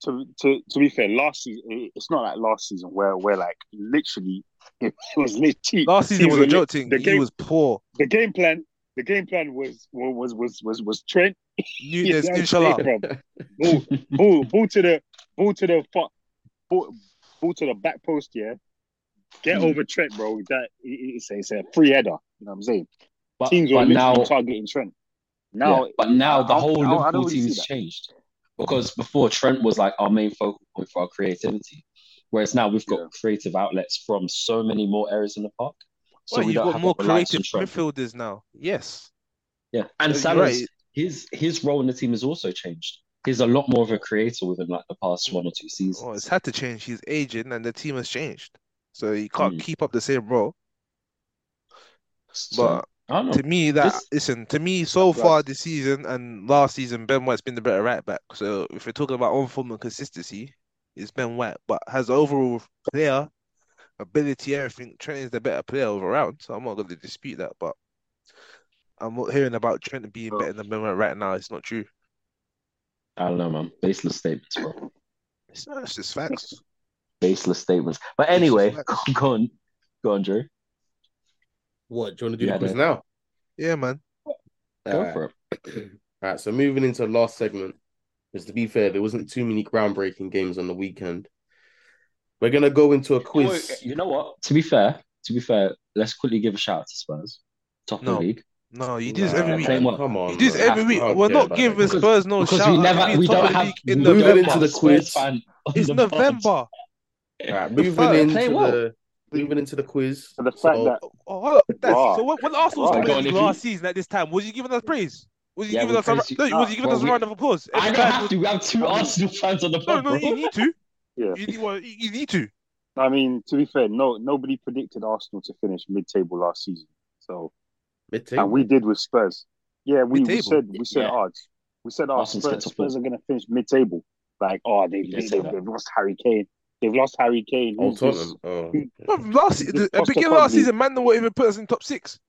Speaker 4: to to to be fair, last season it- it's not like last season where where like literally it (laughs) was literally
Speaker 1: Last season
Speaker 4: he
Speaker 1: was a
Speaker 4: was
Speaker 1: joke thing.
Speaker 4: the
Speaker 1: He
Speaker 4: game-
Speaker 1: was poor.
Speaker 4: the game plan. The game plan was was was was was Trent.
Speaker 1: Nunes,
Speaker 4: Yeah,
Speaker 1: inshallah.
Speaker 4: yeah. Ball, ball, ball to the ball to the fu- ball, ball to the back post. Yeah, get
Speaker 3: Hmm.
Speaker 4: over Trent, bro. That it- it's a, it's a free header. You know what I'm saying?
Speaker 3: But,
Speaker 4: Teams were
Speaker 3: but now,
Speaker 4: literally targeting Trent. Now,
Speaker 3: yeah, but now the
Speaker 4: I- I-
Speaker 3: whole
Speaker 4: I- I don't
Speaker 3: Liverpool
Speaker 4: really
Speaker 3: team
Speaker 4: see
Speaker 3: has
Speaker 4: that.
Speaker 3: changed because before Trent was like our main focal point for our creativity, whereas now we've got
Speaker 4: Yeah.
Speaker 3: creative outlets from so many more areas in the park. So
Speaker 1: Well,
Speaker 3: we
Speaker 1: you've
Speaker 3: don't
Speaker 1: got
Speaker 3: have
Speaker 1: more
Speaker 3: that reliance
Speaker 1: creative
Speaker 3: on Trent.
Speaker 1: midfielders now. Yes.
Speaker 3: Yeah, and
Speaker 1: You're
Speaker 3: Salah's
Speaker 1: right.
Speaker 3: his his role in the team has also changed. He's a lot more of a creator within like the past one or two seasons.
Speaker 1: Oh, it's had to change. He's aging and the team has changed. So he can't
Speaker 4: Hmm.
Speaker 3: Mm.
Speaker 1: keep up the same role.
Speaker 3: So,
Speaker 1: But
Speaker 3: I don't know.
Speaker 1: to me, that
Speaker 3: This-
Speaker 1: listen, to me so
Speaker 4: Right.
Speaker 1: far this season and last season, Ben White's been the better right back. So if you're talking about on form and consistency, it's Ben White. But has overall player ability, everything, Trent is the better player overall. So I'm not going to dispute that. But I'm not hearing about Trent being
Speaker 4: Oh.
Speaker 1: better than Ben White right now. It's not true.
Speaker 3: I don't know, man. Baseless statements, bro.
Speaker 1: It's not. It's just facts.
Speaker 3: Baseless statements. But
Speaker 1: Baseless (laughs)
Speaker 3: anyway, (laughs)
Speaker 1: facts.
Speaker 3: go on, go on, Drew.
Speaker 2: What do you want to do?
Speaker 3: Yeah,
Speaker 2: the quiz
Speaker 3: they-
Speaker 2: now.
Speaker 1: Yeah, man.
Speaker 3: Go
Speaker 2: Alright.
Speaker 3: for it.
Speaker 2: All right, so moving into the last segment, because to be fair, there wasn't too many groundbreaking games on the weekend. We're gonna go into a quiz.
Speaker 3: You know what? To be fair, to be fair, let's quickly give a shout out to Spurs, top
Speaker 1: No.
Speaker 3: of the league.
Speaker 1: No, you do this
Speaker 2: Nah,
Speaker 1: every
Speaker 3: Yeah,
Speaker 1: week.
Speaker 3: same
Speaker 2: man,
Speaker 3: one.
Speaker 2: Come on,
Speaker 1: You do this
Speaker 2: man.
Speaker 1: every week.
Speaker 2: Okay,
Speaker 1: We're not
Speaker 2: man.
Speaker 1: giving
Speaker 3: Because-
Speaker 1: Spurs no
Speaker 3: because
Speaker 1: Oh, shout.
Speaker 3: we
Speaker 1: out.
Speaker 3: never
Speaker 1: We're
Speaker 3: we
Speaker 1: top
Speaker 3: don't
Speaker 1: of the
Speaker 3: have
Speaker 1: league in
Speaker 2: moving
Speaker 1: November.
Speaker 2: into the quiz.
Speaker 1: It's November.
Speaker 2: Alright, moving
Speaker 1: fact-
Speaker 2: into
Speaker 3: Play well.
Speaker 2: the moving into the quiz.
Speaker 4: So the fact
Speaker 2: So,
Speaker 4: that
Speaker 1: Oh, hold up. That's,
Speaker 4: Right.
Speaker 1: so when, when Arsenal
Speaker 4: Right.
Speaker 1: was
Speaker 3: Go on,
Speaker 1: playing
Speaker 3: if
Speaker 1: last season at this time, was you giving us praise? Was you
Speaker 3: Yeah,
Speaker 1: giving
Speaker 3: we
Speaker 1: us a,
Speaker 3: praised you.
Speaker 1: no, was you giving
Speaker 3: Well,
Speaker 1: us a
Speaker 3: we-
Speaker 1: round of applause?
Speaker 3: I
Speaker 1: Every
Speaker 3: don't
Speaker 1: time
Speaker 3: have to. We have two Arsenal fans on the
Speaker 1: No,
Speaker 3: pod,
Speaker 1: no,
Speaker 3: bro.
Speaker 1: you need
Speaker 4: (laughs)
Speaker 1: to.
Speaker 4: Yeah.
Speaker 1: You need, well, you you need to.
Speaker 4: I mean, to be fair, no nobody predicted Arsenal to finish mid-table last season. So
Speaker 2: mid-table.
Speaker 4: and we did with Spurs. Yeah, we, we
Speaker 1: Mid-table.
Speaker 4: said we said
Speaker 3: Yeah.
Speaker 4: odds. We said oh,
Speaker 3: Arsenal's
Speaker 4: Spurs,
Speaker 3: gets a four.
Speaker 4: Spurs are going to finish mid-table. Like oh they,
Speaker 3: We did
Speaker 4: they,
Speaker 3: say
Speaker 4: they
Speaker 3: that.
Speaker 4: have lost Harry Kane. They've lost Harry Kane.
Speaker 2: Oh,
Speaker 4: Who's this?
Speaker 2: Tottenham. Oh,
Speaker 4: who-
Speaker 1: Bro, last
Speaker 4: It's
Speaker 1: the, at
Speaker 4: Costa
Speaker 1: beginning of last
Speaker 4: Conte.
Speaker 1: season, man, they won't even put us in top six.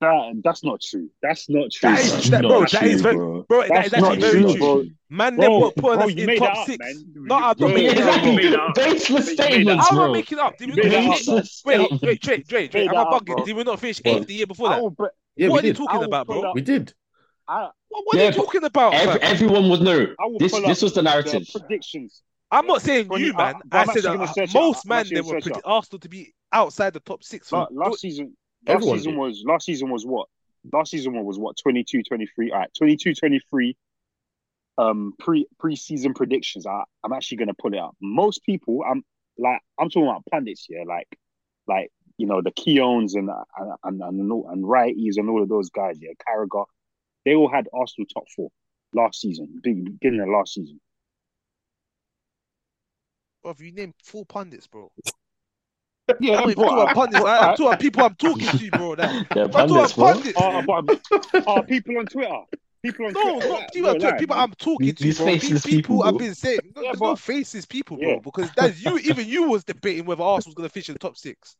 Speaker 4: That, that's not true. That's not true.
Speaker 1: That
Speaker 4: son.
Speaker 1: is- that- bro, that is very- Bro, that
Speaker 4: That's
Speaker 1: is actually
Speaker 4: not
Speaker 1: very
Speaker 4: true,
Speaker 1: true.
Speaker 4: bro.
Speaker 1: Man, they
Speaker 4: Bro,
Speaker 1: won't put
Speaker 4: bro,
Speaker 1: us
Speaker 4: you
Speaker 1: in
Speaker 4: made
Speaker 1: top
Speaker 4: that up,
Speaker 1: six.
Speaker 4: man.
Speaker 1: No, I'm not
Speaker 4: Bro, you
Speaker 1: making it up.
Speaker 4: made that
Speaker 1: bro.
Speaker 4: up.
Speaker 3: Exactly. Baseless
Speaker 4: You made that
Speaker 3: statements,
Speaker 4: up.
Speaker 1: How am I
Speaker 3: bro.
Speaker 1: making it up? Did we
Speaker 4: You
Speaker 1: not
Speaker 4: made that up,
Speaker 1: finish?
Speaker 4: man.
Speaker 3: Baseless
Speaker 1: Wait, ho- wait,
Speaker 3: statements.
Speaker 1: Drake, Drake, Drake.
Speaker 4: Made
Speaker 1: Am
Speaker 4: that
Speaker 1: I
Speaker 4: up,
Speaker 1: bugging?
Speaker 4: bro.
Speaker 1: Did we not finish
Speaker 2: Well,
Speaker 1: eighth the year before
Speaker 4: I
Speaker 1: that?
Speaker 4: will bre-
Speaker 2: yeah,
Speaker 1: what are
Speaker 2: we
Speaker 1: you
Speaker 2: did.
Speaker 1: talking
Speaker 4: I will
Speaker 1: about,
Speaker 4: pull
Speaker 1: bro?
Speaker 4: up-
Speaker 2: We did.
Speaker 4: I,
Speaker 1: What, what are
Speaker 3: Yeah,
Speaker 1: you talking about?
Speaker 3: Every,
Speaker 1: fam?
Speaker 3: everyone would know.
Speaker 4: I will
Speaker 3: This
Speaker 4: pull up
Speaker 3: this was the narrative.
Speaker 4: the predictions.
Speaker 1: I'm not saying
Speaker 4: Tony,
Speaker 1: you,
Speaker 4: I-
Speaker 1: man.
Speaker 4: bro,
Speaker 1: I
Speaker 4: I'm
Speaker 1: said
Speaker 4: actually
Speaker 1: that
Speaker 4: gonna
Speaker 1: uh,
Speaker 4: search it.
Speaker 1: most
Speaker 4: I'm
Speaker 1: man
Speaker 4: actually
Speaker 1: they
Speaker 4: gonna
Speaker 1: were
Speaker 4: search it.
Speaker 1: predict Arsenal to be outside the top six.
Speaker 4: La-
Speaker 1: fam.
Speaker 4: last season, last
Speaker 2: Everyone
Speaker 4: season
Speaker 2: did.
Speaker 4: was last season was what? Last season was what? 22, 23. All right, 22, 23. Um, pre pre-season predictions. I I'm actually gonna pull it up. Most people, I'm like I'm talking about pundits here, like like you know the Keons and and and and, all- and righties and all of those guys. Yeah, Carragher. They all had Arsenal top four last season, be- beginning of last
Speaker 1: (laughs)
Speaker 4: season.
Speaker 1: Bro, you named full pundits, bro.
Speaker 4: Yeah,
Speaker 1: I'm not even talking about
Speaker 4: (laughs)
Speaker 1: pundits. I, I'm talking about people I'm talking to, bro. That
Speaker 3: (laughs) Yeah,
Speaker 1: I'm talking
Speaker 3: (laughs) pundits,
Speaker 1: about
Speaker 3: bro.
Speaker 1: pundits.
Speaker 4: Oh, but, oh, people on Twitter. People on
Speaker 1: No,
Speaker 4: Twitter.
Speaker 1: not people. I'm
Speaker 4: You're
Speaker 1: talking, people
Speaker 4: lying,
Speaker 1: I'm talking to,
Speaker 3: These
Speaker 1: bro. These
Speaker 3: faceless
Speaker 1: people
Speaker 3: people,
Speaker 1: I've
Speaker 3: bro.
Speaker 1: been saying. No,
Speaker 4: Yeah,
Speaker 1: there's
Speaker 4: but-
Speaker 1: no faces, people, bro.
Speaker 4: Yeah.
Speaker 1: Because that's you. Even you was debating whether Arsenal's gonna finish in the top six.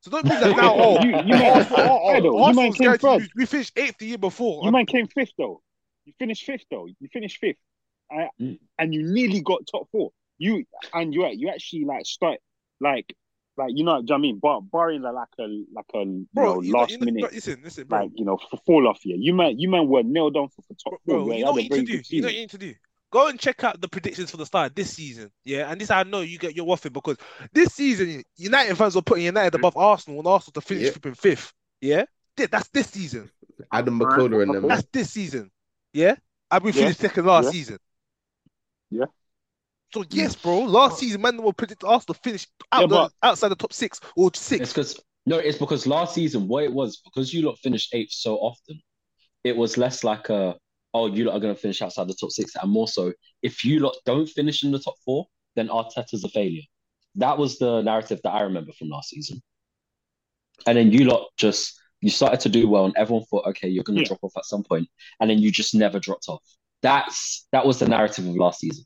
Speaker 1: So don't mean
Speaker 4: (laughs)
Speaker 1: that
Speaker 4: man.
Speaker 1: now. Oh,
Speaker 4: you, you might,
Speaker 1: Arsenal, oh,
Speaker 4: Hey, though,
Speaker 1: oh,
Speaker 4: you might
Speaker 1: Arsenal's
Speaker 4: came
Speaker 1: guaranteed-
Speaker 4: third.
Speaker 1: We finished eighth the year before.
Speaker 4: You might came fifth though. You finished fifth though. You finished fifth, I,
Speaker 3: Mm.
Speaker 4: and you nearly got top four. You and you you actually like start like like you know, do you know what I mean? Bar, barring like, like a like a you
Speaker 1: bro,
Speaker 4: know,
Speaker 1: you know-
Speaker 4: last
Speaker 1: you know-
Speaker 4: minute
Speaker 1: listen, listen, bro.
Speaker 4: like you know f- fall off here. You man, you man were nailed on for, for top
Speaker 1: Bro,
Speaker 4: four.
Speaker 1: bro,
Speaker 4: yeah,
Speaker 1: you
Speaker 4: had
Speaker 1: know
Speaker 4: a
Speaker 1: what you
Speaker 4: very
Speaker 1: need to do.
Speaker 4: good
Speaker 1: You know
Speaker 4: season.
Speaker 1: what you need to do. Go and check out the predictions for the start this season. Yeah, and this I know you get your waffling because this season United fans were putting United above Arsenal and Arsenal to finish
Speaker 2: Yeah.
Speaker 1: flipping fifth. Yeah, Th- that's this season.
Speaker 2: Adam
Speaker 4: Alright,
Speaker 2: McCullough and them.
Speaker 1: That's this season. Yeah, and we
Speaker 4: Yeah.
Speaker 1: finished second last
Speaker 4: Yeah.
Speaker 1: season.
Speaker 4: Yeah.
Speaker 1: So yes, bro. Last season, man, will predict Arsenal finish out
Speaker 4: Yeah,
Speaker 1: the-
Speaker 4: but-
Speaker 1: outside the top six or
Speaker 3: It's
Speaker 1: six.
Speaker 3: because no, it's because last season what it was because you lot finished eighth so often, it was less like a oh you lot are going to finish outside the top six, and more so if you lot don't finish in the top four, then Arteta's a failure. That was the narrative that I remember from last season. And then you lot just you started to do well, and everyone thought okay you're going to
Speaker 4: Yeah.
Speaker 3: drop off at some point, and then you just never dropped off. That's that was the narrative of last season.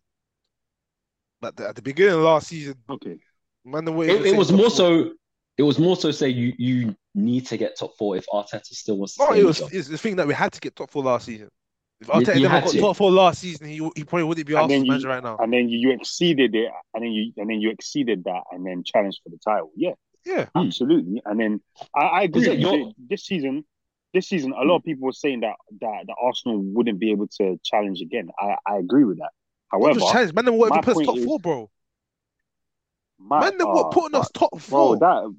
Speaker 1: But at the beginning of last season,
Speaker 4: Okay.
Speaker 1: man, the way
Speaker 3: It, it was more so. It was more so say you you need to get top four if Arteta still wants to
Speaker 1: No,
Speaker 3: stay
Speaker 1: it
Speaker 3: in the
Speaker 1: was
Speaker 3: job.
Speaker 1: it's the thing that we had to get top four last season. If
Speaker 3: You-
Speaker 1: Arteta
Speaker 3: you
Speaker 1: never
Speaker 3: had
Speaker 1: got
Speaker 3: to.
Speaker 1: top four last season, he, he probably wouldn't be
Speaker 4: And
Speaker 1: Arsenal's
Speaker 4: then you-
Speaker 1: manager right now.
Speaker 4: And then you, you exceeded it, and then you and then you exceeded that, and then challenged for the title. Yeah.
Speaker 1: Yeah,
Speaker 3: Hmm.
Speaker 4: Absolutely, and then I, I agree.
Speaker 3: Is it
Speaker 4: with
Speaker 3: your-
Speaker 4: you. This season, this season, a lot of people were saying that that, that Arsenal wouldn't be able to challenge again. I, I agree with that.
Speaker 1: Not
Speaker 4: However,
Speaker 1: just challenge. Man, then what
Speaker 4: my
Speaker 1: if puts
Speaker 4: point
Speaker 1: top
Speaker 4: is-
Speaker 1: four, bro?
Speaker 4: my,
Speaker 1: man, then what
Speaker 4: oh,
Speaker 1: putting us
Speaker 4: fuck.
Speaker 1: top
Speaker 4: bro,
Speaker 1: four?
Speaker 4: that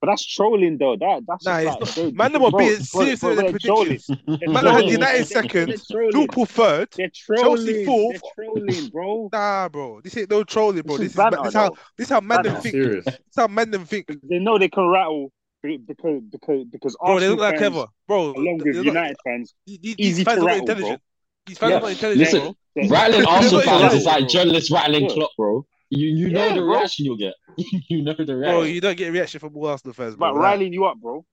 Speaker 4: but that's trolling though. That that's
Speaker 1: Nah,
Speaker 4: just
Speaker 1: it's not-
Speaker 4: like, they-
Speaker 1: man, them
Speaker 4: bro,
Speaker 1: are being
Speaker 4: bro,
Speaker 1: serious
Speaker 4: bro,
Speaker 1: in their
Speaker 4: they're trolling.
Speaker 1: predictions.
Speaker 4: They're
Speaker 1: Man, I heard
Speaker 4: trolling.
Speaker 1: United
Speaker 4: They're-
Speaker 1: second,
Speaker 4: They're trolling.
Speaker 1: Liverpool third,
Speaker 4: They're
Speaker 1: Chelsea
Speaker 4: trolling.
Speaker 1: fourth.
Speaker 4: They're trolling, bro.
Speaker 1: Nah, bro, this ain't no trolling, bro. This is
Speaker 4: banter,
Speaker 1: this how
Speaker 4: though.
Speaker 1: this how man
Speaker 4: Banter.
Speaker 1: them
Speaker 2: I'm
Speaker 1: think.
Speaker 2: serious.
Speaker 1: This how man them think,
Speaker 4: They know they can rattle because because because
Speaker 1: bro. They
Speaker 4: Arsenal
Speaker 1: look like
Speaker 4: fans,
Speaker 1: clever, bro.
Speaker 4: along with
Speaker 1: they're not-
Speaker 4: United fans,
Speaker 1: these- these
Speaker 4: easy
Speaker 1: fans
Speaker 4: to
Speaker 1: are not
Speaker 4: rattle, bro.
Speaker 1: intelligent. These fans
Speaker 3: Yeah,
Speaker 1: are not intelligent,
Speaker 3: listen,
Speaker 1: bro. (laughs)
Speaker 4: they're-
Speaker 3: Rattling Arsenal
Speaker 1: Not even
Speaker 3: fans is
Speaker 1: rattle,
Speaker 3: like
Speaker 1: bro.
Speaker 3: journalists rattling
Speaker 4: Yeah.
Speaker 3: Klopp, bro. You you know
Speaker 4: Yeah,
Speaker 3: the
Speaker 4: bro.
Speaker 3: reaction you'll get. (laughs) you know the
Speaker 1: Bro,
Speaker 3: reaction.
Speaker 1: you don't get a reaction from all Arsenal fans, bro.
Speaker 4: But
Speaker 1: Like,
Speaker 4: riling you up, bro.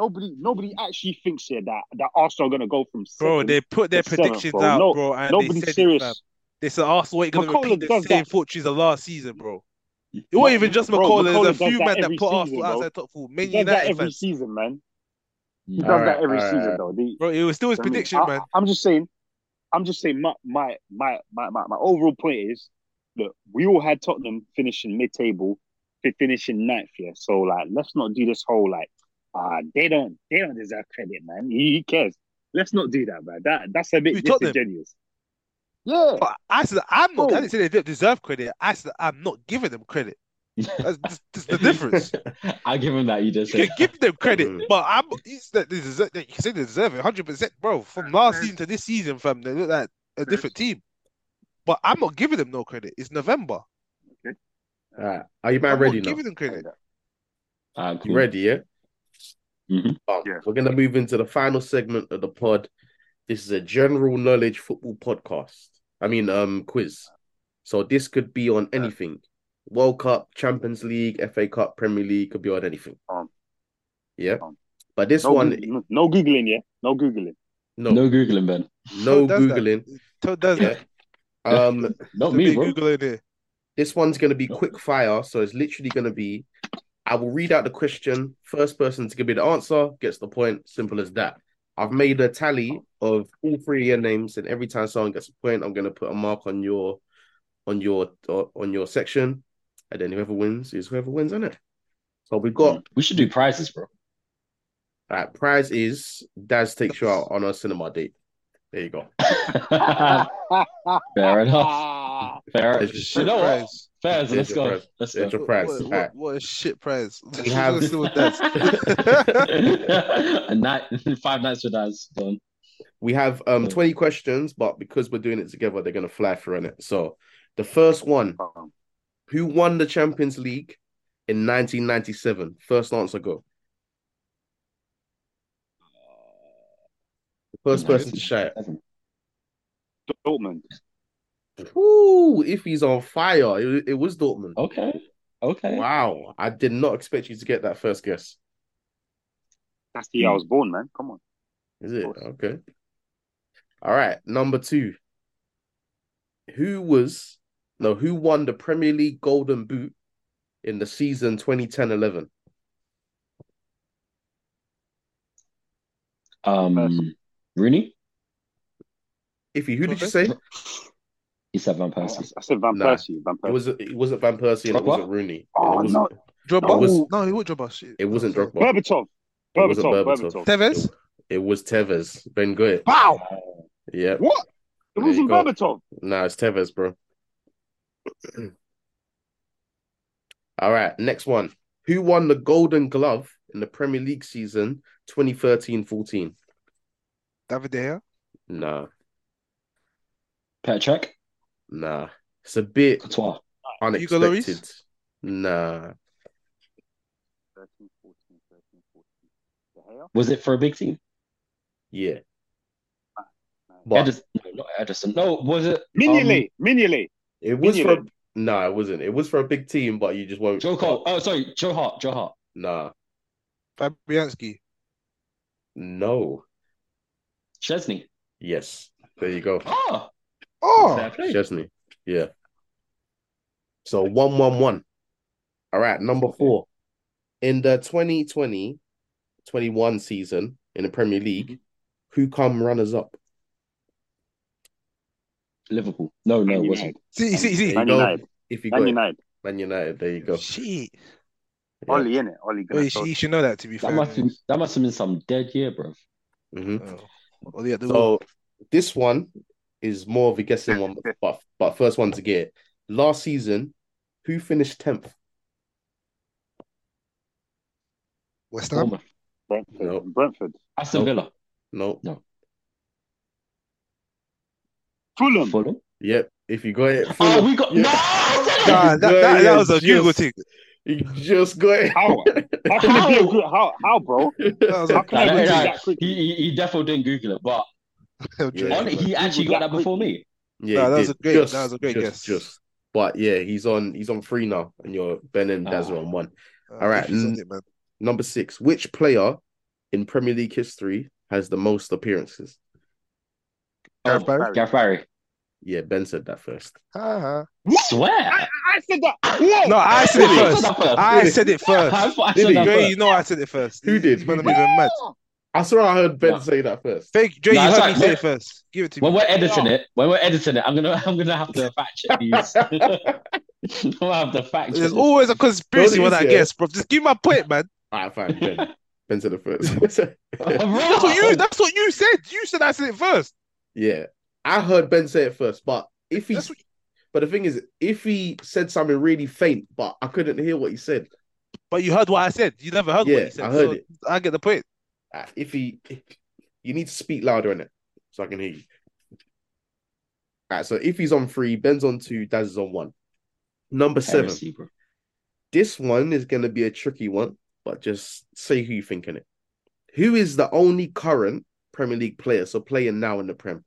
Speaker 4: Nobody, nobody actually thinks here that that Arsenal are gonna go from second.
Speaker 1: Bro, they put their
Speaker 4: to seventh,
Speaker 1: predictions
Speaker 4: bro.
Speaker 1: out,
Speaker 4: No-
Speaker 1: bro, and they said
Speaker 4: Nobody
Speaker 1: it, fam.
Speaker 4: serious.
Speaker 1: They said Arsenal ain't gonna
Speaker 4: McCollum
Speaker 1: repeat the
Speaker 4: does
Speaker 1: same
Speaker 4: that.
Speaker 1: fortunes of last season, bro. It wasn't even just
Speaker 4: Bro,
Speaker 1: McCollum. There's a
Speaker 4: McCollum does
Speaker 1: few
Speaker 4: that
Speaker 1: men that
Speaker 4: every
Speaker 1: put Arsenal
Speaker 4: season, bro.
Speaker 1: outside top four.
Speaker 4: He
Speaker 1: Man
Speaker 4: does that
Speaker 1: United
Speaker 4: every
Speaker 1: fans,
Speaker 4: season, man. He
Speaker 3: Yeah.
Speaker 4: does
Speaker 2: All right,
Speaker 4: that every
Speaker 2: all right,
Speaker 4: season,
Speaker 2: all right.
Speaker 4: though. The-
Speaker 1: bro. It was still his
Speaker 4: I mean,
Speaker 1: prediction,
Speaker 4: I-
Speaker 1: man.
Speaker 4: I'm just saying. I'm just saying. My my my my my, my overall point is, look, we all had Tottenham finishing mid-table, fi- finishing ninth here. So like, let's not do this whole like, ah, they don't they don't deserve credit, man. He, he cares. Let's not do that, man. That that's a
Speaker 1: Who,
Speaker 4: bit
Speaker 1: Tottenham?
Speaker 4: disingenuous. Yeah,
Speaker 1: But I said I'm not. I
Speaker 4: Bro.
Speaker 1: didn't say they don't deserve credit. I said I'm not giving them credit. That's, that's, that's
Speaker 4: (laughs)
Speaker 1: the difference.
Speaker 3: (laughs) I give him that. You did
Speaker 1: You
Speaker 3: say
Speaker 1: can give them credit,
Speaker 2: Mm.
Speaker 1: but I'm it's that they deserve, they, you say they deserve it 100%, bro. From last season to this season, fam, they look like a different team. But I'm not giving them no credit. It's November.
Speaker 2: All right. Are you man
Speaker 1: I'm
Speaker 2: ready
Speaker 1: not
Speaker 2: now?
Speaker 1: giving them credit.
Speaker 3: Ah,
Speaker 2: You
Speaker 3: cool.
Speaker 2: ready, yeah?
Speaker 3: Mhm.
Speaker 2: Um,
Speaker 4: Yeah.
Speaker 2: We're going to move into the final segment of the pod. This is a general knowledge football podcast. I mean, um, quiz. So this could be on anything. World Cup, Champions League, FA Cup, Premier League, could be on anything.
Speaker 4: Um,
Speaker 2: yeah.
Speaker 4: um.
Speaker 2: but this
Speaker 4: No,
Speaker 2: one,
Speaker 4: Goog- no, no googling, yeah. No googling.
Speaker 2: no, no,
Speaker 3: No googling, Ben.
Speaker 4: (laughs)
Speaker 1: does that?
Speaker 2: Googling.
Speaker 1: Tell does
Speaker 2: Yeah.
Speaker 1: that.
Speaker 2: Um,
Speaker 3: Not
Speaker 1: The
Speaker 3: me,
Speaker 1: big
Speaker 3: bro.
Speaker 1: Google idea.
Speaker 2: This one's going to be quick fire. So it's literally going to be I will read out the question. First person to give me the answer gets the point. Simple as that. I've made a tally of all three of your names, and every time someone gets a point, I'm going to put a mark on your, on your, uh, on your section, and then whoever wins is whoever wins on it. So we've got
Speaker 3: We should do prizes, bro. (laughs)
Speaker 2: all right, prize is Daz takes you out on a cinema date. There you go.
Speaker 3: Ah. Fair enough. Fair.
Speaker 2: It's just-
Speaker 3: You know what?
Speaker 1: Prize.
Speaker 3: Fair.
Speaker 2: It's
Speaker 3: Let's
Speaker 2: a
Speaker 3: go.
Speaker 2: prize.
Speaker 3: Let's
Speaker 2: It's
Speaker 3: go.
Speaker 2: a
Speaker 3: (laughs)
Speaker 2: prize.
Speaker 1: What,
Speaker 2: All
Speaker 1: what,
Speaker 2: right.
Speaker 1: what a shit prize.
Speaker 2: We have-
Speaker 1: Let's see
Speaker 2: (laughs)
Speaker 1: what (laughs) that's.
Speaker 3: (laughs) a night, five nights with us. Done.
Speaker 2: We have um
Speaker 3: Yeah.
Speaker 2: 20 questions, but because we're doing it together, they're going to fly through on it. So the first one
Speaker 4: Um,
Speaker 2: Who won the Champions League in 1997? First answer go. The first person to shout.
Speaker 4: (laughs) Dortmund.
Speaker 2: Ooh, if he's on fire, it, it was Dortmund.
Speaker 3: Okay. Okay.
Speaker 2: Wow, I did not expect you to get that first guess.
Speaker 4: That's the year I was born, man. Come on.
Speaker 2: Is it
Speaker 4: Of course.
Speaker 2: okay? All right, number two. Who was no? Who won the Premier League Golden Boot in the season 2010-11?
Speaker 3: Um, Rooney.
Speaker 2: If you, who did you
Speaker 1: Okay.
Speaker 2: say?
Speaker 3: He said Van
Speaker 4: I,
Speaker 1: Oh.
Speaker 3: Persie.
Speaker 4: I said Van
Speaker 2: Nah.
Speaker 4: Persie. Van
Speaker 2: It
Speaker 4: Persie.
Speaker 2: was it wasn't Van Persie and it
Speaker 3: Drogba?
Speaker 2: wasn't Rooney.
Speaker 4: Oh,
Speaker 2: it wasn't,
Speaker 4: no.
Speaker 1: Drogba?
Speaker 2: was-
Speaker 1: no, he would Drogba. Shit.
Speaker 2: It wasn't Drogba.
Speaker 4: Berbatov.
Speaker 2: It wasn't
Speaker 4: Berbatov.
Speaker 2: Berbatov.
Speaker 4: Berbatov.
Speaker 1: Tevez?
Speaker 2: It was Tevez. Ben Goit.
Speaker 1: Wow.
Speaker 2: Yeah.
Speaker 4: What? It
Speaker 2: There
Speaker 4: wasn't
Speaker 2: you go.
Speaker 4: Berbatov.
Speaker 2: Nah, it's Tevez, bro. (clears throat) All right, next one. Who won the Golden Glove in the Premier League season 2013-14?
Speaker 1: David De Gea?
Speaker 2: Nah,
Speaker 3: Petr Cech.
Speaker 2: nah. It's a bit
Speaker 3: Courtois.
Speaker 1: Hugo Lloris?
Speaker 2: unexpected. Nah.
Speaker 4: 13, 14, 13, 14. De Gea?
Speaker 3: Was it for a big team?
Speaker 2: Yeah.
Speaker 4: No.
Speaker 2: But um,
Speaker 3: Edison. No, not Edison. No, was it?
Speaker 4: Mignolet. Mignolet.
Speaker 2: it was for
Speaker 4: Mignolet.
Speaker 2: no, nah, it wasn't. It was for a big team, but you just won't
Speaker 3: Joe Cole. Oh, sorry. Joe Hart. Joe Hart.
Speaker 2: Nah.
Speaker 1: Fabianski?
Speaker 2: No.
Speaker 3: Chesney.
Speaker 2: Yes. There you go.
Speaker 3: Oh.
Speaker 1: Oh,
Speaker 3: fair play.
Speaker 2: Chesney. Yeah. So one one one. All right, number four. In the 2020 21 season in the Premier League,
Speaker 4: Mm-hmm.
Speaker 2: who come runners up?
Speaker 3: Liverpool. No, no,
Speaker 4: Man
Speaker 3: it wasn't.
Speaker 1: see,
Speaker 4: United.
Speaker 1: see, see.
Speaker 2: There
Speaker 4: Man
Speaker 2: you go.
Speaker 4: United.
Speaker 2: If you got
Speaker 4: Man
Speaker 2: it.
Speaker 4: United.
Speaker 2: Man United, there you go.
Speaker 1: Shit.
Speaker 2: Yeah.
Speaker 4: Oli, innit? Oli.
Speaker 1: Well, you, should, you should know that, to be
Speaker 3: That
Speaker 1: fair.
Speaker 3: must have, that must have been some dead year, bro.
Speaker 2: Mhm.
Speaker 1: Oh. Well, yeah, the
Speaker 2: So this one is more of a guessing
Speaker 4: (laughs)
Speaker 2: one, but but first one to get. it. Last season, who finished tenth?
Speaker 1: West
Speaker 2: oh,
Speaker 1: Ham?
Speaker 3: Bournemouth.
Speaker 4: Brentford.
Speaker 2: No.
Speaker 4: Brentford.
Speaker 3: Aston Villa.
Speaker 2: No.
Speaker 4: Fulham.
Speaker 3: Fulham.
Speaker 2: Yep. If you got it,
Speaker 3: Oh,
Speaker 2: Fulham.
Speaker 3: we got
Speaker 2: Yeah.
Speaker 3: no. I said it!
Speaker 1: Nah, that, that, that was a
Speaker 2: Yes.
Speaker 1: Google thing.
Speaker 2: (laughs) you just got it. (laughs)
Speaker 4: How? How can it be a good? How? How, bro?
Speaker 1: That was
Speaker 4: How
Speaker 1: a
Speaker 4: can
Speaker 3: Nah,
Speaker 4: I
Speaker 3: nah,
Speaker 4: do
Speaker 3: nah.
Speaker 4: that quick?
Speaker 3: He, he he definitely didn't Google it, but
Speaker 1: Google
Speaker 2: Yeah.
Speaker 1: joke.
Speaker 3: on, he actually got that before me.
Speaker 2: Yeah,
Speaker 1: Nah,
Speaker 2: he
Speaker 1: that was
Speaker 2: did.
Speaker 1: a great- that was a great
Speaker 2: just,
Speaker 1: guess.
Speaker 2: Just, but yeah, he's on. He's on three now, and you're Ben and Daz are
Speaker 3: Ah.
Speaker 2: on one.
Speaker 1: Uh,
Speaker 2: All right, mm.
Speaker 1: you said
Speaker 2: n-
Speaker 1: it, man.
Speaker 2: Number six. Which player in Premier League history has the most appearances?
Speaker 1: Gareth Barry?
Speaker 4: Barry.
Speaker 3: Gareth Barry.
Speaker 2: Yeah, Ben said that first.
Speaker 1: Ha,
Speaker 3: Swear.
Speaker 4: I said that. Whoa.
Speaker 1: ha. No, I said it
Speaker 3: I
Speaker 1: first.
Speaker 3: that first.
Speaker 1: I said it first.
Speaker 3: I
Speaker 2: Did
Speaker 3: said
Speaker 2: he?
Speaker 3: that
Speaker 1: Dre,
Speaker 3: first.
Speaker 1: you know I said it first.
Speaker 2: Who did?
Speaker 1: This man, I'm even mad.
Speaker 2: I swear I heard Ben
Speaker 3: No.
Speaker 2: say
Speaker 1: (laughs)
Speaker 2: that first.
Speaker 1: Fake, Dre,
Speaker 3: Nah,
Speaker 1: you
Speaker 3: it's
Speaker 1: heard
Speaker 3: like-
Speaker 1: me say it first. Give it to
Speaker 3: When
Speaker 1: me.
Speaker 3: we're editing it, when we're editing it, I'm gonna I'm gonna have to fact check
Speaker 2: (laughs)
Speaker 3: these. (laughs) I'm gonna have to fact check.
Speaker 1: There's always a conspiracy
Speaker 2: Don't
Speaker 1: when I
Speaker 2: use it.
Speaker 1: guess, bro. Just give my point, man.
Speaker 2: All right, fine. (laughs)
Speaker 3: (laughs)
Speaker 2: Ben, ben said it first. (laughs)
Speaker 1: That's what you. That's what you said. You said I said it first.
Speaker 2: yeah, I heard Ben say it first, but if he's
Speaker 1: That's what-
Speaker 2: But the thing is, if he said something really faint, but I couldn't hear what he said,
Speaker 1: But you heard what I said. You never heard what
Speaker 2: Yeah,
Speaker 1: he said.
Speaker 2: I heard
Speaker 1: so
Speaker 2: it.
Speaker 1: I get the point.
Speaker 2: uh, if he, you need to speak louder in it so I can hear you. Alright, so if he's on three, Ben's on two, Daz is on one. Number seven.
Speaker 3: Heresy, bro.
Speaker 2: This one is going to be a tricky one, but just say who you think in it. Who is the only current Premier League player, so playing now in the Prem,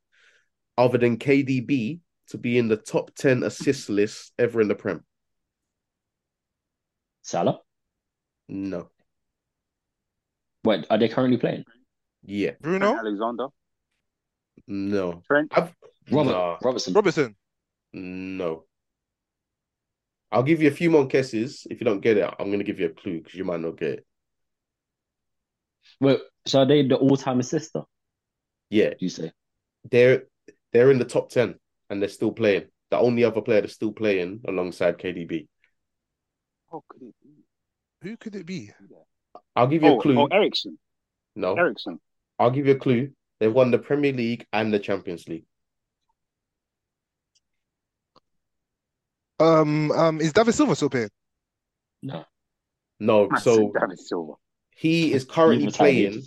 Speaker 2: other than KDB, to be in the top 10 assist list ever in the Prem?
Speaker 3: Salah.
Speaker 2: No.
Speaker 3: Wait, are they currently playing?
Speaker 2: Yeah.
Speaker 1: Bruno
Speaker 4: Alexander,
Speaker 2: No.
Speaker 4: Trent,
Speaker 3: Robert
Speaker 2: Nah.
Speaker 3: Robertson.
Speaker 1: Robertson.
Speaker 2: No. I'll give you a few more guesses. If you don't get it, I'm going to give you a clue because you might not get it.
Speaker 3: Wait, so are they the all-time assister?
Speaker 2: Yeah.
Speaker 3: You say
Speaker 2: They're they're in the top 10 and they're still playing. The only other player that's still playing alongside KDB.
Speaker 4: oh, could it be?
Speaker 1: Who could it be?
Speaker 2: I'll give you
Speaker 4: Oh,
Speaker 2: a clue. Oh.
Speaker 4: oh, Ericsson,
Speaker 2: no.
Speaker 4: Ericsson.
Speaker 2: I'll give you a clue. They've won the Premier League and the Champions League.
Speaker 1: Um, um, is David Silva still playing?
Speaker 3: no.
Speaker 2: No, so
Speaker 4: David Silva.
Speaker 2: he is currently
Speaker 3: You've retired.
Speaker 2: playing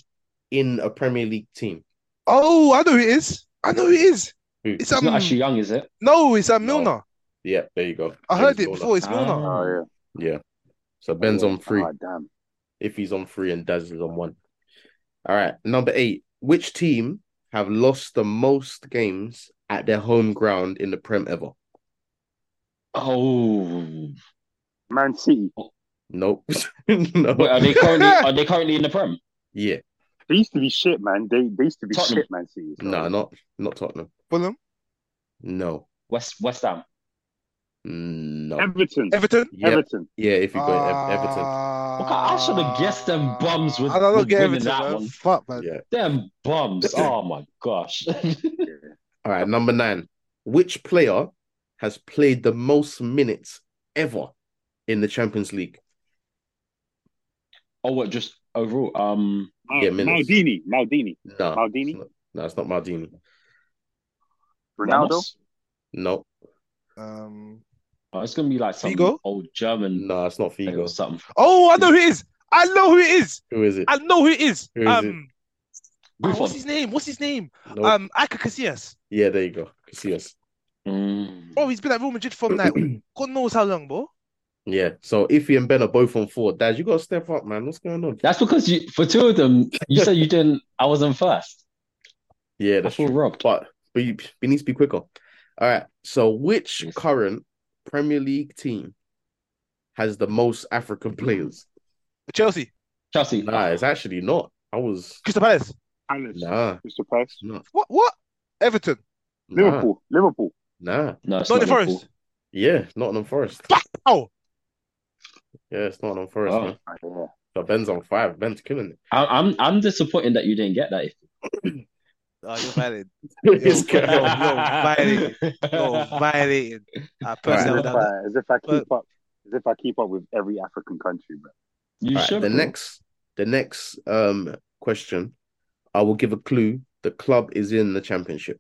Speaker 2: in a Premier League team.
Speaker 1: Oh, I know who it is. I know who it is.
Speaker 2: Who?
Speaker 1: It's
Speaker 3: He's
Speaker 1: um,
Speaker 3: not actually young, is it?
Speaker 1: no, it's um,
Speaker 2: No.
Speaker 1: Milner.
Speaker 2: Yeah, there you go.
Speaker 1: I heard
Speaker 2: Ben's
Speaker 1: it
Speaker 2: all
Speaker 1: before.
Speaker 2: up.
Speaker 1: It's Milner.
Speaker 4: Oh yeah.
Speaker 2: Yeah. So Hmm. Ben's
Speaker 4: Oh,
Speaker 2: on three.
Speaker 4: Oh, damn.
Speaker 2: If he's on three and Daz is on one. All right. Number eight. Which team have lost the most games at their home ground in the Prem ever?
Speaker 3: Oh,
Speaker 4: Man City.
Speaker 2: Nope. (laughs) no.
Speaker 3: Wait, are
Speaker 2: (laughs)
Speaker 3: they currently are they currently in the Prem?
Speaker 2: Yeah.
Speaker 4: They used to be shit, man. They, they used to be
Speaker 3: Tottenham.
Speaker 4: shit, Man City.
Speaker 2: No, not not Tottenham.
Speaker 1: Fulham,
Speaker 2: No.
Speaker 3: West West Ham.
Speaker 2: No.
Speaker 4: Everton.
Speaker 1: Everton.
Speaker 2: yeah. (laughs)
Speaker 4: Everton.
Speaker 2: Yeah, if you go
Speaker 1: Ah.
Speaker 2: Ev- Everton.
Speaker 3: Look, I should have guessed them bums was-
Speaker 1: I don't
Speaker 3: was
Speaker 1: get
Speaker 3: winning
Speaker 1: Everton.
Speaker 3: that
Speaker 1: man.
Speaker 3: one.
Speaker 1: Fuck, man.
Speaker 2: Yeah.
Speaker 3: Them bums. Oh my gosh. (laughs)
Speaker 4: Yeah.
Speaker 2: All right, number nine. Which player has played the most minutes ever in the Champions League?
Speaker 3: oh, what? Just overall. Um,
Speaker 4: Mal-
Speaker 2: Yeah, minutes. Oh,
Speaker 4: Maldini. Maldini.
Speaker 2: No,
Speaker 4: Maldini?
Speaker 2: it's not- no, it's not Maldini.
Speaker 4: Ronaldo.
Speaker 3: Ramos?
Speaker 2: No,
Speaker 1: Um,
Speaker 3: Oh, it's gonna be like some
Speaker 1: Figo?
Speaker 3: old German
Speaker 2: no, it's not
Speaker 3: player or
Speaker 2: Figo.
Speaker 3: something.
Speaker 1: oh, I know who it is. I know who it is.
Speaker 2: Who is it? Oh.
Speaker 1: I know who it is.
Speaker 2: Who is
Speaker 1: um, oh,
Speaker 3: Buffon.
Speaker 1: what's his name? What's his name?
Speaker 2: Nope.
Speaker 1: Um, Iker Casillas.
Speaker 2: yeah, there you go. Casillas.
Speaker 3: Mm.
Speaker 1: Bro, he's been at Real Madrid for
Speaker 2: (clears throat)
Speaker 1: like God knows how long, bro.
Speaker 2: Yeah. So Ife and Ben are both on four. Dad, you gotta step up, man. What's going on?
Speaker 3: That's because you for two of them you said you didn't. I wasn't first.
Speaker 2: Yeah,
Speaker 3: I
Speaker 2: that's
Speaker 3: feel
Speaker 2: true.
Speaker 3: robbed.
Speaker 2: But but you, we need to be quicker. All right. So which
Speaker 3: Yes.
Speaker 2: current Premier League team has the most African players?
Speaker 1: Chelsea,
Speaker 3: Chelsea.
Speaker 2: Nah, it's actually not. I was
Speaker 1: Crystal Palace.
Speaker 4: Palace.
Speaker 2: nah,
Speaker 4: Crystal Palace.
Speaker 2: not
Speaker 1: What? What? Everton.
Speaker 2: nah.
Speaker 4: Liverpool. Liverpool.
Speaker 2: Nah,
Speaker 3: no, it's not
Speaker 1: Nottingham
Speaker 3: Liverpool.
Speaker 1: Forest.
Speaker 2: yeah, Nottingham Forest.
Speaker 1: Oh,
Speaker 2: Yeah, it's Nottingham Forest,
Speaker 3: Wow.
Speaker 2: man.
Speaker 4: Yeah.
Speaker 2: So Ben's on five. Ben's killing it.
Speaker 3: I, Oh. I'm I'm disappointed that you didn't get that.
Speaker 1: (laughs) oh you're valid.
Speaker 3: (laughs)
Speaker 2: It's
Speaker 1: yo,
Speaker 2: good. (laughs)
Speaker 1: violating. You're violated. I
Speaker 2: Alright.
Speaker 1: personally would
Speaker 4: As, if
Speaker 1: have
Speaker 4: I, as if I
Speaker 1: But-
Speaker 4: keep up. As if I keep up with every African country, bro.
Speaker 3: you
Speaker 2: All right,
Speaker 3: should.
Speaker 2: the
Speaker 3: bro.
Speaker 2: next, the next um question, I will give a clue. The club is in the championship.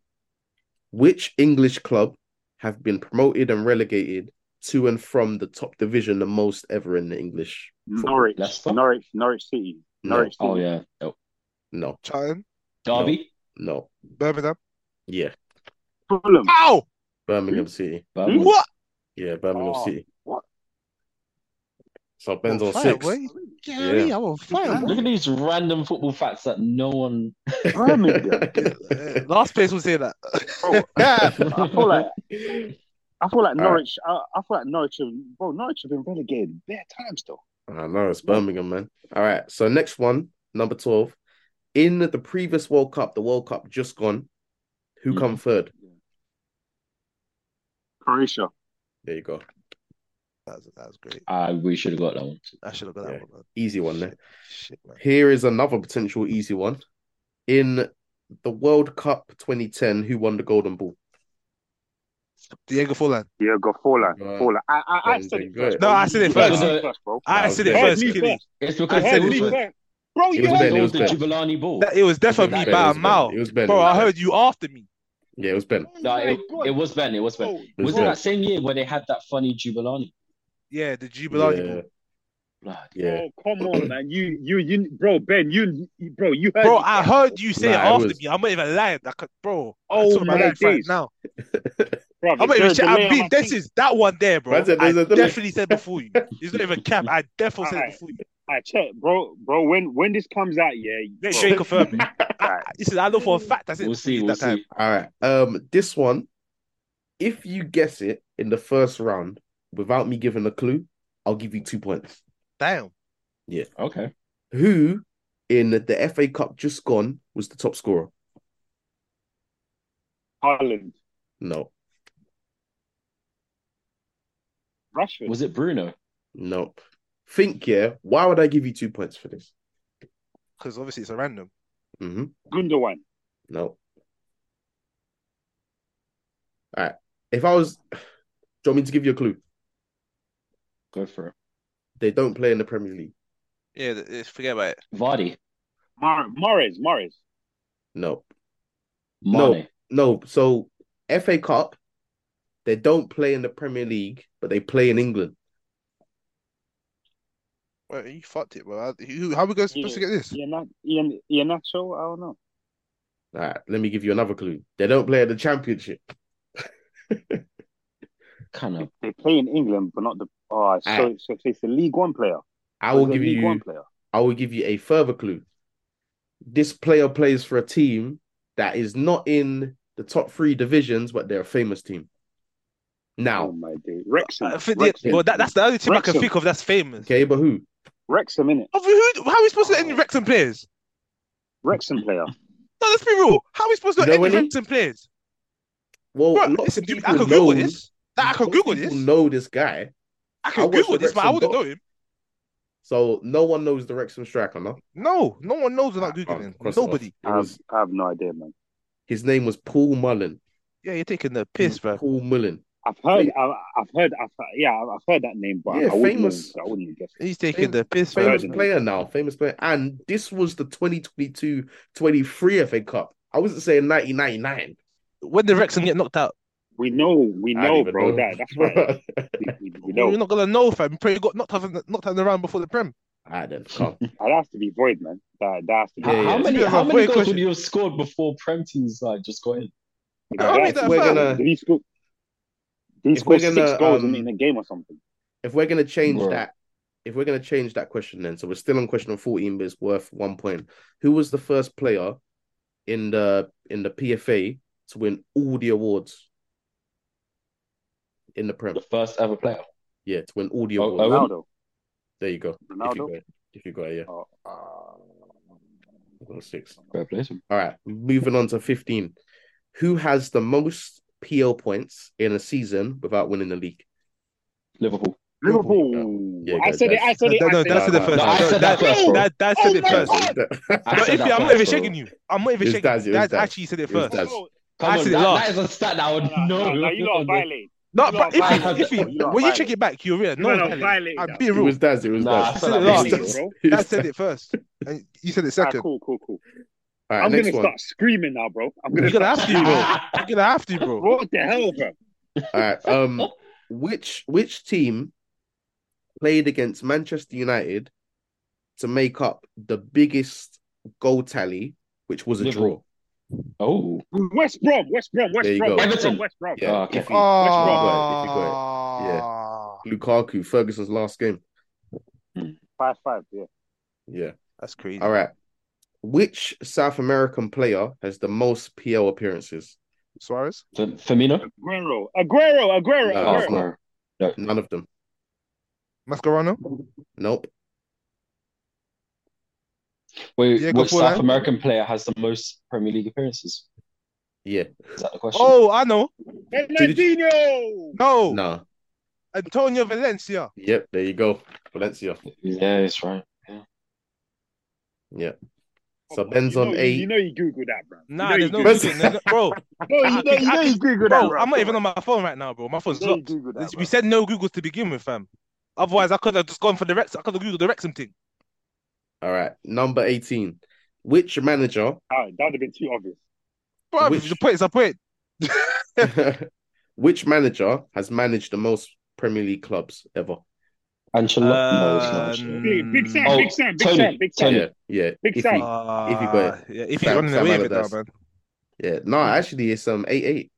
Speaker 2: Which English club have been promoted and relegated to and from the top division the most ever in the English? football?
Speaker 4: Norwich.
Speaker 3: Leicester?
Speaker 4: Norwich. Norwich City.
Speaker 2: No.
Speaker 4: Norwich City.
Speaker 3: Oh yeah. Oh,
Speaker 2: No,
Speaker 1: Charlton,
Speaker 3: Derby.
Speaker 2: no,
Speaker 1: Birmingham.
Speaker 2: yeah,
Speaker 4: Fulham.
Speaker 2: (laughs) Mm.
Speaker 1: Ow!
Speaker 2: Birmingham City.
Speaker 3: Birmingham.
Speaker 1: What?
Speaker 2: Yeah, Birmingham
Speaker 4: Oh,
Speaker 2: City.
Speaker 4: what?
Speaker 2: So Ben's
Speaker 1: I'm
Speaker 2: on
Speaker 1: fire,
Speaker 2: six. (laughs)
Speaker 1: boy.
Speaker 2: Yeah.
Speaker 1: Gary, I'm on fire.
Speaker 3: Look at these random football facts that no one.
Speaker 4: Birmingham.
Speaker 2: (laughs)
Speaker 1: Uh, Last place will say that.
Speaker 2: Oh.
Speaker 1: (laughs)
Speaker 4: Bro, I feel like
Speaker 2: (laughs)
Speaker 4: (laughs) I feel
Speaker 2: All right.
Speaker 4: like Norwich. I, I feel like Norwich. Have, bro, Norwich have been relegated bare times though.
Speaker 2: I know it's Birmingham, man. All right. So next one, number 12. In the previous World Cup, the World Cup just gone, who
Speaker 3: Mhm.
Speaker 2: come third?
Speaker 4: Croatia.
Speaker 2: There you go.
Speaker 1: That was, that was great.
Speaker 3: (laughs) I we should have got that one.
Speaker 1: I should have got that
Speaker 2: Yeah.
Speaker 1: one. Man.
Speaker 2: Easy one there.
Speaker 1: Shit, man.
Speaker 2: Here is another potential easy one. In the World Cup 2010, who won the golden ball?
Speaker 1: Diego Forlan.
Speaker 4: Diego Forlan.
Speaker 2: Right.
Speaker 4: Forlan. I, I, I
Speaker 2: Then
Speaker 4: said
Speaker 2: they
Speaker 4: it first.
Speaker 2: go.
Speaker 1: No,
Speaker 4: bro.
Speaker 1: I said it
Speaker 4: You
Speaker 1: first.
Speaker 4: said it bro.
Speaker 1: I
Speaker 2: was
Speaker 1: said it
Speaker 2: Ben.
Speaker 1: first.
Speaker 4: Me
Speaker 1: Kenny.
Speaker 3: It's
Speaker 4: I
Speaker 3: because
Speaker 1: said
Speaker 3: it
Speaker 4: heard
Speaker 1: it
Speaker 3: was,
Speaker 4: me
Speaker 1: was-
Speaker 4: first. Bro,
Speaker 2: It
Speaker 4: you
Speaker 2: was
Speaker 4: heard
Speaker 2: Ben,
Speaker 4: me.
Speaker 2: it was
Speaker 3: the
Speaker 2: Ben.
Speaker 3: Jubilani ball.
Speaker 1: That- It was definitely
Speaker 2: Ben,
Speaker 1: by
Speaker 2: it
Speaker 1: a
Speaker 2: was Ben.
Speaker 1: mile.
Speaker 2: It was Ben.
Speaker 1: Bro,
Speaker 2: it was
Speaker 1: I
Speaker 2: Ben.
Speaker 1: heard you after me.
Speaker 2: Yeah, it was Ben.
Speaker 1: Oh
Speaker 3: No,
Speaker 1: my
Speaker 3: it,
Speaker 1: God.
Speaker 3: it was Ben. It was Ben.
Speaker 1: Oh,
Speaker 2: It
Speaker 3: was
Speaker 2: Ben.
Speaker 3: it that same year where they had that funny Jubilani?
Speaker 1: yeah, the Jubilee.
Speaker 2: Yeah,
Speaker 3: Blood.
Speaker 2: yeah.
Speaker 4: Oh, come on, man. You, you, you, bro, Ben, you, you- bro, you heard.
Speaker 1: Bro,
Speaker 4: me.
Speaker 1: I heard you say it
Speaker 2: Nah, it
Speaker 1: after
Speaker 2: was-
Speaker 1: me. I'm not even lying. Like, bro,
Speaker 4: Oh
Speaker 1: oh my
Speaker 4: my
Speaker 1: life right
Speaker 4: days.
Speaker 1: now.
Speaker 4: Bro,
Speaker 1: I'm not
Speaker 4: there's
Speaker 1: even
Speaker 4: a
Speaker 1: shit.
Speaker 4: delay
Speaker 1: I'm
Speaker 4: on
Speaker 1: being
Speaker 4: my
Speaker 1: this
Speaker 4: feet.
Speaker 1: is that one there, bro.
Speaker 2: Man said
Speaker 1: I
Speaker 2: there's a delay.
Speaker 1: definitely said before you. It's not even cap. I definitely said it
Speaker 4: Alright.
Speaker 1: before you.
Speaker 4: I check, bro, bro. When when this comes out, yeah,
Speaker 1: Make
Speaker 4: bro,
Speaker 1: sure you confirm it. I,
Speaker 4: Alright.
Speaker 1: listen, I know for a fact that's it.
Speaker 3: We'll see.
Speaker 1: that
Speaker 3: We'll
Speaker 1: time.
Speaker 3: see.
Speaker 2: All right. Um, this one, if you guess it in the first round without me giving a clue, I'll give you two points.
Speaker 1: Damn.
Speaker 3: Okay.
Speaker 2: Who in the FA Cup just gone was the top scorer?
Speaker 4: Haaland,
Speaker 2: No,
Speaker 4: Rashford.
Speaker 3: Was it Bruno?
Speaker 2: no. Think, yeah. Why would I give you two points for this?
Speaker 1: Because obviously it's a random.
Speaker 2: hmm
Speaker 4: Gundogan.
Speaker 2: No. All right. If I was, (sighs) do you want me to give you a clue?
Speaker 3: Go for it.
Speaker 2: They don't play in the Premier League.
Speaker 1: Yeah, th- eh, forget about it.
Speaker 3: Vardy.
Speaker 4: Mar- Mares, Mares.
Speaker 2: No, No.
Speaker 3: Mane.
Speaker 2: no. So FA Cup, they don't play in the Premier League, but they play in England.
Speaker 1: Wait, you fucked it, bro. I- who- How are we going supposed to get this?
Speaker 4: Ian, Ian, Ian Nacho, I don't know.
Speaker 2: All right. Let me give you another clue. They don't play in the Championship.
Speaker 3: Kind of.
Speaker 4: They play in England, but not the. Oh, so,
Speaker 2: Alright.
Speaker 4: so it's a League One player.
Speaker 2: I will
Speaker 4: It's a
Speaker 2: give
Speaker 4: League One
Speaker 2: you.
Speaker 4: player.
Speaker 2: I will give you a further clue. This player plays for a team that is not in the top three divisions, but they're a famous team.
Speaker 4: Oh
Speaker 2: Now, Uh,
Speaker 4: my day, Wrexham.
Speaker 1: I think the-
Speaker 4: Wrexham,
Speaker 1: well, that, that's the only team I can
Speaker 4: Wrexham.
Speaker 1: think of that's famous.
Speaker 2: okay, Oh. but who?
Speaker 4: Wrexham innit?
Speaker 1: Of who, how are we supposed to end Wrexham players?
Speaker 2: (laughs)
Speaker 4: Wrexham player.
Speaker 1: No, let's be real. How are we supposed to
Speaker 2: You know
Speaker 1: end
Speaker 2: any?
Speaker 1: Wrexham players?
Speaker 2: Well,
Speaker 1: Bro,
Speaker 2: lots of
Speaker 1: listen, you-
Speaker 2: people
Speaker 1: I can
Speaker 2: know,
Speaker 1: Google this. That, I can
Speaker 2: lots of
Speaker 1: Google
Speaker 2: people
Speaker 1: this.
Speaker 2: know this guy,
Speaker 1: I
Speaker 2: I
Speaker 1: can
Speaker 2: watched
Speaker 1: Google
Speaker 2: the
Speaker 1: this, but I
Speaker 2: Wrexham
Speaker 1: wouldn't
Speaker 2: doc.
Speaker 1: know him.
Speaker 2: so no one knows the Wrexham striker. No,
Speaker 1: No, no one knows without
Speaker 2: Ah,
Speaker 1: Googling. him.
Speaker 2: of course
Speaker 1: Nobody.
Speaker 2: not. It
Speaker 4: I have,
Speaker 2: was
Speaker 4: I have no idea, man.
Speaker 2: his name was Paul Mullen.
Speaker 1: Yeah, you're taking the piss, bro.
Speaker 2: Paul Mullen,
Speaker 4: I've heard, I, I've heard, I've, yeah, I've heard that name, but
Speaker 2: Yeah,
Speaker 4: I wouldn't,
Speaker 2: famous-
Speaker 4: know, I wouldn't guess. it.
Speaker 1: He's taking the piss, bro.
Speaker 2: famous
Speaker 4: Right.
Speaker 2: player now, famous player. And this was the 2022-23 FA Cup. I wasn't saying 1999.
Speaker 1: When did Wrexham get knocked out?
Speaker 4: We know, we
Speaker 2: I don't
Speaker 4: know,
Speaker 2: even
Speaker 4: bro.
Speaker 2: know.
Speaker 4: That, that's
Speaker 2: (laughs)
Speaker 4: right. we, we, we know.
Speaker 1: We're not gonna know, fam. You probably got knocked out, knocked out in the round before the prem.
Speaker 2: All
Speaker 3: (laughs)
Speaker 2: right, then come.
Speaker 4: That has to be void, man. That, that has to be.
Speaker 3: How,
Speaker 2: Yeah,
Speaker 3: how
Speaker 2: yeah.
Speaker 3: many?
Speaker 1: Yeah,
Speaker 3: How
Speaker 1: wait,
Speaker 3: many goals
Speaker 1: question.
Speaker 3: would you have scored before Prem team's side just got in?
Speaker 1: How
Speaker 4: That
Speaker 1: many
Speaker 4: has to
Speaker 1: that
Speaker 4: be
Speaker 1: fam?
Speaker 4: void. Did he score? Did he
Speaker 2: If
Speaker 4: score
Speaker 2: we're
Speaker 4: six
Speaker 2: gonna,
Speaker 4: goals in-
Speaker 2: um,
Speaker 4: in a game or something?
Speaker 2: If we're gonna change
Speaker 3: Bro.
Speaker 2: that, if we're gonna change that question, then so we're still on question 14, but it's worth one point. Who was the first player in the in the PFA to win all the awards in the Prem?
Speaker 3: The first ever player.
Speaker 2: Yeah, to win all the
Speaker 3: Oh,
Speaker 2: awards.
Speaker 3: Owen?
Speaker 4: Ronaldo.
Speaker 2: There you go. If you
Speaker 4: Ronaldo?
Speaker 2: got it, if you got it, yeah.
Speaker 4: Oh,
Speaker 2: Got six.
Speaker 3: Fair play to him.
Speaker 2: All right, moving on to 15. Who has the most PL points in a season without winning the league?
Speaker 3: Liverpool.
Speaker 4: Liverpool.
Speaker 2: Yeah,
Speaker 4: I
Speaker 2: guys,
Speaker 4: said it. I said it.
Speaker 1: No,
Speaker 4: I
Speaker 1: no,
Speaker 4: said
Speaker 1: that's
Speaker 4: it.
Speaker 1: the first.
Speaker 3: No, I
Speaker 1: No,
Speaker 3: said that first, bro.
Speaker 1: That, that said
Speaker 4: Oh
Speaker 1: it
Speaker 4: my
Speaker 1: first.
Speaker 4: God.
Speaker 3: I
Speaker 1: No,
Speaker 3: said
Speaker 1: if you,
Speaker 3: that
Speaker 1: I'm
Speaker 3: first,
Speaker 1: not even
Speaker 3: bro.
Speaker 1: shaking you. I'm not
Speaker 2: It
Speaker 1: even
Speaker 2: was
Speaker 1: shaking.
Speaker 2: Daz, it
Speaker 1: you.
Speaker 2: was
Speaker 1: Daz
Speaker 2: Daz.
Speaker 1: actually said it
Speaker 2: It was
Speaker 1: first.
Speaker 2: Daz.
Speaker 3: Come
Speaker 1: I
Speaker 3: on,
Speaker 1: said it
Speaker 3: that,
Speaker 1: last.
Speaker 3: that is a stat that I would
Speaker 4: No,
Speaker 3: know.
Speaker 4: no, no, you lot violate.
Speaker 1: No,
Speaker 4: You
Speaker 1: but
Speaker 4: lot
Speaker 1: if
Speaker 3: violated
Speaker 1: he, if he,
Speaker 4: that. You lot
Speaker 1: when you check
Speaker 4: violated
Speaker 1: it back, you'll realize. No,
Speaker 4: You lot
Speaker 1: I'm
Speaker 4: violated that.
Speaker 2: (laughs) It
Speaker 1: being real.
Speaker 2: was Daz. It was
Speaker 3: Nah, I
Speaker 2: Daz.
Speaker 3: said
Speaker 1: that
Speaker 2: (laughs) It was
Speaker 1: last.
Speaker 2: Daz.
Speaker 4: Bro.
Speaker 2: It was
Speaker 1: Dad said it first, and you said it
Speaker 4: Ah,
Speaker 1: second.
Speaker 4: cool, cool, cool.
Speaker 2: All right,
Speaker 4: I'm
Speaker 2: next
Speaker 4: gonna
Speaker 2: one.
Speaker 4: start screaming now, bro. I'm gonna
Speaker 1: You're gonna
Speaker 4: start
Speaker 1: have to, bro. You're gonna have to, bro.
Speaker 4: What the hell, bro?
Speaker 2: All right. Um, which which team played against Manchester United to make up the biggest goal tally, which was a draw?
Speaker 3: Liverpool. (laughs) Oh,
Speaker 4: West Brom, West Brom, West
Speaker 2: There you
Speaker 4: Brom,
Speaker 2: go.
Speaker 4: West Brom,
Speaker 3: Everton.
Speaker 4: West Brom.
Speaker 2: Yeah,
Speaker 3: okay.
Speaker 2: if you- if you got it, if you
Speaker 1: Ah,
Speaker 2: Lukaku, Ferguson's last game.
Speaker 4: Five five, yeah.
Speaker 2: Yeah.
Speaker 1: that's crazy.
Speaker 2: All right. Which South American player has the most PL appearances?
Speaker 1: Suarez.
Speaker 3: F- Firmino. Oh,
Speaker 4: Aguero, Aguero, Aguero,
Speaker 2: No,
Speaker 4: Aguero.
Speaker 2: it's not. None of them.
Speaker 1: Mascherano.
Speaker 2: Nope.
Speaker 3: Wait,
Speaker 1: Diego
Speaker 3: which South
Speaker 1: Forlan.
Speaker 3: American player has the most Premier League appearances?
Speaker 2: Yeah.
Speaker 3: Is that the question?
Speaker 1: Oh, I know.
Speaker 4: Fernandinho.
Speaker 1: No,
Speaker 2: Nah.
Speaker 1: Antonio Valencia.
Speaker 2: Yep. There you go. Valencia.
Speaker 4: Oh,
Speaker 3: Yeah, that's right.
Speaker 2: Yeah. So
Speaker 4: Come
Speaker 2: Ben's
Speaker 4: you
Speaker 2: on
Speaker 4: know, you-
Speaker 2: eight.
Speaker 4: You know you Google that, bro.
Speaker 1: Nah,
Speaker 4: you
Speaker 1: there's
Speaker 4: know
Speaker 1: no
Speaker 4: you
Speaker 2: Google.
Speaker 1: reason, there's
Speaker 4: (laughs)
Speaker 1: no- bro.
Speaker 4: Google- No, you know, you know you Google that,
Speaker 1: Bro,
Speaker 4: bro.
Speaker 1: I'm not even
Speaker 4: Come
Speaker 1: on my phone right now, bro. My phone's
Speaker 4: You know you
Speaker 1: locked.
Speaker 4: Google that,
Speaker 1: we
Speaker 4: bro.
Speaker 1: said no Google to begin with, fam. Otherwise, I could have just gone for the Rex. I could have googled the Wrexham thing.
Speaker 2: All right. Number 18. Which manager
Speaker 4: All right, that would have been too obvious.
Speaker 1: Bro,
Speaker 2: Which-
Speaker 1: the point is a point.
Speaker 2: (laughs) Which manager has managed the most Premier League clubs ever?
Speaker 3: Ancelotti. no, it's not.
Speaker 1: Uh,
Speaker 4: Um,
Speaker 3: actually.
Speaker 1: Mm.
Speaker 5: Big, big Sam,
Speaker 3: Oh,
Speaker 5: Big Sam, Big
Speaker 3: Tony,
Speaker 5: Sam, Big Sam.
Speaker 3: Tony.
Speaker 2: Yeah, yeah.
Speaker 5: Big
Speaker 2: iffy.
Speaker 5: Sam.
Speaker 1: Uh,
Speaker 2: you got
Speaker 1: yeah, if he's
Speaker 2: Sam-
Speaker 1: running
Speaker 2: Sam
Speaker 1: away with it now,
Speaker 2: Allardyce.
Speaker 1: man.
Speaker 2: Yeah, no, actually, it's um eight eight.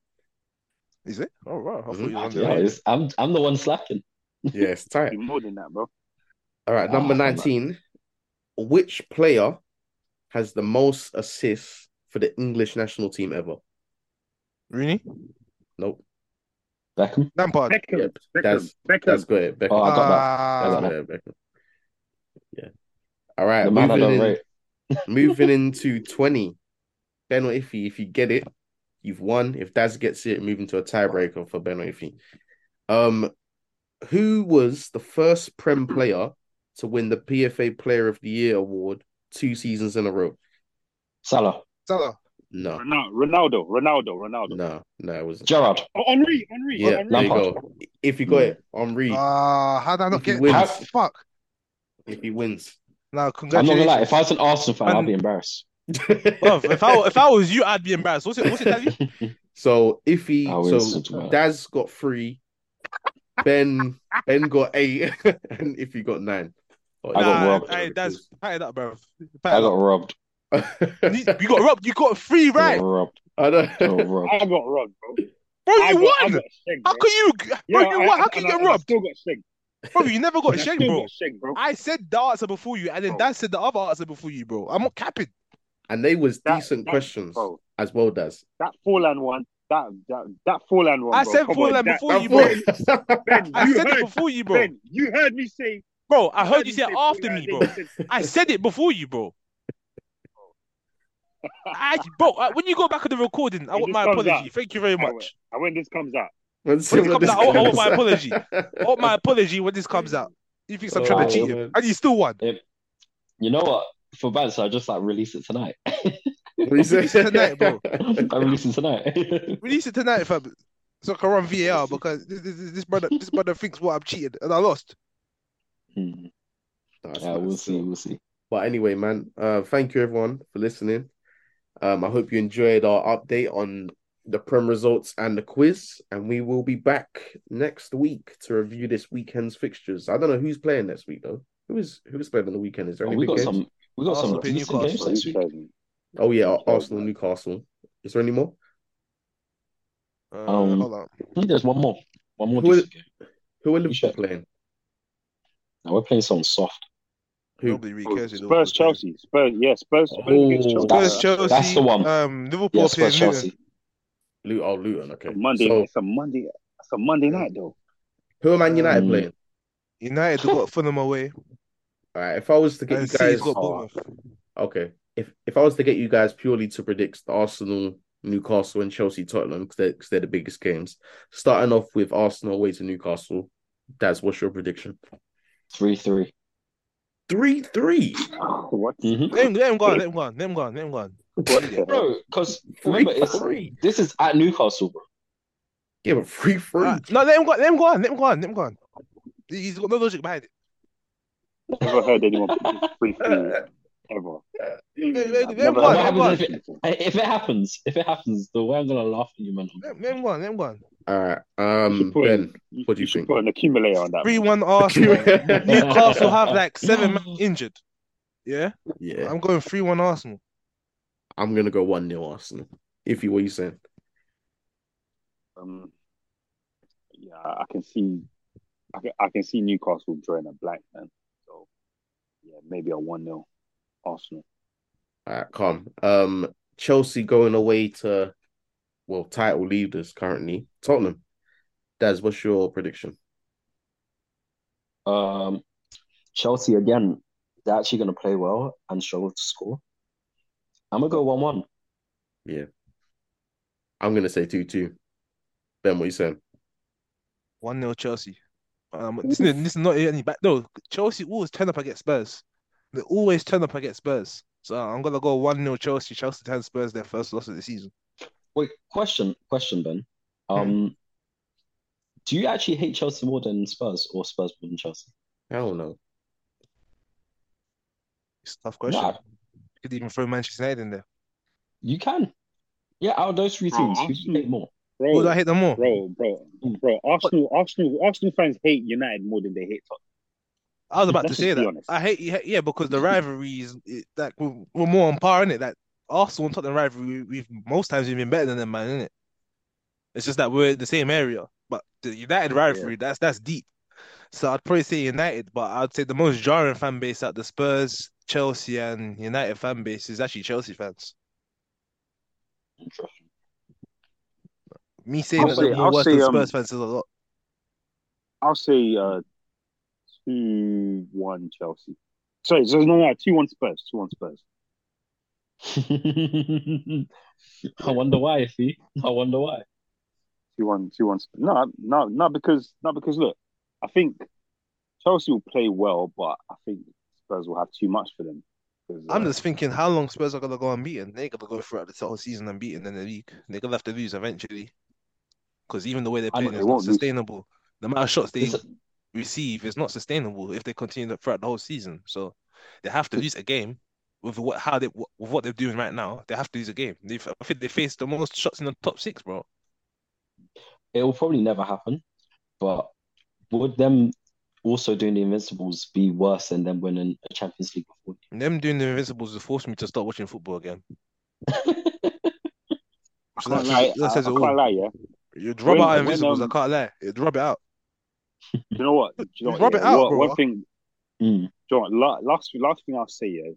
Speaker 1: Is it? Oh wow, I thought
Speaker 2: Mhm.
Speaker 1: you were on the
Speaker 3: Yeah,
Speaker 1: way.
Speaker 3: it's- I'm I'm the one slacking.
Speaker 2: Yeah, it's tight.
Speaker 4: You're more than that, bro.
Speaker 2: All right, number
Speaker 3: Ah, man.
Speaker 2: nineteen. Which player has the most assists for the English national team ever?
Speaker 1: Rooney?
Speaker 2: Nope.
Speaker 3: Beckham.
Speaker 1: Lampard.
Speaker 2: Yeah,
Speaker 5: Beckham, Beckham,
Speaker 2: that's-
Speaker 5: Beckham.
Speaker 2: That's good. Beckham.
Speaker 3: Oh, I got that.
Speaker 1: Ah,
Speaker 2: That's
Speaker 3: got
Speaker 2: good, Beckham. Yeah. All right.
Speaker 3: the man I
Speaker 2: moving
Speaker 3: don't
Speaker 2: in-
Speaker 3: rate.
Speaker 2: Moving into 20. Ben or Iffy, if you get it, you've won. If Daz gets it, moving to a tiebreaker for Ben or Iffy. Um, who was the first Prem player to win the PFA Player of the Year award two seasons in a row?
Speaker 3: Salah.
Speaker 1: Salah.
Speaker 2: No,
Speaker 4: Ronaldo, Ronaldo, Ronaldo, Ronaldo.
Speaker 2: no, no, it wasn't.
Speaker 3: Gerard.
Speaker 5: Oh, Henri, Henri,
Speaker 2: Yeah,
Speaker 5: Henri.
Speaker 2: there you
Speaker 3: Lampard.
Speaker 2: go. If you got it, Henri,
Speaker 1: Ah, how did I not
Speaker 2: If he
Speaker 1: get
Speaker 2: wins.
Speaker 1: Ah, Fuck.
Speaker 2: if he wins.
Speaker 1: Now,
Speaker 3: I'm not gonna lie.
Speaker 1: congratulations.
Speaker 3: If I was an Arsenal fan, I'd
Speaker 1: Man.
Speaker 3: be embarrassed.
Speaker 1: Bruv, if I if I was you, I'd be embarrassed. What's it? What's it? Tell you?
Speaker 2: So if he
Speaker 3: I
Speaker 2: so
Speaker 3: win such a man.
Speaker 2: Daz got three, Ben Ben got eight, (laughs) and if he got nine. Oh,
Speaker 3: I got
Speaker 1: Nah,
Speaker 3: robbed.
Speaker 1: Hey, that's pat it up, bro. um,
Speaker 3: I got robbed.
Speaker 1: You you got robbed. You got three
Speaker 3: I
Speaker 1: right,
Speaker 3: got robbed.
Speaker 2: (laughs) I
Speaker 3: (laughs) I got
Speaker 2: know.
Speaker 3: robbed.
Speaker 5: I got robbed, bro.
Speaker 1: bro.
Speaker 5: I
Speaker 1: You
Speaker 5: got, I
Speaker 1: won.
Speaker 5: got shagged,
Speaker 1: How
Speaker 5: bro.
Speaker 1: could you, bro?
Speaker 5: Yeah,
Speaker 1: you
Speaker 5: I-
Speaker 1: won. How
Speaker 5: I- and
Speaker 1: can you
Speaker 5: I-
Speaker 1: get
Speaker 5: and I
Speaker 1: robbed,
Speaker 5: Still got shagged.
Speaker 1: bro? You never got
Speaker 5: I
Speaker 1: shagged,
Speaker 5: still
Speaker 4: (laughs)
Speaker 1: bro.
Speaker 5: got shagged, bro.
Speaker 1: I said the answer before you, and then
Speaker 4: Bro.
Speaker 1: Dad said the other answer before you, bro. I'm not capping.
Speaker 2: And they was
Speaker 4: That-
Speaker 2: decent
Speaker 4: that-
Speaker 2: questions
Speaker 4: Bro,
Speaker 2: as well, Daz.
Speaker 4: that Forlan one, that that that Forlan one.
Speaker 1: I
Speaker 4: bro.
Speaker 1: said
Speaker 4: Come
Speaker 1: Fulham
Speaker 4: on, that-
Speaker 1: before you, bro. (laughs)
Speaker 2: That (laughs)
Speaker 5: Ben,
Speaker 1: I
Speaker 5: you
Speaker 1: said it
Speaker 5: heard,
Speaker 1: before you, bro.
Speaker 5: Ben, you heard me say.
Speaker 1: Bro, I heard you say
Speaker 5: say
Speaker 1: it after
Speaker 5: Fulham,
Speaker 1: me,
Speaker 5: then
Speaker 1: bro.
Speaker 5: you said-
Speaker 1: I said it before you, bro. I, bro, I, when you go back on the recording, I
Speaker 5: When
Speaker 1: want
Speaker 5: this
Speaker 1: my
Speaker 5: comes
Speaker 1: apology.
Speaker 5: out,
Speaker 1: Thank you very
Speaker 5: I will.
Speaker 1: much.
Speaker 5: And when this comes out,
Speaker 2: was-
Speaker 1: When it comes out, I want- I want my
Speaker 2: (laughs)
Speaker 1: apology. I
Speaker 2: Oh
Speaker 1: want my apology when this comes out. He thinks I'm trying
Speaker 3: Oh,
Speaker 1: to cheat him,
Speaker 2: man.
Speaker 1: and he still won.
Speaker 3: You know what? For Vance, I just like release it tonight.
Speaker 1: tonight,
Speaker 2: (laughs)
Speaker 1: bro.
Speaker 3: (laughs) I release it tonight. (laughs)
Speaker 1: Release it tonight, fam. So I can run VAR because this, this, this brother, this brother thinks what I'm cheating, and I lost.
Speaker 3: Hmm. yeah, we'll see. We'll see.
Speaker 2: But anyway, man, uh, thank you everyone for listening. Um, I hope you enjoyed our update on the Prem results and the quiz, and we will be back next week to review this weekend's fixtures. I don't know who's playing next week though. Who is who is playing on the weekend? Is there
Speaker 3: Oh,
Speaker 2: any
Speaker 3: we
Speaker 2: big
Speaker 3: got
Speaker 2: games?
Speaker 3: some. We got
Speaker 1: Arsenal
Speaker 3: some
Speaker 1: beat
Speaker 3: decent games
Speaker 1: Newcastle.
Speaker 3: next week.
Speaker 2: Oh yeah, Arsenal, Newcastle. Is there any more?
Speaker 1: Uh,
Speaker 3: Um,
Speaker 1: hold on.
Speaker 3: I think there's one more. One more
Speaker 2: Who is-
Speaker 3: decent game.
Speaker 2: Who are Liverpool
Speaker 3: should-
Speaker 2: playing?
Speaker 3: Now we're playing some soft.
Speaker 2: Who?
Speaker 1: Nobody really cares. who Liverpool
Speaker 4: Spurs,
Speaker 1: play.
Speaker 4: Chelsea, Spurs, yeah, Spurs, Spurs against
Speaker 2: Oh,
Speaker 4: Chelsea.
Speaker 1: Spurs,
Speaker 3: That's-
Speaker 1: Chelsea.
Speaker 3: that's the one.
Speaker 1: Um, Liverpool
Speaker 3: Yes,
Speaker 1: playing
Speaker 3: first
Speaker 1: Newcastle.
Speaker 3: Chelsea.
Speaker 2: Lu- oh, Luton. Okay.
Speaker 4: It's a Monday,
Speaker 2: So
Speaker 4: it's a Monday, it's a Monday night though. (laughs)
Speaker 2: who are Man United
Speaker 3: Mm.
Speaker 2: playing?
Speaker 1: United have got Fulham away,
Speaker 2: All right. If I was to get
Speaker 1: and
Speaker 2: you
Speaker 1: City's
Speaker 2: guys,
Speaker 1: got Bournemouth.
Speaker 2: okay. If if I was to get you guys purely to predict the Arsenal, Newcastle, and Chelsea, Tottenham, because they're, 'cause they're the biggest games. Starting off with Arsenal away to Newcastle. Daz, what's your prediction?
Speaker 3: Three three.
Speaker 2: Three three.
Speaker 4: What?
Speaker 3: Mhm.
Speaker 1: Let him, let him go on, let him go on, let him go on, let him go on.
Speaker 4: What the hell?
Speaker 3: Bro, because
Speaker 2: Three
Speaker 3: remember, it's,
Speaker 2: three.
Speaker 3: this is at Newcastle, bro. (laughs)
Speaker 2: Yeah, but three three.
Speaker 1: Uh, no, let him go, let him go on, let him go on, let him go on. He's got no logic behind it.
Speaker 4: Never heard anyone predict
Speaker 1: (laughs)
Speaker 4: three three
Speaker 2: Uh,
Speaker 4: ever.
Speaker 1: Let, let- let him
Speaker 4: Never
Speaker 1: go on, let him
Speaker 3: What
Speaker 4: heard
Speaker 1: go on.
Speaker 3: happens
Speaker 4: anyone
Speaker 3: if
Speaker 4: predict
Speaker 3: it,
Speaker 4: three three.
Speaker 3: if it happens? If it happens, the way I'm gonna laugh at you, man.
Speaker 1: Let, let him go on, let him go on.
Speaker 2: All right.
Speaker 4: You should
Speaker 2: Um,
Speaker 4: put
Speaker 2: Ben.
Speaker 4: in- you-
Speaker 2: what do you
Speaker 4: should
Speaker 2: think?
Speaker 4: Put an accumulator on that.
Speaker 1: Three
Speaker 4: man.
Speaker 1: one
Speaker 2: (laughs)
Speaker 1: Arsenal. Newcastle have like seven men injured. Yeah,
Speaker 2: yeah,
Speaker 1: I'm going three one Arsenal.
Speaker 2: I'm gonna go one nil Arsenal. If you what you saying?
Speaker 4: Um, yeah, I can see, I can, I can see Newcastle drawing a blank, man. So, yeah, maybe a one 0 Arsenal.
Speaker 2: All right, calm. Um, Chelsea going away to, well, title leaders currently. Tottenham. Daz, what's your prediction?
Speaker 3: Um, Chelsea again. They're actually gonna play well and struggle to score. I'm gonna go one one.
Speaker 2: I'm gonna say two two. Ben, what you saying?
Speaker 1: One 0 Chelsea. Um, this, is, this is not any back. No, Chelsea always turn up against Spurs. They always turn up against Spurs. So I'm gonna go one 0 Chelsea. Chelsea turn Spurs their first loss of the season.
Speaker 3: Wait, question, question, Ben. Um, do you actually hate Chelsea more than Spurs, or Spurs more than Chelsea?
Speaker 2: I don't know.
Speaker 1: It's a tough question.
Speaker 3: Nah.
Speaker 1: Could even throw Manchester United in there.
Speaker 3: You can. Yeah, out of those three
Speaker 4: Oh,
Speaker 3: teams, who
Speaker 4: I'll
Speaker 3: do you think more? (laughs)
Speaker 4: Bro,
Speaker 1: Would I hate them more?
Speaker 4: bro, bro,
Speaker 3: Mm.
Speaker 4: bro. Arsenal, Arsenal, Arsenal fans hate United more than they hate Tottenham.
Speaker 1: I was about to
Speaker 4: Let's
Speaker 1: say
Speaker 4: just be
Speaker 1: that.
Speaker 4: honest.
Speaker 1: I hate yeah, yeah, because the rivalry is it, like we're, we're more on par in it. Like Arsenal and Tottenham rivalry, we- we've most times we've been better than them, man. In it, it's just that we're in the same area. But the United rivalry, that's that's deep. So I'd probably say United, but I'd say the most jarring fan base at the Spurs, Chelsea, and United fan base is actually Chelsea fans.
Speaker 3: Interesting.
Speaker 1: Me saying
Speaker 4: I'll
Speaker 1: that
Speaker 4: say-
Speaker 1: they're more
Speaker 4: I'll
Speaker 1: worse
Speaker 4: say,
Speaker 1: than
Speaker 4: um,
Speaker 1: Spurs fans is a lot.
Speaker 4: I'll say uh, two one Chelsea. Sorry, so no, no, two one Spurs, two one Spurs.
Speaker 3: I wonder why, Iffy. I wonder why.
Speaker 4: Two one, two one. Spurs. No, no, no, because no, because look, I think Chelsea will play well, but I think Spurs will have too much for them. 'Cause,
Speaker 1: I'm
Speaker 4: uh,
Speaker 1: just thinking how long Spurs are gonna go unbeaten. They're gonna go throughout the whole season unbeaten in the league. They're gonna have to lose eventually. Because even the way they're
Speaker 3: I know
Speaker 1: playing
Speaker 4: they
Speaker 1: is not
Speaker 4: won't lose.
Speaker 1: sustainable. The amount of shots they
Speaker 3: It's-
Speaker 1: receive is not sustainable if they continue that throughout the whole season. So they have to lose a game with what how they with what they're doing right now. They have to lose a game. They've, I think they faced the most shots in the top six, bro.
Speaker 3: it will probably never happen, but would them also doing the Invincibles be worse than them winning a Champions League before?
Speaker 1: And them doing the Invincibles has forced me to start watching football again.
Speaker 3: (laughs)
Speaker 4: I
Speaker 1: So
Speaker 4: can't
Speaker 1: that,
Speaker 4: lie. I,
Speaker 1: that
Speaker 4: I
Speaker 1: says
Speaker 4: can't
Speaker 1: it all.
Speaker 4: lie. Yeah,
Speaker 1: You'd rub out
Speaker 4: When- when,
Speaker 1: Invincibles.
Speaker 4: um,
Speaker 1: I can't lie. You'd rub it out.
Speaker 4: Do you know what? Do you know what,
Speaker 1: Rub
Speaker 4: yeah?
Speaker 1: it out,
Speaker 4: One-
Speaker 1: bro.
Speaker 4: One thing,
Speaker 3: Mm.
Speaker 4: John, la- last last thing I'll say, yeah,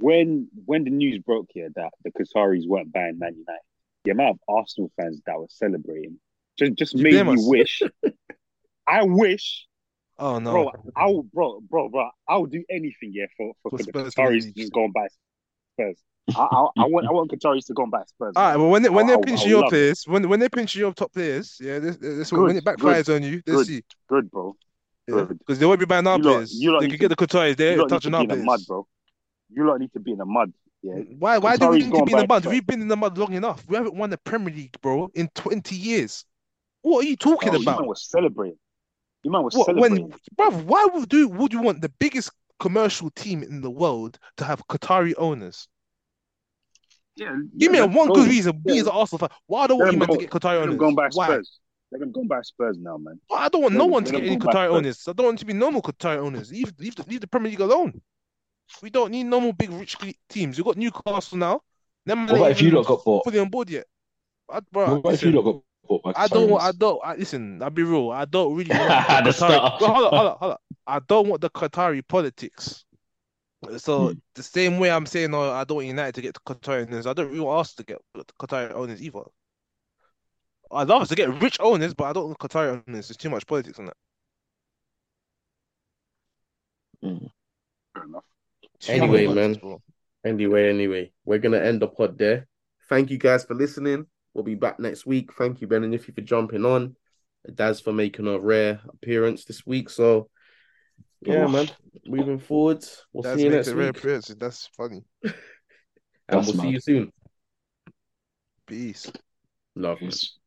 Speaker 4: when when the news broke here that the Qataris weren't buying Man United, the amount of Arsenal fans that were celebrating just just
Speaker 1: You
Speaker 4: made
Speaker 1: blame
Speaker 4: me
Speaker 1: us. (laughs)
Speaker 4: wish. I wish,
Speaker 1: Oh no.
Speaker 4: bro, I will, bro, bro, bro, I will do anything yeah for for,
Speaker 1: For
Speaker 4: for the
Speaker 1: Spurs
Speaker 4: Qataris
Speaker 1: to
Speaker 4: to
Speaker 1: win.
Speaker 4: just go and buy Spurs. I, I
Speaker 1: (laughs)
Speaker 4: I want I want Qataris to go and buy Spurs.
Speaker 1: All right, well, when they, when
Speaker 4: I-
Speaker 1: they're
Speaker 4: I- Oh, I
Speaker 1: pinching your
Speaker 4: love it.
Speaker 1: players, when when they're pinching your top players, yeah, this, this
Speaker 4: Good,
Speaker 1: when it
Speaker 4: good,
Speaker 1: backfires on you, they
Speaker 4: good,
Speaker 1: see,
Speaker 4: Good, bro.
Speaker 1: because
Speaker 4: good.
Speaker 1: they won't be buying our
Speaker 4: You lot-
Speaker 1: players.
Speaker 4: you lot
Speaker 1: they
Speaker 4: need
Speaker 1: could get the Qataris,
Speaker 4: You
Speaker 1: they're
Speaker 4: lot need to
Speaker 1: touching
Speaker 4: be
Speaker 1: our
Speaker 4: in the
Speaker 1: players. Mm,
Speaker 4: mud, bro. You lot need to be in the mud. Yeah,
Speaker 1: Why why do
Speaker 4: Qataris
Speaker 1: we need
Speaker 4: go
Speaker 1: to
Speaker 4: and
Speaker 1: be in the
Speaker 4: buy
Speaker 1: mud?
Speaker 4: Spurs.
Speaker 1: We've been in the mud long enough. We haven't won the Premier League, bro, in twenty years. What are you talking
Speaker 4: Oh, you man
Speaker 1: about?
Speaker 4: was celebrating. You man was
Speaker 1: What,
Speaker 4: celebrating.
Speaker 1: when, bro, why would do would you want the biggest commercial team in the world to have Qatari owners?
Speaker 4: Yeah,
Speaker 1: Give me
Speaker 4: yeah,
Speaker 1: a
Speaker 4: let
Speaker 1: one
Speaker 4: go.
Speaker 1: good reason. Me
Speaker 4: Yeah.
Speaker 1: as an Arsenal fan, why do I
Speaker 4: Let
Speaker 1: want you
Speaker 4: them
Speaker 1: man
Speaker 4: go.
Speaker 1: to get Qatari
Speaker 4: Let them
Speaker 1: owners?
Speaker 4: go and buy
Speaker 1: Why?
Speaker 4: Spurs. Let them go and buy Spurs now, man.
Speaker 1: Well, I don't want no
Speaker 4: Let-
Speaker 1: one to
Speaker 4: let
Speaker 1: get
Speaker 4: them
Speaker 1: any
Speaker 4: go back
Speaker 1: Qatari
Speaker 4: first.
Speaker 1: owners. I don't want to be normal Qatari owners. Leave, leave, the, leave the Premier League alone. We don't need no more big rich cle- teams. We've got Newcastle now. Them
Speaker 3: What
Speaker 1: ain't
Speaker 3: about if you
Speaker 1: even
Speaker 3: lot got bought?
Speaker 1: fully on board yet. I,
Speaker 3: What
Speaker 1: bro,
Speaker 3: about if you
Speaker 1: listen,
Speaker 3: lot got bought by
Speaker 1: I don't want. I
Speaker 3: Qataris?
Speaker 1: don't. I, listen, I'll be real. I don't
Speaker 3: (laughs)
Speaker 1: really want
Speaker 3: The
Speaker 1: the Qatari.
Speaker 3: start.
Speaker 1: No, hold on, hold on, hold on. I don't want the Qatari politics. So
Speaker 3: Hmm.
Speaker 1: the same way I'm saying, oh, I don't want United to get Qatari owners. I don't really want us to get Qatari owners either. I'd love us to get rich owners, but I don't want Qatari owners. There's too much politics in that.
Speaker 3: Mm.
Speaker 4: Fair enough.
Speaker 1: Too much
Speaker 2: Anyway,
Speaker 1: politics,
Speaker 2: man.
Speaker 1: bro.
Speaker 2: Anyway, anyway, we're gonna end the pod there. Thank you guys for listening. We'll be back next week. Thank you, Ben and Iffy, for jumping on. Daz for making a rare appearance this week. So yeah, man. Moving forward. We'll
Speaker 1: That's
Speaker 2: see
Speaker 1: making
Speaker 2: you next
Speaker 1: rare
Speaker 2: week.
Speaker 1: appearances. That's funny.
Speaker 2: And
Speaker 3: That's
Speaker 2: we'll see
Speaker 3: mad.
Speaker 2: you soon.
Speaker 1: Peace.
Speaker 2: Love you.
Speaker 3: Yes.